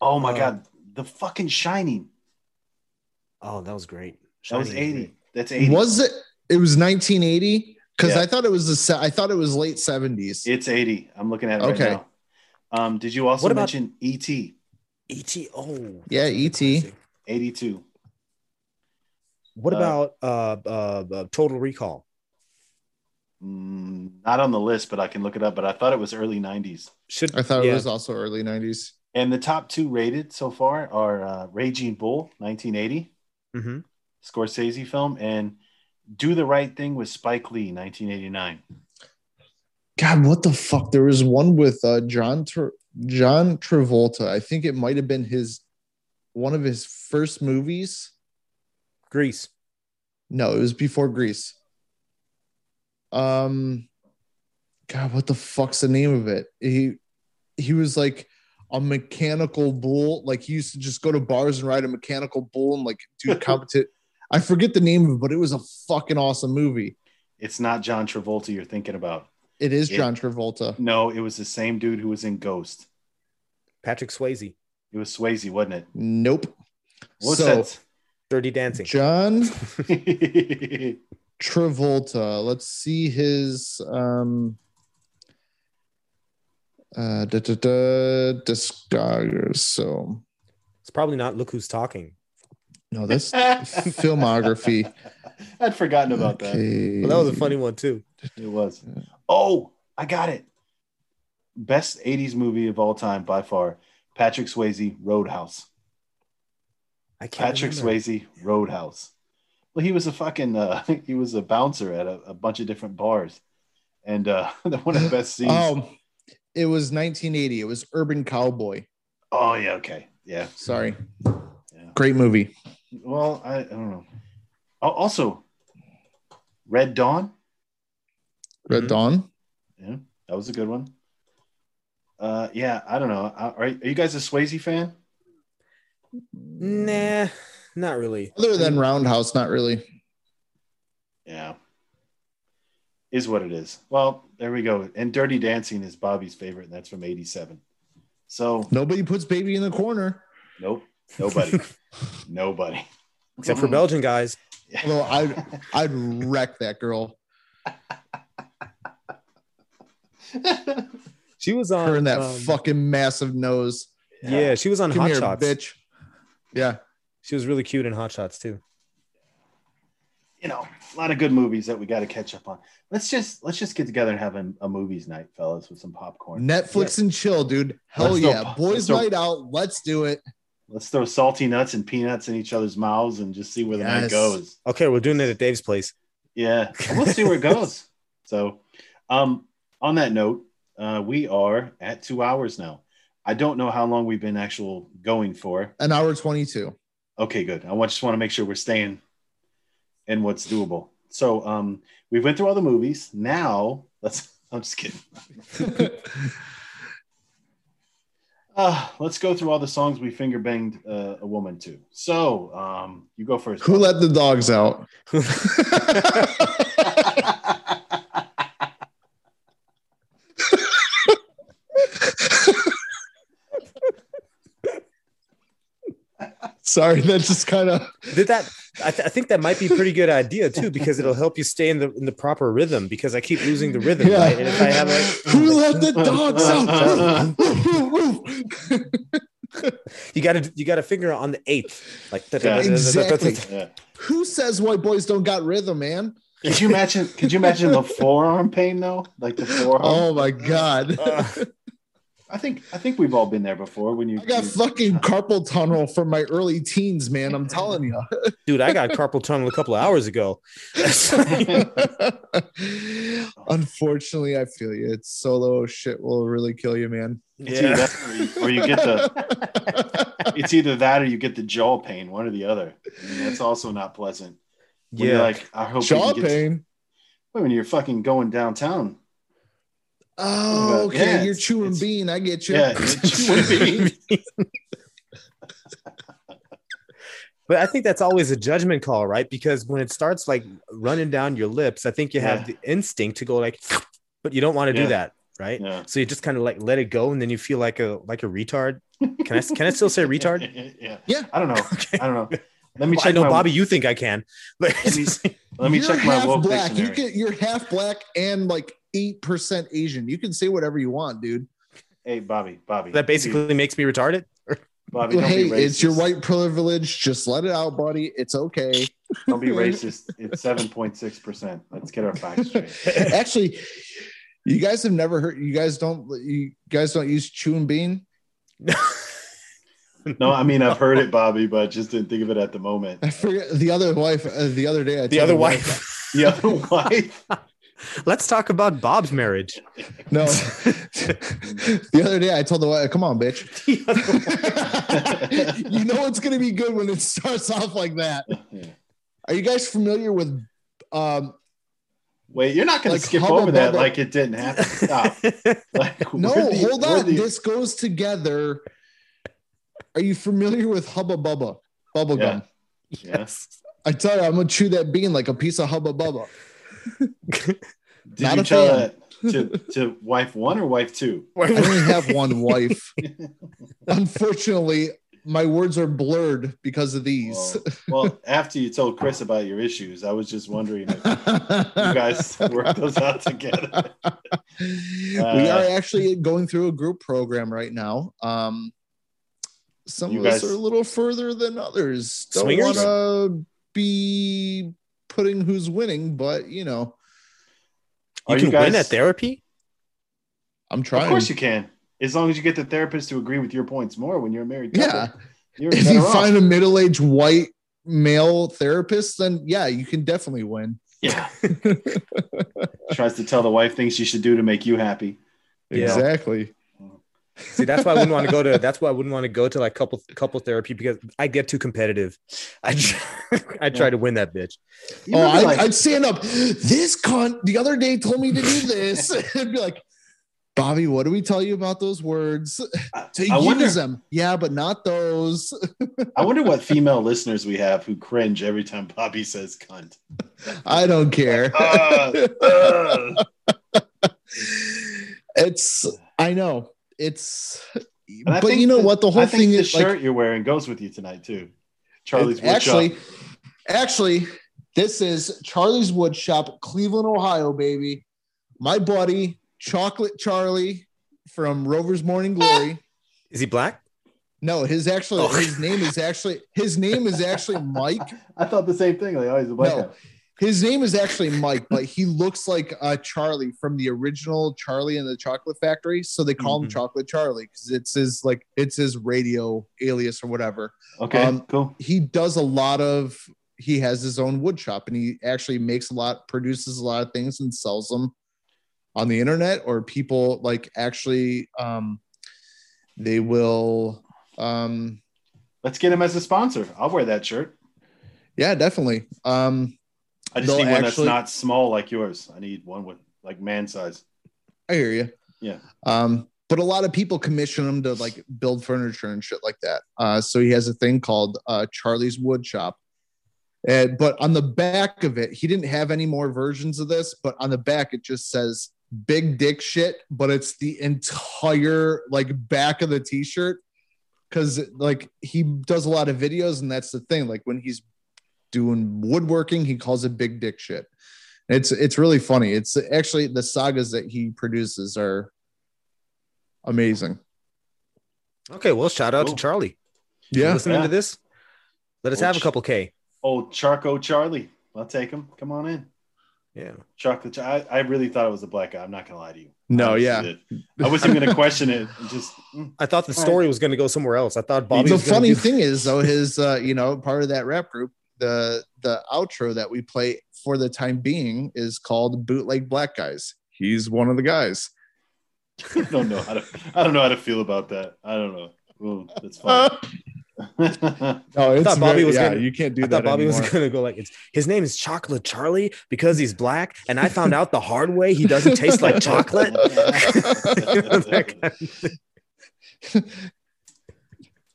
[SPEAKER 2] Oh my
[SPEAKER 3] Uh,
[SPEAKER 2] God. The fucking Shining.
[SPEAKER 3] Oh, that was great.
[SPEAKER 2] That was
[SPEAKER 3] Shining
[SPEAKER 2] 80.
[SPEAKER 3] great.
[SPEAKER 2] That's 80.
[SPEAKER 1] was it? It was 1980 because
[SPEAKER 2] Yeah.
[SPEAKER 1] I thought it was the. se- I thought it was late 70s.
[SPEAKER 2] It's 80. I'm looking at it
[SPEAKER 1] Okay.
[SPEAKER 2] right now. Um, did you also
[SPEAKER 3] What about-
[SPEAKER 2] mention E E.T.
[SPEAKER 3] E.T. Oh,
[SPEAKER 1] Yeah, E E.T.
[SPEAKER 3] classic.
[SPEAKER 2] 82?
[SPEAKER 3] What
[SPEAKER 2] Uh,
[SPEAKER 3] about uh, uh, uh, Total Recall?
[SPEAKER 2] Mm, not on the list, but I can look it up. But I thought it was early 90s.
[SPEAKER 3] Should
[SPEAKER 1] I thought
[SPEAKER 3] yeah.
[SPEAKER 1] it was also early 90s.
[SPEAKER 2] And the top two rated so far are uh, Raging Bull, 1980,
[SPEAKER 3] Mhm.
[SPEAKER 2] Scorsese film, and Do the Right Thing with Spike Lee, 1989.
[SPEAKER 1] God, what the fuck? There was one with uh, John Tra- John Travolta. I think it might have been his one of his first movies.
[SPEAKER 3] Greece.
[SPEAKER 1] No, it was before Greece. Um, God, what the fuck's the name of it? He he was like a mechanical bull. Like he used to just go to bars and ride a mechanical bull and like do competition. I forget the name of it, but it was a fucking awesome movie.
[SPEAKER 2] It's not John Travolta you're thinking about.
[SPEAKER 1] It is
[SPEAKER 2] Yeah.
[SPEAKER 1] John Travolta.
[SPEAKER 2] No, it was the same dude who was in Ghost.
[SPEAKER 3] Patrick Swayze.
[SPEAKER 2] It was Swayze, wasn't it?
[SPEAKER 1] Nope.
[SPEAKER 2] What's
[SPEAKER 1] so
[SPEAKER 3] Dirty Dancing.
[SPEAKER 1] John
[SPEAKER 2] that?
[SPEAKER 1] Travolta. Let's see his um uh da, da, da, discography. So
[SPEAKER 3] It's probably not Look Who's Talking.
[SPEAKER 1] no, that's filmography.
[SPEAKER 2] I'd forgotten about
[SPEAKER 1] Okay.
[SPEAKER 3] Well, that was a funny one too.
[SPEAKER 2] that. It was. Oh, I got it. Best 80s movie of all time by far. Patrick Swayze, Roadhouse.
[SPEAKER 3] I can't
[SPEAKER 2] Patrick
[SPEAKER 3] remember.
[SPEAKER 2] Swayze, Roadhouse. Well, he was a fucking uh, he was a bouncer at a, a bunch of different bars, and uh, one of the best scenes. Oh,
[SPEAKER 1] Oh, it was 1980. It was Urban Cowboy.
[SPEAKER 2] Oh, yeah, okay, yeah.
[SPEAKER 1] Sorry.
[SPEAKER 2] Yeah.
[SPEAKER 1] Great movie.
[SPEAKER 2] Well, I, I don't know. Al- Also, Red Dawn.
[SPEAKER 1] Red
[SPEAKER 3] Mhm.
[SPEAKER 1] Dawn.
[SPEAKER 2] Yeah, that was a good one. Uh, yeah, I don't know. Are, are you guys a Swayze fan?
[SPEAKER 3] Nah, not really.
[SPEAKER 1] Other than Roundhouse, not really.
[SPEAKER 2] Yeah, is what it is. Well, there we go. And Dirty Dancing is Bobby's favorite, and that's from '87. So,
[SPEAKER 1] Nobody puts baby in the corner.
[SPEAKER 2] nope, nobody, nobody,
[SPEAKER 3] Except for Belgian guys.
[SPEAKER 1] Although I I'd wreck that girl.
[SPEAKER 3] She was on
[SPEAKER 1] Her and that
[SPEAKER 3] um,
[SPEAKER 1] fucking massive nose.
[SPEAKER 3] Yeah, she was on
[SPEAKER 1] Come
[SPEAKER 3] Hot
[SPEAKER 1] here,
[SPEAKER 3] Shots.
[SPEAKER 1] bitch. Yeah.
[SPEAKER 3] She was really cute in Hot Shots too.
[SPEAKER 2] you know, a lot of good movies that we got to catch up on. Let's just let's just get together and have a, a movies night, fellas, with some popcorn.
[SPEAKER 1] Netflix and chill, dude. Hell
[SPEAKER 2] Let's go,
[SPEAKER 1] yeah.
[SPEAKER 2] Pop.
[SPEAKER 1] Boys
[SPEAKER 2] Let's go.
[SPEAKER 1] night out. Let's do it.
[SPEAKER 2] Let's throw salty nuts and peanuts in each other's mouths and just see where the night
[SPEAKER 1] Yes.
[SPEAKER 2] goes.
[SPEAKER 3] Okay, we're doing it at Dave's place.
[SPEAKER 2] Yeah, we'll see where it goes. So, um, on that note, uh, we are at two hours now. I don't know how long we've been actual going for.
[SPEAKER 1] An hour 22.
[SPEAKER 2] Okay, good. I want- just want to make sure we're staying in what's doable. So, um, we went through all the movies. Now, let's. I'm just kidding. Uh, let's go through all the songs we finger banged uh, a woman to. So, um, you go first.
[SPEAKER 1] Who let the dogs out? Sorry, that just kind of
[SPEAKER 3] Did that? I, th- I think that might be a pretty good idea too, because it'll help you stay in the in the proper rhythm. Because I keep losing the rhythm,
[SPEAKER 1] Yeah.
[SPEAKER 3] right? And if I have like,
[SPEAKER 1] who let the dogs out? Woof, woof, woof, woof.
[SPEAKER 3] you gotta you gotta finger on the eighth, like
[SPEAKER 2] Yeah.
[SPEAKER 1] Exactly.
[SPEAKER 2] Yeah.
[SPEAKER 1] Who says white boys don't got rhythm, man?
[SPEAKER 2] Could you imagine? Could you imagine the forearm pain though? Like the forearm.
[SPEAKER 1] Oh my god.
[SPEAKER 2] I think I think we've all been there before. When you,
[SPEAKER 1] I got
[SPEAKER 2] you-
[SPEAKER 1] fucking carpal tunnel from my early teens, man. I'm telling you.
[SPEAKER 3] dude, I got carpal tunnel a couple of hours ago.
[SPEAKER 1] Unfortunately, I feel you. It's solo shit will really kill you, man.
[SPEAKER 2] it's either that or, you, or you get the. It's either that or you get the jaw pain. One or the other. I mean, that's also not pleasant. When You're
[SPEAKER 3] Yeah.
[SPEAKER 2] like I hope
[SPEAKER 1] Jaw
[SPEAKER 2] we can get to-
[SPEAKER 1] pain.
[SPEAKER 2] Wait, when you're fucking going downtown.
[SPEAKER 1] Oh,
[SPEAKER 2] Yeah,
[SPEAKER 1] okay.
[SPEAKER 2] it's-
[SPEAKER 1] You're chewing
[SPEAKER 2] it's-
[SPEAKER 1] bean. I get you.
[SPEAKER 2] Yeah. it would be.
[SPEAKER 3] But I think that's always a judgment call, right? Because when it starts like running down your lips, I think you have the instinct to go like, but you don't want to
[SPEAKER 2] Yeah.
[SPEAKER 3] do that, right?
[SPEAKER 2] Yeah.
[SPEAKER 3] So you just kind of like let it go, and then you feel like a like a retard. Can I can I still say retard?
[SPEAKER 2] yeah.
[SPEAKER 1] Yeah.
[SPEAKER 2] I don't know. I don't know. Let me
[SPEAKER 3] Well, I
[SPEAKER 2] check
[SPEAKER 3] know,
[SPEAKER 2] my,
[SPEAKER 3] Bobby. You think I can? But
[SPEAKER 2] Let me, let me
[SPEAKER 1] You're
[SPEAKER 2] check my
[SPEAKER 1] half
[SPEAKER 2] woke
[SPEAKER 1] black.
[SPEAKER 2] dictionary.
[SPEAKER 1] You can, you're half black and like eight percent Asian. You can say whatever you want, dude.
[SPEAKER 2] Hey, Bobby. Bobby.
[SPEAKER 3] that basically makes me retarded.
[SPEAKER 2] Bobby. Don't
[SPEAKER 1] Hey,
[SPEAKER 2] be racist.
[SPEAKER 1] it's your white privilege. Just let it out, buddy. It's okay.
[SPEAKER 2] Don't be racist. It's seven point six percent. Let's get our facts straight.
[SPEAKER 1] Actually, you guys have never heard. You guys don't. You guys don't use chewing bean.
[SPEAKER 2] No, I mean I've heard it, Bobby, but just didn't think of it at the moment.
[SPEAKER 1] I forget the other wife. Uh, the other day, I
[SPEAKER 4] The
[SPEAKER 1] told
[SPEAKER 4] other
[SPEAKER 1] my
[SPEAKER 4] wife.
[SPEAKER 2] The other wife.
[SPEAKER 3] Let's talk about Bob's marriage.
[SPEAKER 2] Oh,
[SPEAKER 1] No, the other day I told the wife, "Come on, bitch." you know it's gonna be good when it starts off like that. Are you guys familiar with? Um,
[SPEAKER 2] Wait, you're not going
[SPEAKER 1] Like
[SPEAKER 2] to skip
[SPEAKER 1] Hubba
[SPEAKER 2] over that
[SPEAKER 1] Bubba.
[SPEAKER 2] like it didn't happen. Stop. Like,
[SPEAKER 1] no,
[SPEAKER 2] we're the-
[SPEAKER 1] hold
[SPEAKER 2] we're
[SPEAKER 1] on.
[SPEAKER 2] the-
[SPEAKER 1] This goes together. Are you familiar with Hubba Bubba? Bubblegum.
[SPEAKER 2] Yeah. yeah.
[SPEAKER 3] yes.
[SPEAKER 1] I tell you, I'm gonna chew that bean like a piece of Hubba Bubba.
[SPEAKER 2] Did
[SPEAKER 1] Not
[SPEAKER 2] you
[SPEAKER 1] a
[SPEAKER 2] tell
[SPEAKER 1] fan.
[SPEAKER 2] that to, to wife one or wife two?
[SPEAKER 1] I only have one wife. Unfortunately, my words are blurred because of these.
[SPEAKER 2] Well, well, after you told Chris about your issues, I was just wondering if you guys worked those out together.
[SPEAKER 1] we
[SPEAKER 2] Uh,
[SPEAKER 1] are actually going through a group program right now. Um, some
[SPEAKER 2] You
[SPEAKER 1] of us
[SPEAKER 2] guys-
[SPEAKER 1] are a little further than others. Don't
[SPEAKER 3] Swingers?
[SPEAKER 1] want to be putting who's winning, but you know,
[SPEAKER 2] Are
[SPEAKER 3] You can win at therapy?
[SPEAKER 1] I'm trying.
[SPEAKER 2] Of course you can. As long as you get the therapist to agree with your points more when you're a married couple.
[SPEAKER 1] yeah.
[SPEAKER 2] You're
[SPEAKER 1] If
[SPEAKER 2] better
[SPEAKER 1] you
[SPEAKER 2] off.
[SPEAKER 1] find a middle-aged white male therapist, then yeah, you can definitely win.
[SPEAKER 2] yeah. Tries to tell the wife things she should do to make you happy.
[SPEAKER 3] Yeah.
[SPEAKER 1] Exactly.
[SPEAKER 3] See, that's why I wouldn't want to go to. That's why I wouldn't want to go to like couple couple therapy because I get too competitive. I try, I try to win that bitch.
[SPEAKER 2] You
[SPEAKER 1] oh,
[SPEAKER 2] remember,
[SPEAKER 1] I,
[SPEAKER 2] like-
[SPEAKER 1] I'd stand up. This cunt the other day told me to do this. I'd be like, Bobby, what do we tell you about those words?
[SPEAKER 2] I-
[SPEAKER 1] To
[SPEAKER 2] I
[SPEAKER 1] use
[SPEAKER 2] wonder,
[SPEAKER 1] them. Yeah, but not those.
[SPEAKER 2] I wonder what female listeners we have who cringe every time Bobby says cunt.
[SPEAKER 1] I don't care.
[SPEAKER 2] Ah, ah.
[SPEAKER 1] it's, I know. It's,
[SPEAKER 2] And I
[SPEAKER 1] but
[SPEAKER 2] think
[SPEAKER 1] you know
[SPEAKER 2] the-
[SPEAKER 1] what? The whole
[SPEAKER 2] I think
[SPEAKER 1] thing
[SPEAKER 2] the
[SPEAKER 1] is
[SPEAKER 2] shirt
[SPEAKER 1] like,
[SPEAKER 2] you're wearing goes with you tonight too. Charlie's
[SPEAKER 1] it-
[SPEAKER 2] wood
[SPEAKER 1] actually,
[SPEAKER 2] shop.
[SPEAKER 1] actually, this is Charlie's Wood Shop, Cleveland, Ohio, baby. My buddy, Chocolate Charlie from Rover's Morning Glory.
[SPEAKER 3] Is he black?
[SPEAKER 1] No, his actually
[SPEAKER 3] Oh.
[SPEAKER 1] his name is actually his name is actually Mike.
[SPEAKER 2] I thought the same thing. Like, oh, he's a black
[SPEAKER 1] No.
[SPEAKER 2] guy.
[SPEAKER 1] His name is actually Mike, but he looks like uh, Charlie from the original Charlie and the Chocolate Factory, so they call him
[SPEAKER 3] Mhm.
[SPEAKER 1] Chocolate Charlie because it's his like it's his radio alias or whatever.
[SPEAKER 2] Okay,
[SPEAKER 1] Um,
[SPEAKER 2] cool.
[SPEAKER 1] He does a lot of he has his own wood shop and he actually makes a lot, produces a lot of things and sells them on the internet or people like actually um they will um
[SPEAKER 2] Let's get him as a sponsor. I'll wear that shirt.
[SPEAKER 1] yeah, definitely. Um
[SPEAKER 2] I just
[SPEAKER 1] No,
[SPEAKER 2] need one
[SPEAKER 1] actually-
[SPEAKER 2] that's not small like yours. I need one with like man size.
[SPEAKER 1] I hear you.
[SPEAKER 2] Yeah.
[SPEAKER 1] Um, but a lot of people commission him to like build furniture and shit like that. Uh, so he has a thing called uh, Charlie's Wood Shop. And, but on the back of it, he didn't have any more versions of this. But on the back, it just says "Big Dick Shit," but it's the entire like back of the T-shirt because like he does a lot of videos, and that's the thing. Like when he's doing woodworking, he calls it "Big Dick Shit." It's it's really funny. It's actually the sagas that he produces are amazing.
[SPEAKER 3] Okay, well, shout out
[SPEAKER 2] Cool.
[SPEAKER 3] to Charlie. You
[SPEAKER 1] Yeah.
[SPEAKER 3] listening
[SPEAKER 2] Yeah.
[SPEAKER 3] to this? Let us
[SPEAKER 2] Oh,
[SPEAKER 3] have a
[SPEAKER 2] sh-
[SPEAKER 3] couple K.
[SPEAKER 2] Old Charco Charlie. I'll take him. Come on in.
[SPEAKER 3] Yeah.
[SPEAKER 2] Chocolate. Char- I, I really thought it was a black guy. I'm not gonna lie to you.
[SPEAKER 1] No,
[SPEAKER 2] honestly
[SPEAKER 1] yeah.
[SPEAKER 2] did. I wasn't gonna question it. and Just mm.
[SPEAKER 3] I thought the
[SPEAKER 2] All right.
[SPEAKER 3] story was going to go somewhere else. I thought Bobby.
[SPEAKER 1] the
[SPEAKER 3] was gonna
[SPEAKER 1] funny
[SPEAKER 3] do-
[SPEAKER 1] thing is though, his uh, you know, part of that rap group, the the outro that we play for the time being is called Bootleg Black Guys. He's one of the guys.
[SPEAKER 2] I don't know how to. I don't know how to feel about that. I don't know. Ooh, that's fine.
[SPEAKER 1] No, it's
[SPEAKER 3] Oh, thought Bobby
[SPEAKER 1] very-
[SPEAKER 3] was
[SPEAKER 1] yeah,
[SPEAKER 3] gonna-
[SPEAKER 1] you can't do
[SPEAKER 3] I
[SPEAKER 1] that.
[SPEAKER 3] thought Bobby was
[SPEAKER 1] anymore.
[SPEAKER 3] going to go like, it's, his name is Chocolate Charlie because he's black. And I found out the hard way he doesn't taste like chocolate. You know, that kind of-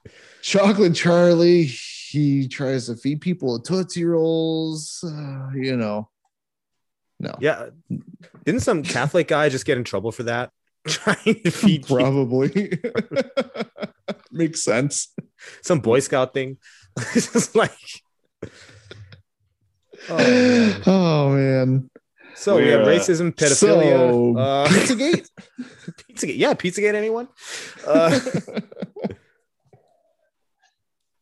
[SPEAKER 1] Chocolate Charlie. He tries to feed people with Tootsie Rolls. Uh, you know. No.
[SPEAKER 3] yeah. Didn't some Catholic guy just get in trouble for that? Trying to feed
[SPEAKER 1] Probably. Makes sense.
[SPEAKER 3] some Boy Scout thing. it's just like. Oh, man.
[SPEAKER 1] Oh man.
[SPEAKER 3] So we have
[SPEAKER 2] We're, uh,
[SPEAKER 1] so-
[SPEAKER 3] racism, pedophilia,
[SPEAKER 1] Pizzagate?
[SPEAKER 3] uh, Pizzagate. Yeah, Pizzagate. Anyone? Uh,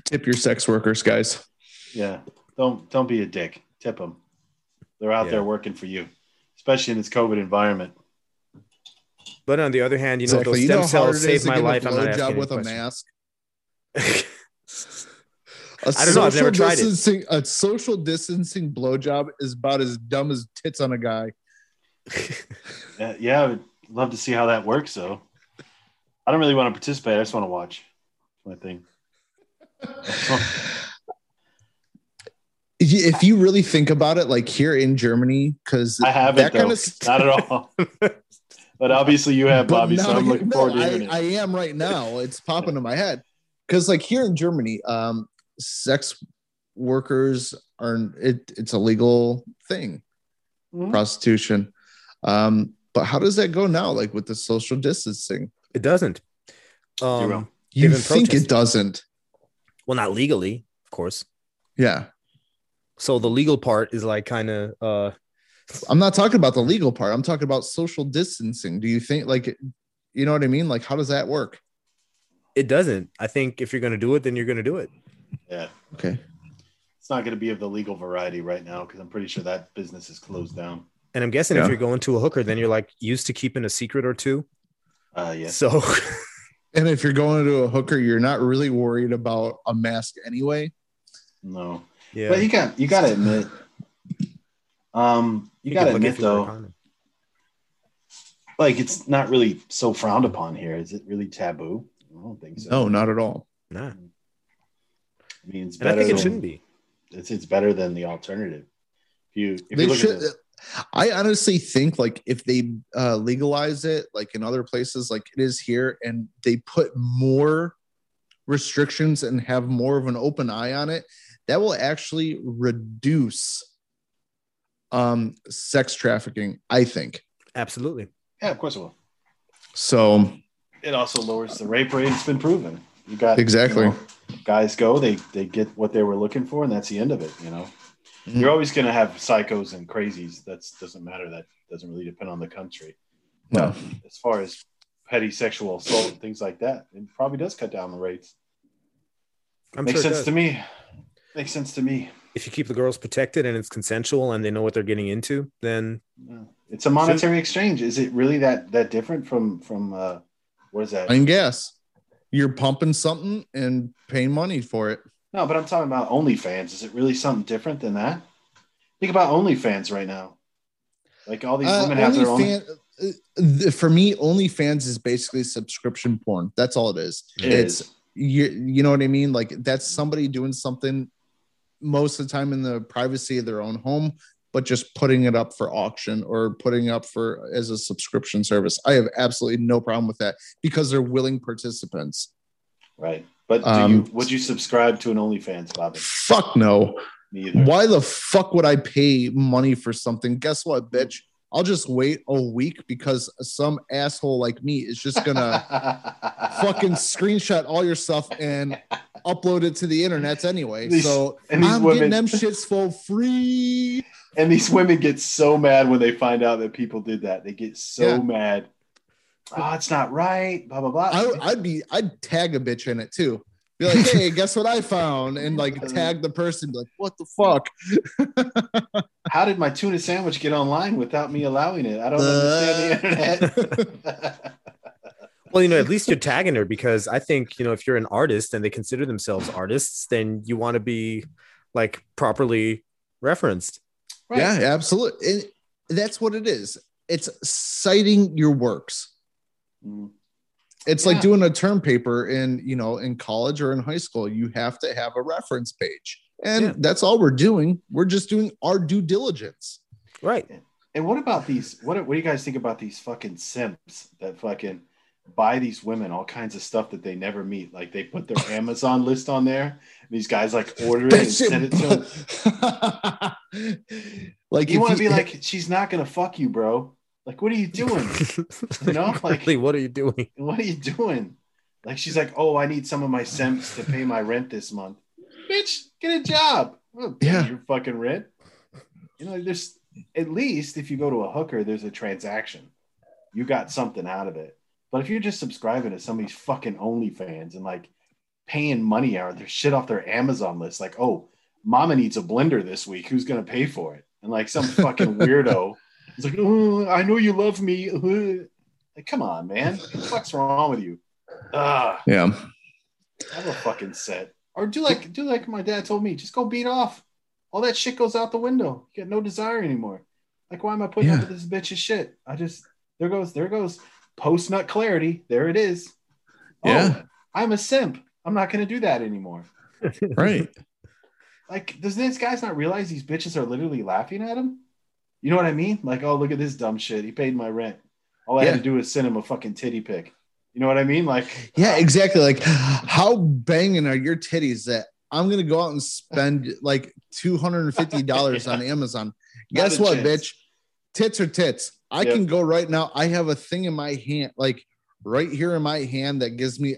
[SPEAKER 1] Tip your sex workers, guys.
[SPEAKER 2] yeah. Don't don't be a dick. Tip them. They're out
[SPEAKER 3] Yeah.
[SPEAKER 2] there working for you, especially in this COVID environment.
[SPEAKER 3] But on the other hand, you know,
[SPEAKER 1] Exactly.
[SPEAKER 3] those
[SPEAKER 1] You
[SPEAKER 3] stem
[SPEAKER 1] know how hard
[SPEAKER 3] cells
[SPEAKER 1] it is
[SPEAKER 3] saved
[SPEAKER 1] to
[SPEAKER 3] my
[SPEAKER 1] get
[SPEAKER 3] life.
[SPEAKER 1] a
[SPEAKER 3] I'm not
[SPEAKER 1] blowjob
[SPEAKER 3] asking
[SPEAKER 1] with a
[SPEAKER 3] with
[SPEAKER 1] mask. I
[SPEAKER 3] I don't know, I've never tried it.
[SPEAKER 1] distancing, A social distancing blowjob is about as dumb as tits on a guy.
[SPEAKER 2] Uh, yeah, I would love to see how that works, though. I don't really want to participate. I just want to watch. My thing.
[SPEAKER 1] if you really think about it, like here in Germany, because
[SPEAKER 2] I haven't
[SPEAKER 1] That
[SPEAKER 2] though.
[SPEAKER 1] kind of-
[SPEAKER 2] Not at all. but obviously you have
[SPEAKER 1] But
[SPEAKER 2] Bobby, so
[SPEAKER 1] now-
[SPEAKER 2] I'm looking
[SPEAKER 1] no,
[SPEAKER 2] forward to
[SPEAKER 1] I,
[SPEAKER 2] hearing
[SPEAKER 1] I
[SPEAKER 2] it.
[SPEAKER 1] am right now. It's popping in my head because, like, here in Germany, um, sex workers are it, it's a legal thing,
[SPEAKER 2] Mhm.
[SPEAKER 1] prostitution. Um, but how does that go now? Like with the social distancing,
[SPEAKER 3] it doesn't. Um,
[SPEAKER 2] will.
[SPEAKER 1] you
[SPEAKER 3] been
[SPEAKER 1] think
[SPEAKER 3] protesting.
[SPEAKER 1] it doesn't?
[SPEAKER 3] Well, not legally, of course.
[SPEAKER 1] Yeah,
[SPEAKER 3] So the legal part is like kind of uh,
[SPEAKER 1] I'm not talking about the legal part. I'm talking about social distancing. Do you think like? You know what I mean? Like, how does that work?
[SPEAKER 3] it doesn't. I think if you're gonna do it, then you're gonna do it.
[SPEAKER 2] Yeah,
[SPEAKER 1] Okay.
[SPEAKER 2] it's not going to be of the legal variety right now because I'm pretty sure that business is closed down.
[SPEAKER 3] And I'm guessing
[SPEAKER 1] Yeah.
[SPEAKER 3] if you're going to a hooker, then you're like used to keeping a secret or two.
[SPEAKER 2] Uh, yeah,
[SPEAKER 3] So
[SPEAKER 1] And if you're going to a hooker, you're not really worried about a mask anyway.
[SPEAKER 2] no.
[SPEAKER 3] yeah,
[SPEAKER 2] But you got you got to admit, um, you got to
[SPEAKER 3] look
[SPEAKER 2] admit
[SPEAKER 3] if you wear a
[SPEAKER 2] though,
[SPEAKER 3] condom.
[SPEAKER 2] like it's not really so frowned upon here. Is it really taboo? I don't think so.
[SPEAKER 1] No, not at all.
[SPEAKER 3] Nah.
[SPEAKER 2] I mean, it's
[SPEAKER 3] And I
[SPEAKER 2] better.
[SPEAKER 3] think it
[SPEAKER 2] than-
[SPEAKER 3] shouldn't be.
[SPEAKER 2] It's it's better than the alternative. If you if you
[SPEAKER 1] they
[SPEAKER 2] look
[SPEAKER 1] should uh,
[SPEAKER 2] at the,
[SPEAKER 1] i honestly think like if they uh, legalize it like in other places like it is here and they put more restrictions and have more of an open eye on it that will actually reduce um sex trafficking i think
[SPEAKER 3] Absolutely.
[SPEAKER 2] yeah, of course it will.
[SPEAKER 1] so
[SPEAKER 2] It also lowers the rape rate. It's been proven. You got
[SPEAKER 1] Exactly.
[SPEAKER 2] you know, guys go. They they get what they were looking for, and that's the end of it. You know,
[SPEAKER 3] Mm-hmm.
[SPEAKER 2] you're always going to have psychos and crazies. That doesn't matter. That doesn't really depend on the country.
[SPEAKER 1] no
[SPEAKER 2] as far as petty sexual assault and things like that. It probably does cut down the rates.
[SPEAKER 3] I'm
[SPEAKER 2] Makes
[SPEAKER 3] sure it
[SPEAKER 2] sense
[SPEAKER 3] does.
[SPEAKER 2] to me. Makes sense to me.
[SPEAKER 3] If you keep the girls protected and it's consensual and they know what they're getting into, then
[SPEAKER 2] Yeah. It's a monetary exchange. Is it really that that different from from uh, what is that?
[SPEAKER 1] i can guess you're pumping something and paying money for it
[SPEAKER 2] No, but I'm talking about OnlyFans. Is it really something different than that? Think about OnlyFans right now. Like all these
[SPEAKER 1] Uh,
[SPEAKER 2] women have their own.
[SPEAKER 1] OnlyFan- uh, th- for me onlyfans is basically subscription porn that's all it is
[SPEAKER 2] It
[SPEAKER 1] it's-
[SPEAKER 2] is.
[SPEAKER 1] you you know what I mean? Like that's somebody doing something most of the time in the privacy of their own home, but just putting it up for auction or putting up for as a subscription service. I have absolutely no problem with that because they're willing participants.
[SPEAKER 2] right. But do
[SPEAKER 1] Um,
[SPEAKER 2] you would you subscribe to an OnlyFans, Bobby?
[SPEAKER 1] Fuck no.
[SPEAKER 2] Me either.
[SPEAKER 1] Why the fuck would I pay money for something? Guess what, bitch? I'll just wait a week because some asshole like me is just gonna fucking screenshot all your stuff and upload it to the internet anyway.
[SPEAKER 2] These-
[SPEAKER 1] so
[SPEAKER 2] and these
[SPEAKER 1] I'm
[SPEAKER 2] women
[SPEAKER 1] getting them shits for free.
[SPEAKER 2] And these women get so mad when they find out that people did that. They get so
[SPEAKER 1] Yeah.
[SPEAKER 2] mad. Oh, it's not right. Blah blah blah.
[SPEAKER 1] I, I'd be, I'd tag a bitch in it too. Be like, hey, guess what I found, and like tag the person. Be like, what the fuck?
[SPEAKER 2] How did my tuna sandwich get online without me allowing it? I don't understand the
[SPEAKER 1] Uh, eh.
[SPEAKER 2] internet.
[SPEAKER 3] well, you know, at least you're tagging her because I think, you know, if you're an artist and they consider themselves artists, then you want to be like properly referenced.
[SPEAKER 2] Right.
[SPEAKER 1] Yeah, absolutely. And that's what it is. It's citing your works.
[SPEAKER 2] Mm,
[SPEAKER 1] It's
[SPEAKER 2] Yeah.
[SPEAKER 1] like doing a term paper in, you know, in college or in high school. You have to have a reference page, and
[SPEAKER 3] Yeah.
[SPEAKER 1] that's all we're doing. We're just doing our due diligence.
[SPEAKER 3] Right.
[SPEAKER 2] And what about these? What, what do you guys think about these fucking simps that fucking buy these women all kinds of stuff that they never meet? Like they put their Amazon list on there. And these guys like order it and
[SPEAKER 1] Bitch,
[SPEAKER 2] send it to them.
[SPEAKER 1] like
[SPEAKER 2] You
[SPEAKER 1] if
[SPEAKER 2] want to be like, she's not gonna fuck you, bro. Like, what are you doing? You know, like-
[SPEAKER 3] really, what are you doing?
[SPEAKER 2] what are you doing? Like she's like, oh, I need some of my cents to pay my rent this month. Bitch, get a job. I'm gonna pay
[SPEAKER 1] Yeah.
[SPEAKER 2] your fucking rent. You know, there's at least if you go to a hooker, there's a transaction. You got something out of it. But if you're just subscribing to somebody's fucking OnlyFans and like paying money out of their shit off their Amazon list, like, oh, mama needs a blender this week. Who's gonna pay for it? And like some fucking weirdo is like, oh, I know you love me. Like, come on, man. What the fuck's wrong with you? Ah,
[SPEAKER 1] Yeah.
[SPEAKER 2] have a fucking set. Or do like do like my dad told me, just go beat off. All that shit goes out the window. You got no desire anymore. Like, why am I putting
[SPEAKER 1] Yeah.
[SPEAKER 2] up with this bitch's shit? I just there goes, there goes. Post nut clarity. There it is. Oh,
[SPEAKER 1] Yeah.
[SPEAKER 2] I'm a simp. I'm not gonna do that anymore.
[SPEAKER 1] Right.
[SPEAKER 2] Like, does this guy's not realize these bitches are literally laughing at him? You know what I mean? Like, oh, look at this dumb shit. He paid my rent. All I had
[SPEAKER 1] Yeah.
[SPEAKER 2] to do was send him a fucking titty pic. You know what I mean? Like,
[SPEAKER 1] Yeah, exactly. Like, how banging are your titties that I'm gonna go out and spend like two hundred and fifty dollars on Amazon?
[SPEAKER 2] Not
[SPEAKER 1] Guess
[SPEAKER 2] a
[SPEAKER 1] what,
[SPEAKER 2] chance.
[SPEAKER 1] bitch? Tits are tits. I
[SPEAKER 2] Yep.
[SPEAKER 1] can go right now. I have a thing in my hand, like right here in my hand, that gives me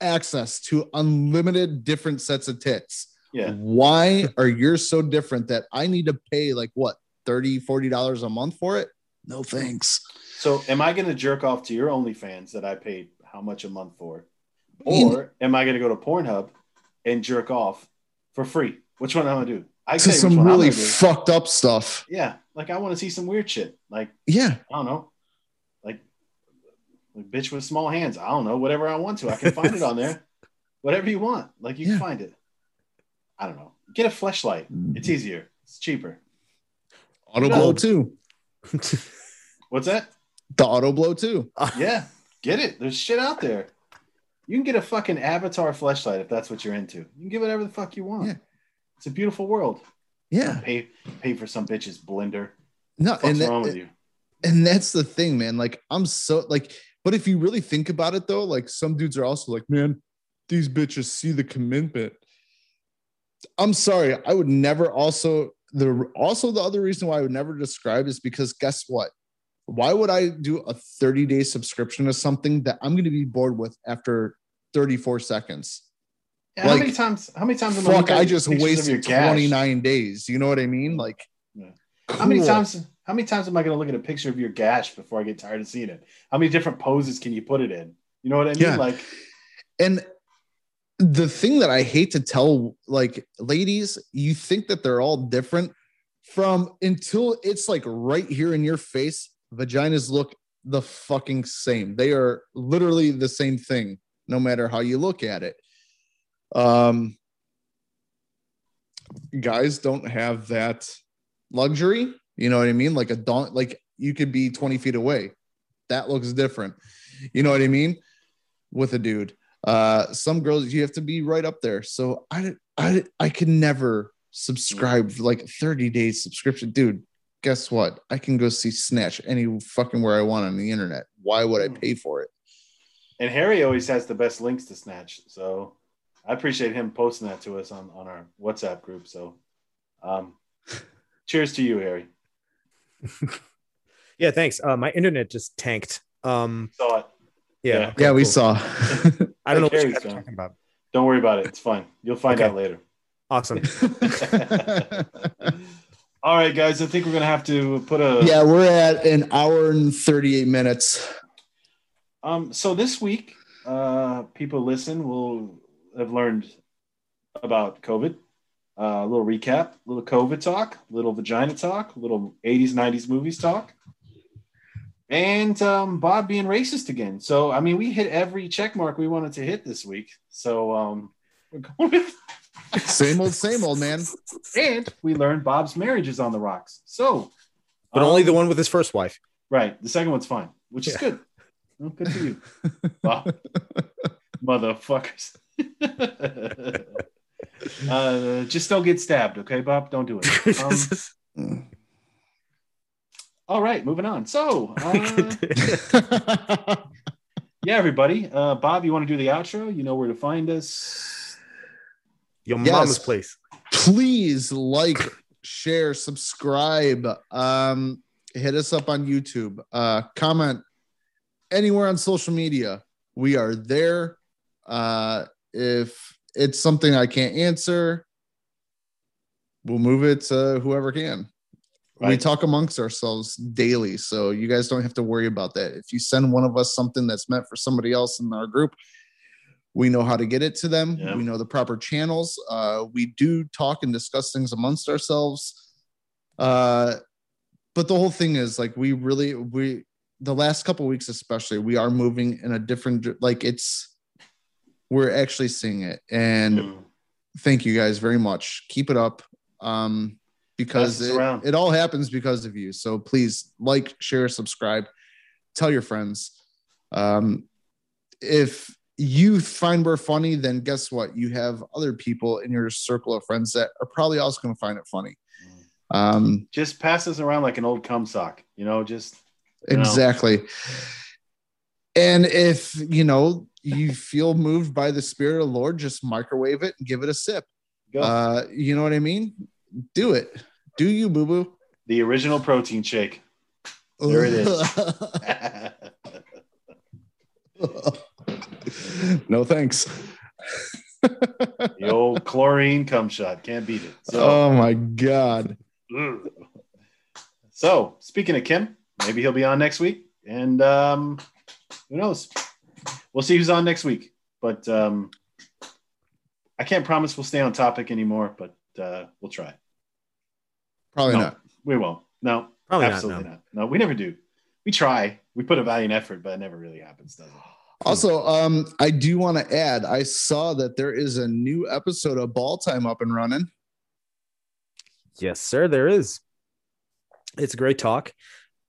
[SPEAKER 1] access to unlimited different sets of tits.
[SPEAKER 2] Yeah.
[SPEAKER 1] Why are yours so different that I need to pay like what 30 dollars a month for it? No thanks.
[SPEAKER 2] So, am I going to jerk off to your OnlyFans that I paid how much a month for,
[SPEAKER 1] In-
[SPEAKER 2] or am I going to go to Pornhub and jerk off for free? Which one am I going to do? I
[SPEAKER 1] To
[SPEAKER 2] tell you which
[SPEAKER 1] some
[SPEAKER 2] one I'm
[SPEAKER 1] really
[SPEAKER 2] gonna do.
[SPEAKER 1] fucked up stuff.
[SPEAKER 2] yeah. Like, I want to see some weird shit. Like,
[SPEAKER 1] Yeah.
[SPEAKER 2] I don't know, like, like bitch with small hands. I don't know, whatever I want to. I can find it on there. Whatever you want, like you
[SPEAKER 1] Yeah.
[SPEAKER 2] can find it. I don't know. Get a flashlight.
[SPEAKER 1] Mm.
[SPEAKER 2] It's easier. It's cheaper.
[SPEAKER 1] Auto
[SPEAKER 2] No.
[SPEAKER 1] blow too.
[SPEAKER 2] What's that?
[SPEAKER 1] The auto blow too.
[SPEAKER 2] Yeah, get it. There's shit out there. You can get a fucking avatar flashlight if that's what you're into. You can get whatever the fuck you want.
[SPEAKER 1] Yeah.
[SPEAKER 2] It's a beautiful world.
[SPEAKER 1] Yeah.
[SPEAKER 2] Pay pay for some bitch's blender.
[SPEAKER 1] No,
[SPEAKER 2] What's
[SPEAKER 1] and that-
[SPEAKER 2] wrong with you?
[SPEAKER 1] and that's the thing, man. Like I'm so like, but if you really think about it though, like some dudes are also like, man, these bitches see the commitment. I'm sorry, I would never also the also the other reason why I would never describe is because guess what? Why would I do a 30 day subscription to something that I'm going to be bored with after 34 seconds?
[SPEAKER 2] Yeah, how
[SPEAKER 1] Like,
[SPEAKER 2] many times? How many times? am
[SPEAKER 1] Fuck,
[SPEAKER 2] looking at
[SPEAKER 1] I just
[SPEAKER 2] pictures of your
[SPEAKER 1] wasted
[SPEAKER 2] gash?
[SPEAKER 1] 29 days. You know what I mean? Like,
[SPEAKER 2] Yeah. How many
[SPEAKER 1] cool.
[SPEAKER 2] times? How many times am I going to look at a picture of your gash before I get tired of seeing it? How many different poses can you put it in? You know what I mean?
[SPEAKER 1] Yeah.
[SPEAKER 2] Like,
[SPEAKER 1] and the thing that i hate to tell like ladies you think that they're all different from until it's like right here in your face vaginas look the fucking same they are literally the same thing no matter how you look at it um guys don't have that luxury you know what i mean like a don't like you could be 20 feet away that looks different you know what i mean with a dude uh some girls you have to be right up there so i i i can never subscribe for, like 30 days subscription dude guess what i can go see snatch any fucking where i want on the internet why would i pay for it
[SPEAKER 2] and Harry always has the best links to snatch. So I appreciate him posting that to us on, on our WhatsApp group. So um, cheers to you, Harry.
[SPEAKER 3] yeah, thanks. Uh, my internet just tanked. Um,
[SPEAKER 2] Saw it.
[SPEAKER 3] yeah,
[SPEAKER 2] Yeah.
[SPEAKER 3] okay,
[SPEAKER 1] yeah we
[SPEAKER 3] cool.
[SPEAKER 1] saw
[SPEAKER 3] I don't know
[SPEAKER 2] Hey,
[SPEAKER 3] what you guys
[SPEAKER 2] Jerry's
[SPEAKER 3] are
[SPEAKER 2] gone.
[SPEAKER 3] talking about.
[SPEAKER 2] Don't worry about it. It's fine. You'll find
[SPEAKER 3] Okay.
[SPEAKER 2] out later.
[SPEAKER 3] Awesome.
[SPEAKER 2] All right, guys. I think we're going to have to put a.
[SPEAKER 1] yeah we're at an hour and 38 minutes
[SPEAKER 2] Um, so this week, uh, people listen will have learned about COVID. Uh, a little recap, little COVID talk, little vagina talk, little 80s, 90s movies talk. And um, Bob being racist again. So, I mean, we hit every check mark we wanted to hit this week. So, um, we're going with
[SPEAKER 1] same old same old man
[SPEAKER 2] and we learned Bob's marriage is on the rocks. So,
[SPEAKER 3] But only
[SPEAKER 2] um,
[SPEAKER 3] the one with his first wife.
[SPEAKER 2] Right. The second one's fine, which is
[SPEAKER 3] Yeah.
[SPEAKER 2] good. Well, good for you. Wow. Motherfuckers. uh, just don't get stabbed, okay, Bob? Don't do it. Um, all right, moving on. So, uh, yeah, everybody. Uh, Bob, you want to do the outro? You know where to find us.
[SPEAKER 3] Your
[SPEAKER 1] Yes.
[SPEAKER 3] mama's place.
[SPEAKER 1] please like share subscribe um hit us up on youtube uh comment anywhere on social media we are there uh if it's something i can't answer we'll move it to whoever can we
[SPEAKER 2] Right.
[SPEAKER 1] talk amongst ourselves daily so you guys don't have to worry about that if you send one of us something that's meant for somebody else in our group we know how to get it to them
[SPEAKER 2] Yeah.
[SPEAKER 1] we know the proper channels uh, we do talk and discuss things amongst ourselves uh, but the whole thing is like we really we the last couple weeks especially we are moving in a different dir- like it's we're actually seeing it and
[SPEAKER 2] Mm.
[SPEAKER 1] thank you guys very much keep it up um because
[SPEAKER 2] Pass this
[SPEAKER 1] it,
[SPEAKER 2] around.
[SPEAKER 1] it all happens because of you so please like share subscribe tell your friends um if you find we're funny then guess what you have other people in your circle of friends that are probably also going to find it funny um
[SPEAKER 2] Just pass this around like an old cum sock, you know, just you know?
[SPEAKER 1] Exactly. And if you know you feel moved by the spirit of the Lord, just microwave it and give it a sip.
[SPEAKER 2] go.
[SPEAKER 1] Uh, you know what I mean? Do it. Do you, boo boo?
[SPEAKER 2] the original protein shake. There it
[SPEAKER 1] is. no thanks.
[SPEAKER 2] the old chlorine cum shot. Can't beat it. So,
[SPEAKER 1] oh my god.
[SPEAKER 2] mm. so speaking of Kim, maybe he'll be on next week. And um, who knows? We'll see who's on next week. But um, I can't promise we'll stay on topic anymore, but uh, we'll try.
[SPEAKER 1] Probably
[SPEAKER 2] no,
[SPEAKER 1] not.
[SPEAKER 2] We won't. No,
[SPEAKER 3] Probably
[SPEAKER 2] absolutely
[SPEAKER 3] not.
[SPEAKER 2] not,
[SPEAKER 3] No.
[SPEAKER 2] No, we never do. We try. We put a valiant effort, but it never really happens, does it?
[SPEAKER 1] Also, um, I do want to add, I saw that there is a new episode of Ball Time up and running.
[SPEAKER 3] Yes, sir. There is. It's a great talk.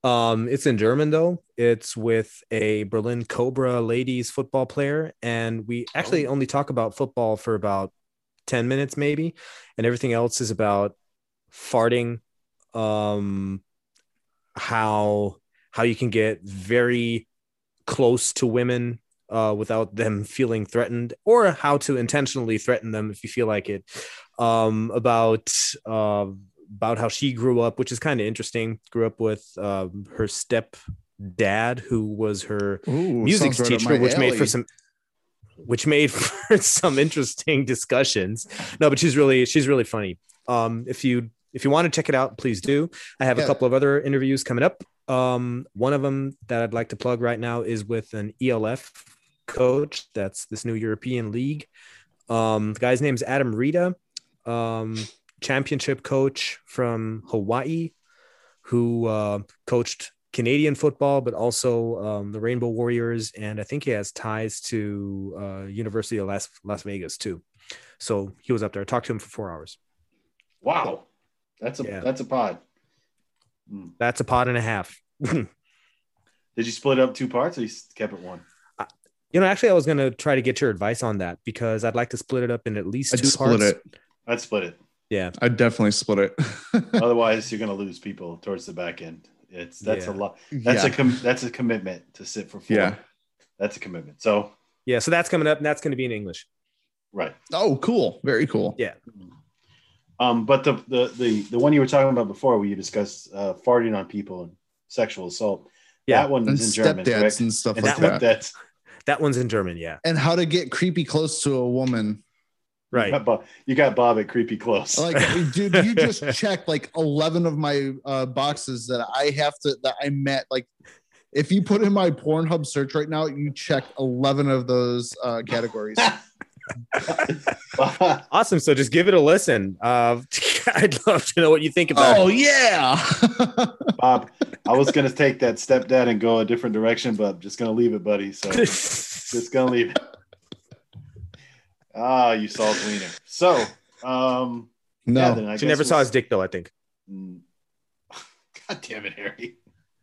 [SPEAKER 3] Um, it's in German though. It's with a Berlin Cobra ladies football player, and we actually only talk about football for about ten minutes, maybe, and everything else is about farting, um, how how you can get very close to women uh, without them feeling threatened, or how to intentionally threaten them if you feel like it. Um, about uh, about how she grew up, which is kind of interesting. Grew up with um, her step dad, who was her
[SPEAKER 1] Ooh,
[SPEAKER 3] music
[SPEAKER 1] sounds right up
[SPEAKER 3] teacher,
[SPEAKER 1] my
[SPEAKER 3] which made for
[SPEAKER 1] alley.
[SPEAKER 3] some which made for some interesting discussions. No, but she's really she's really funny. Um, if you if you want to check it out, please do. I have
[SPEAKER 1] Yeah.
[SPEAKER 3] a couple of other interviews coming up. Um, one of them that I'd like to plug right now is with an ELF coach. That's this new European league. Um, the guy's name's Adam Rita, um, championship coach from Hawaii, who uh, coached Canadian football, but also um, the Rainbow Warriors, and I think he has ties to uh, University of Las Las Vegas too. So he was up there. I talked to him for four hours.
[SPEAKER 2] Wow. That's a
[SPEAKER 3] Yeah.
[SPEAKER 2] that's a pod. Mm.
[SPEAKER 3] That's a pod and a half. you
[SPEAKER 2] Did you split up two parts or you s- kept it one?
[SPEAKER 3] know, actually, I was gonna try to get your advice on that because I'd like to split it up in at least
[SPEAKER 1] I'd
[SPEAKER 3] two
[SPEAKER 1] split
[SPEAKER 3] parts.
[SPEAKER 1] it.
[SPEAKER 2] I'd split it.
[SPEAKER 3] Yeah,
[SPEAKER 1] I'd definitely split it.
[SPEAKER 2] Otherwise, you're going to lose people towards the back end. It's that's a
[SPEAKER 3] Yeah.
[SPEAKER 2] lot. That's
[SPEAKER 1] yeah.
[SPEAKER 2] a com- that's a commitment to sit for four.
[SPEAKER 1] yeah.
[SPEAKER 2] that's a commitment. So
[SPEAKER 3] yeah. So that's coming up, and that's going to be in English.
[SPEAKER 2] right.
[SPEAKER 1] Oh, cool. Very cool.
[SPEAKER 3] Yeah.
[SPEAKER 2] Um, but the the the, the one you were talking about before, where you discussed uh, farting on people and sexual assault.
[SPEAKER 3] Yeah.
[SPEAKER 2] that one
[SPEAKER 1] And
[SPEAKER 2] is in German,
[SPEAKER 1] stepdads
[SPEAKER 2] correct?
[SPEAKER 1] and stuff
[SPEAKER 2] And
[SPEAKER 1] like
[SPEAKER 3] that one-
[SPEAKER 1] that.
[SPEAKER 2] stepdads.
[SPEAKER 3] That one's in German. Yeah,
[SPEAKER 1] And how to get creepy close to a woman.
[SPEAKER 2] You
[SPEAKER 3] right.
[SPEAKER 2] got Bob, you got Bob at creepy close.
[SPEAKER 1] Like, dude, you just checked like 11 of my uh, boxes that I have to, that I met. Like, if you put in my Pornhub search right now, you check 11 of those uh, categories.
[SPEAKER 3] Awesome. So just give it a listen. Uh, I'd love to know what you think about.
[SPEAKER 1] oh,
[SPEAKER 3] it.
[SPEAKER 1] yeah.
[SPEAKER 2] Bob, I was gonna take that stepdad and go a different direction, but I'm just gonna leave it, buddy. So just gonna leave it. Ah, you saw his wiener. So, um, yeah,
[SPEAKER 1] no.
[SPEAKER 2] then I
[SPEAKER 3] she
[SPEAKER 2] guess
[SPEAKER 3] never saw
[SPEAKER 2] we'll-
[SPEAKER 3] his dick, though. I think.
[SPEAKER 2] Mm. God damn it, Harry!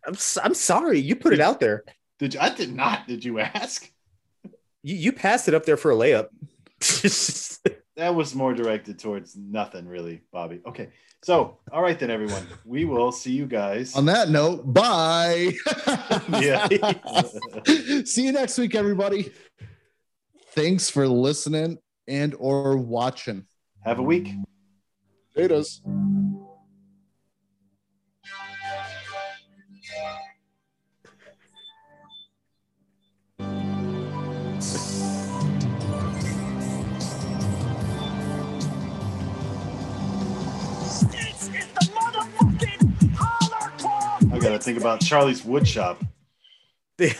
[SPEAKER 3] I'm s- I'm sorry. You put it out there.
[SPEAKER 2] Did you, I did not? Did you ask?
[SPEAKER 3] You, you passed it up there for a layup.
[SPEAKER 2] That was more directed towards nothing, really, Bobby. Okay, so all right then, everyone. We will see you guys.
[SPEAKER 1] On that note, bye.
[SPEAKER 2] yeah.
[SPEAKER 1] See you next week, everybody. Thanks for listening and or watching.
[SPEAKER 2] Have a week.
[SPEAKER 1] Laters.
[SPEAKER 4] This is the motherfucking holler club.
[SPEAKER 2] I gotta think about Charlie's wood shop.